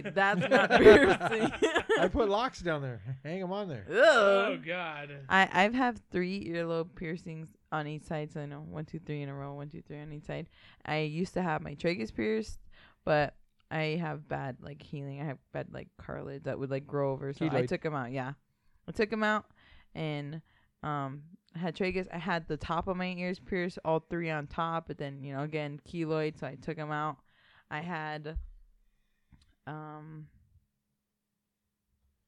Speaker 2: that's not piercing.
Speaker 3: I put locks down there. Hang them on there.
Speaker 1: Oh
Speaker 2: Ugh.
Speaker 1: God.
Speaker 2: I I've have three earlobe piercings on each side, so I know one, two, three in a row, one, two, three on each side. I used to have my tragus pierced, but I have bad like healing. I have bad like cartilage that would like grow over, so I
Speaker 3: Keloid.
Speaker 2: took them out. Yeah, I took them out and um I had tragus. I had the top of my ears pierced, all three on top, but then you know again keloid, so I took them out. I had um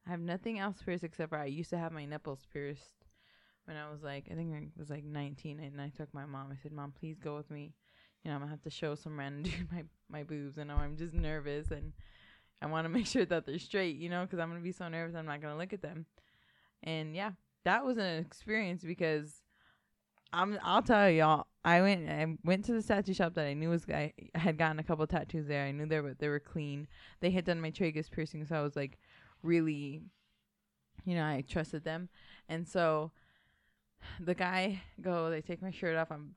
Speaker 2: I have nothing else pierced except for I used to have my nipples pierced when I was like I think I was like 19 and I took my mom. I said, "Mom, please go with me. You know, I'm going to have to show some random dude my my boobs and I'm just nervous and I want to make sure that they're straight, you know, cuz I'm going to be so nervous I'm not going to look at them." And yeah, that was an experience because I'm I'll tell y'all, I went I went to the tattoo shop that I knew was I had gotten a couple tattoos there. I knew they were they were clean. They had done my tragus piercing, so I was like really you know, I trusted them. And so the guy goes, I take my shirt off. I'm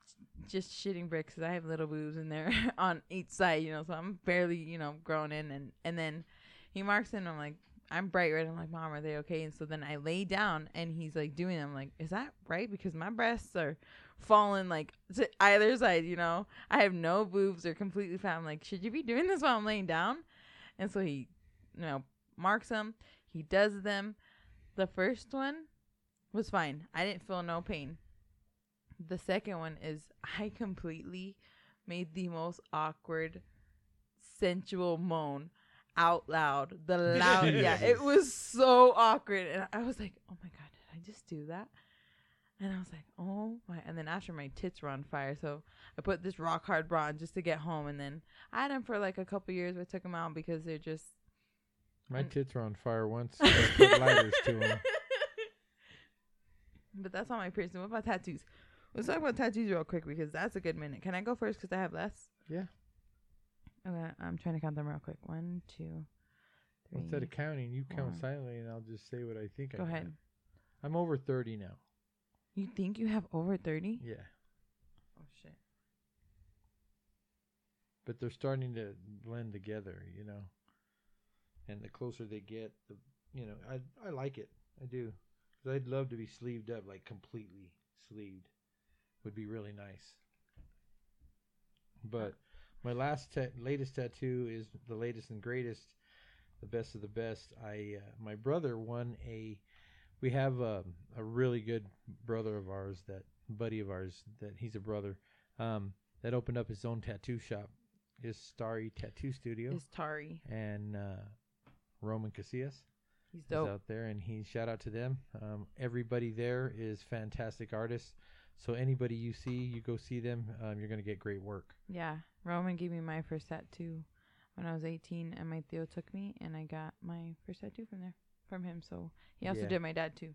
Speaker 2: just shitting bricks 'cause I have little boobs in there on each side, you know, so I'm barely, you know, grown in. And, and then he marks in. I'm like, I'm bright red. I'm like, Mom, are they okay? And so then I lay down and he's like doing it. I'm like, Is that right? Because my breasts are falling like to either side, you know, I have no boobs. They're completely fat. I'm like, Should you be doing this while I'm laying down? And so he, you know, marks them. He does them. The first one was fine. I didn't feel no pain. The second one is I completely made the most awkward sensual moan out loud. The loud yeah, it was so awkward and I was like, "Oh my god, did I just do that?" And I was like, oh my. And then after my tits were on fire. So I put this rock hard bra on just to get home. And then I had them for like a couple years, but I took them out because they're just.
Speaker 3: My
Speaker 2: And-
Speaker 3: tits were on fire once. I put lighters to 'em.
Speaker 2: But that's not my piercing. What about tattoos? Let's talk about tattoos real quick because that's a good minute. Can I go first because I have less?
Speaker 3: Yeah.
Speaker 2: Okay, I'm trying to count them real quick. One, two, three.
Speaker 3: Instead of counting, you count
Speaker 2: four.
Speaker 3: silently, and I'll just say what I think.
Speaker 2: Go
Speaker 3: I got.
Speaker 2: ahead.
Speaker 3: I'm over thirty now.
Speaker 2: You think you have over 30?
Speaker 3: Yeah,
Speaker 2: Oh, shit.
Speaker 3: but they're starting to blend together, you know. And the closer they get, the you know, I I like it. I do. 'Cause I'd love to be sleeved up, like completely sleeved, would be really nice. But my last ta- latest tattoo is the latest and greatest, the best of the best. I uh, my brother won a. We have a, a really good brother of ours that buddy of ours that he's a brother um, that opened up his own tattoo shop, his Starry Tattoo Studio,
Speaker 2: It's Tari.
Speaker 3: and uh, Roman Casillas
Speaker 2: He's
Speaker 3: is
Speaker 2: dope.
Speaker 3: out there, and he shout out to them. Um, everybody there is fantastic artists. So anybody you see, you go see them. Um, you're gonna get great work.
Speaker 2: Yeah. Roman gave me my first tattoo when I was 18, and my Theo took me, and I got my first tattoo from there, from him. So he also
Speaker 3: Yeah.
Speaker 2: did my dad, too.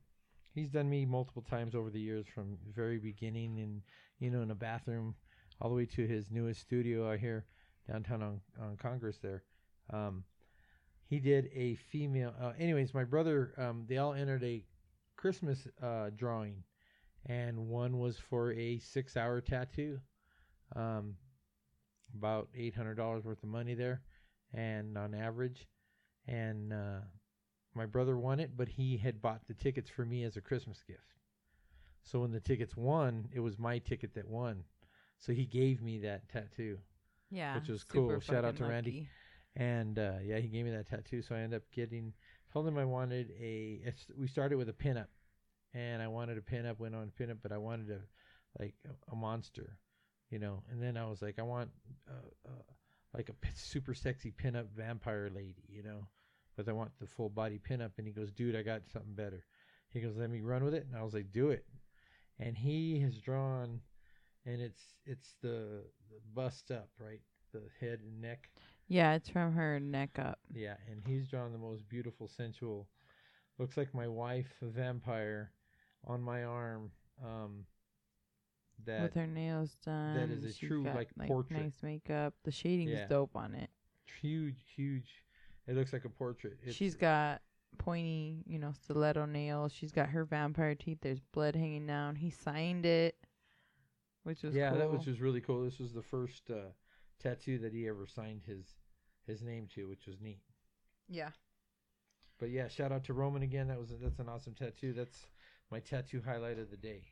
Speaker 3: He's done me multiple times over the years, from very beginning in you know in a bathroom, all the way to his newest studio out here downtown on, on Congress. There, um, he did a female. Uh, anyways, my brother, um, they all entered a Christmas uh, drawing, and one was for a six-hour tattoo, um, about eight hundred dollars worth of money there, and on average, and. Uh, my brother won it, but he had bought the tickets for me as a Christmas gift. So when the tickets won, it was my ticket that won. So he gave me that tattoo.
Speaker 2: Yeah.
Speaker 3: Which was
Speaker 2: super
Speaker 3: cool. Shout out
Speaker 2: fucking
Speaker 3: to Randy.
Speaker 2: lucky.
Speaker 3: And uh, yeah, he gave me that tattoo. So I ended up getting, told him I wanted a, it's- we started with a pinup. And I wanted a pinup, went on a pinup, but I wanted a, like a, a monster, you know. And then I was like, I want uh, uh, like a p- super sexy pinup vampire lady, you know. But I want the full body pinup. And he goes, dude, I got something better. He goes, let me run with it. And I was like, do it. And he has drawn, and it's it's the, the bust up, right? The head and neck.
Speaker 2: Yeah, it's from her neck up.
Speaker 3: Yeah, and he's drawn the most beautiful, sensual. Looks like my wife, a vampire, on my arm. Um, that
Speaker 2: with her nails done.
Speaker 3: is a
Speaker 2: she's
Speaker 3: true,
Speaker 2: got,
Speaker 3: like, portrait.
Speaker 2: Nice makeup. The shading
Speaker 3: Yeah.
Speaker 2: is dope on it.
Speaker 3: huge, huge. It looks like a portrait. It's,
Speaker 2: She's got pointy, you know, stiletto nails. She's got her vampire teeth. There's blood hanging down. He signed it, which was
Speaker 3: yeah, that was
Speaker 2: cool.
Speaker 3: just really cool. This was the first uh, tattoo that he ever signed his his name to, which was neat.
Speaker 2: yeah.
Speaker 3: But yeah, shout out to Roman again. That was that's an awesome tattoo. That's my tattoo highlight of the day.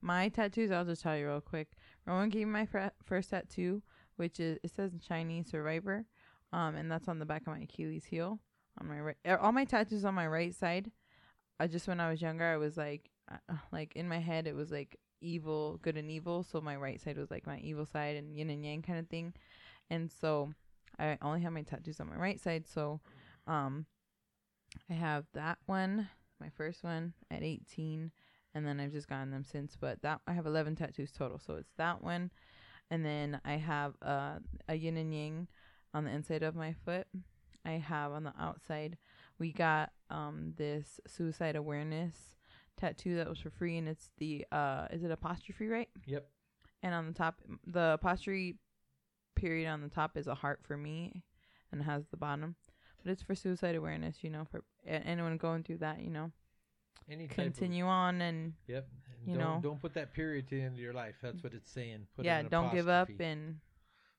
Speaker 2: My tattoos, I'll just tell you real quick. Rowan gave me my fir- first tattoo, which is it says Chinese Survivor, um, and that's on the back of my Achilles heel. On my right, er, all my tattoos on my right side. I just when I was younger, I was like, uh, like in my head, it was like evil, good and evil. So my right side was like my evil side and yin and yang kind of thing, and so I only have my tattoos on my right side. So, um, I have that one, my first one at eighteen and then I've just gotten them since. But that I have eleven tattoos total, so it's that one, and then I have uh, a yin and yang on the inside of my foot. I have on the outside. We got um this suicide awareness tattoo that was for free, and it's the uh is it apostrophe right?
Speaker 3: Yep.
Speaker 2: And on the top, the apostrophe period on the top is a heart for me, and it has the bottom. But it's for suicide awareness, you know, for a- anyone going through that, you know,
Speaker 3: Any type of-
Speaker 2: continue on and
Speaker 3: yep. And
Speaker 2: you
Speaker 3: don't,
Speaker 2: know.
Speaker 3: don't put that period to the end of your life. That's what it's saying. Put
Speaker 2: yeah,
Speaker 3: an
Speaker 2: don't give up
Speaker 3: apostrophe.
Speaker 2: and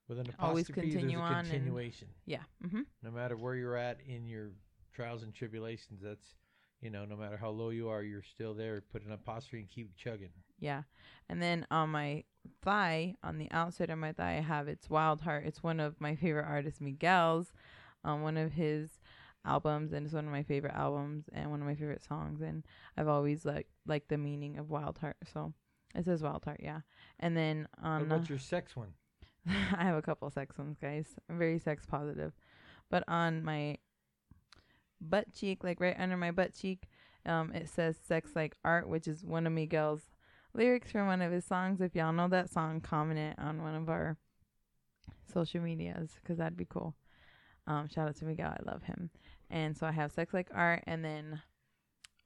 Speaker 3: With an apostrophe,
Speaker 2: Always
Speaker 3: there's
Speaker 2: continue
Speaker 3: a
Speaker 2: on and-
Speaker 3: continuation.
Speaker 2: yeah, hmm
Speaker 3: No matter where you're at in your trials and tribulations, that's, you know, no matter how low you are, you're still there. Put an apostrophe and keep chugging.
Speaker 2: yeah. And then on my thigh, on the outside of my thigh, I have it's Wild Heart. It's one of my favorite artists, Miguel's, on one of his albums, and it's one of my favorite albums and one of my favorite songs. And I've always like like the meaning of Wild Heart, so it says Wild Heart, yeah. And then
Speaker 3: But
Speaker 2: on uh,
Speaker 3: Oh, what's your sex one?
Speaker 2: I have a couple sex ones, guys. I'm very sex positive. But on my butt cheek, like right under my butt cheek, um, it says sex like art, which is one of Miguel's lyrics from one of his songs. If y'all know that song, comment it on one of our social medias because that'd be cool. Um, shout out to Miguel, I love him. And so I have sex like art, and then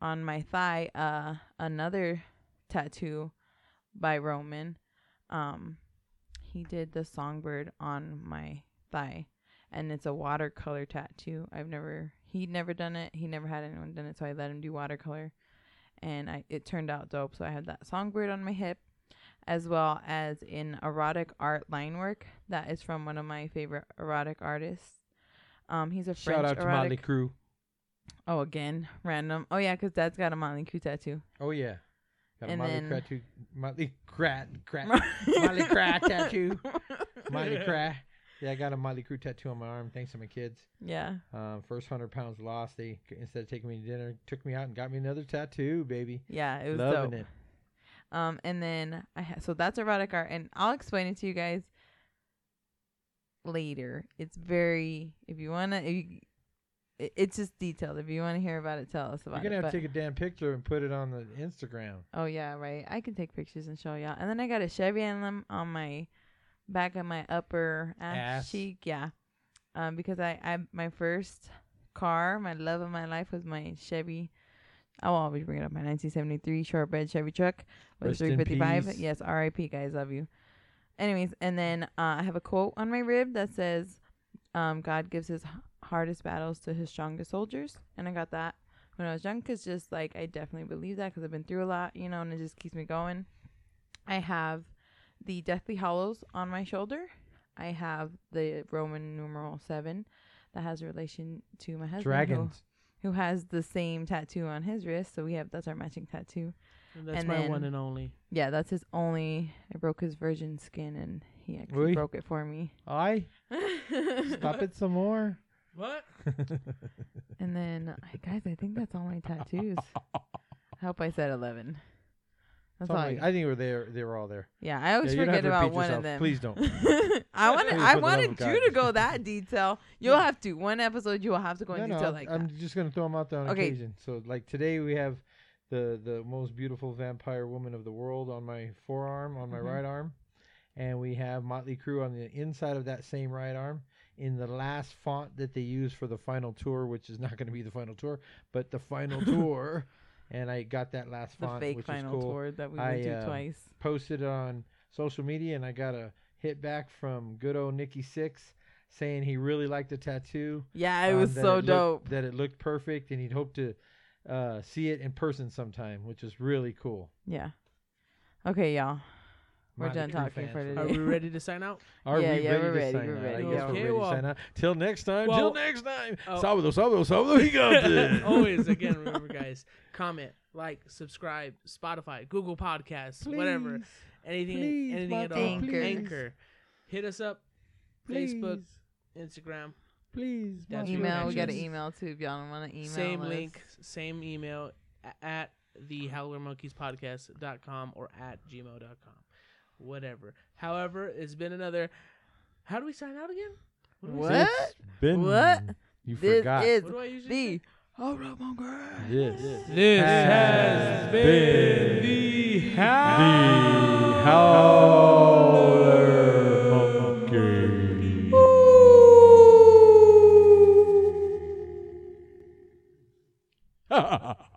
Speaker 2: on my thigh, uh, another tattoo by Roman. Um, he did the songbird on my thigh, and it's a watercolor tattoo. I've never he'd never done it. He never had anyone done it, so I let him do watercolor and I, it turned out dope. So I had that songbird on my hip, as well as in erotic art line work that is from one of my favorite erotic artists. Um, he's a French
Speaker 3: Shout out to
Speaker 2: erotic.
Speaker 3: Motley Crue.
Speaker 2: Oh, again, random. Oh yeah, 'cause Dad's got a Motley Crue tattoo.
Speaker 3: Oh yeah, got a
Speaker 2: And
Speaker 3: Motley
Speaker 2: then-
Speaker 3: Crue. Motley Crat Crat Motley Crue tattoo. Motley Crue. Yeah, I got a Motley Crue tattoo on my arm. Thanks to my kids.
Speaker 2: Yeah,
Speaker 3: Um, first hundred pounds lost. They instead of taking me to dinner, took me out and got me another tattoo, baby.
Speaker 2: yeah, it was
Speaker 3: Loving
Speaker 2: dope.
Speaker 3: it.
Speaker 2: Um, and then I ha- so that's erotic art, and I'll explain it to you guys later. It's very if you wanna, if you, it, it's just detailed. If you wanna hear about it, tell us about
Speaker 3: You're gonna
Speaker 2: it.
Speaker 3: have
Speaker 2: but-
Speaker 3: to take a damn picture and put it on the Instagram.
Speaker 2: Oh yeah, right. I can take pictures and show y'all. And then I got a Chevy emblem on my back of my upper ass,
Speaker 3: Ass.
Speaker 2: cheek. Yeah, um, because I, I my first car, my love of my life was my Chevy. I will always bring it up. My 1973 shortbed Chevy truck
Speaker 3: Rest
Speaker 2: was
Speaker 3: in
Speaker 2: 355.
Speaker 3: peace.
Speaker 2: Yes, R.I.P. Guys, love you. Anyways, and then uh, I have a quote on my rib that says, um, "God gives His h- hardest battles to His strongest soldiers," and I got that when I was young because just like I definitely believe that because I've been through a lot, you know, and it just keeps me going. I have the Deathly Hollows on my shoulder. I have the Roman numeral seven that has a relation to my husband. Who,
Speaker 3: Dragons.
Speaker 2: who has the same tattoo on his wrist. So we have that's our matching tattoo.
Speaker 1: And that's
Speaker 2: And
Speaker 1: my one
Speaker 2: then-
Speaker 1: and only.
Speaker 2: Yeah, that's his only. I broke his virgin skin and he actually
Speaker 3: Really?
Speaker 2: broke it for me.
Speaker 3: I stop it some more.
Speaker 1: What?
Speaker 2: And then, I- guys, I think that's all my tattoos. I hope I said eleven. That's all.
Speaker 3: Something-
Speaker 2: I,
Speaker 3: I think we're there. They were all there.
Speaker 2: yeah, I always
Speaker 3: Yeah, you don't have
Speaker 2: forget
Speaker 3: to
Speaker 2: about
Speaker 3: repeat
Speaker 2: one
Speaker 3: yourself.
Speaker 2: of them.
Speaker 3: Please don't.
Speaker 2: I wanted.
Speaker 3: Please, for
Speaker 2: I
Speaker 3: the love of
Speaker 2: wanted you
Speaker 3: God.
Speaker 2: to go that detail. You'll have to. One episode, you will have to go in
Speaker 3: no,
Speaker 2: detail
Speaker 3: I'm,
Speaker 2: like
Speaker 3: I'm
Speaker 2: that.
Speaker 3: just gonna throw them out there on
Speaker 2: Okay.
Speaker 3: occasion. So like today we have the the most beautiful vampire woman of the world on my forearm, on my
Speaker 2: Mhm.
Speaker 3: right arm, and we have Motley Crue on the inside of that same right arm. In the last font that they use for the final tour, which is not going to be the final tour, but the final tour, and I got that last
Speaker 2: The
Speaker 3: font,
Speaker 2: fake
Speaker 3: which
Speaker 2: final
Speaker 3: is cool.
Speaker 2: tour that we
Speaker 3: I,
Speaker 2: went to
Speaker 3: um,
Speaker 2: twice.
Speaker 3: posted on social media and I got a hit back from good old Nikki Six saying he really liked the tattoo.
Speaker 2: Yeah, it
Speaker 3: um,
Speaker 2: was
Speaker 3: that
Speaker 2: so
Speaker 3: looked-
Speaker 2: dope.
Speaker 3: that it looked perfect and he'd hoped to uh, see it in person sometime, which is really cool.
Speaker 2: Yeah. Okay, y'all. We're
Speaker 3: Motley
Speaker 2: done
Speaker 3: Crue
Speaker 2: talking for
Speaker 3: fans,
Speaker 1: Are
Speaker 3: so-
Speaker 1: we ready to sign out?
Speaker 3: Are
Speaker 2: Yeah,
Speaker 3: we
Speaker 2: yeah,
Speaker 3: ready
Speaker 2: we're
Speaker 3: to
Speaker 2: ready,
Speaker 3: sign
Speaker 2: we're
Speaker 3: out?
Speaker 2: ready.
Speaker 3: I guess we're
Speaker 1: Okay,
Speaker 3: ready
Speaker 1: well-
Speaker 3: to sign out. Till next time.
Speaker 1: Well-
Speaker 3: till next time.
Speaker 1: Oh.
Speaker 3: Sábado, sábado, sábado gigante.
Speaker 1: Always, again, remember, guys, comment, like, subscribe, Spotify, Google Podcasts, whatever,
Speaker 3: Please,
Speaker 1: anything,
Speaker 3: please,
Speaker 1: anything at all.
Speaker 3: Marco,
Speaker 2: Anchor.
Speaker 3: please,
Speaker 1: Anchor. Hit us up, Facebook,
Speaker 3: please,
Speaker 1: Instagram,
Speaker 3: Please,
Speaker 1: That's
Speaker 3: Marco,
Speaker 2: Email. We got
Speaker 1: mentions.
Speaker 2: an
Speaker 3: please.
Speaker 2: email too. If y'all don't want to email.
Speaker 1: same
Speaker 2: us.
Speaker 1: link, same email a- at the Howler Monkeys Podcast.com or at gmail.com. Whatever. However, it's been another. How do we sign out again? What do we say?
Speaker 2: What?
Speaker 3: It's been-
Speaker 2: What?
Speaker 3: You
Speaker 2: This
Speaker 3: forgot.
Speaker 2: is
Speaker 1: What do I usually say?
Speaker 2: the.
Speaker 3: This,
Speaker 1: This
Speaker 3: has been
Speaker 1: the
Speaker 3: the Howler Monkey. Ha ha ha.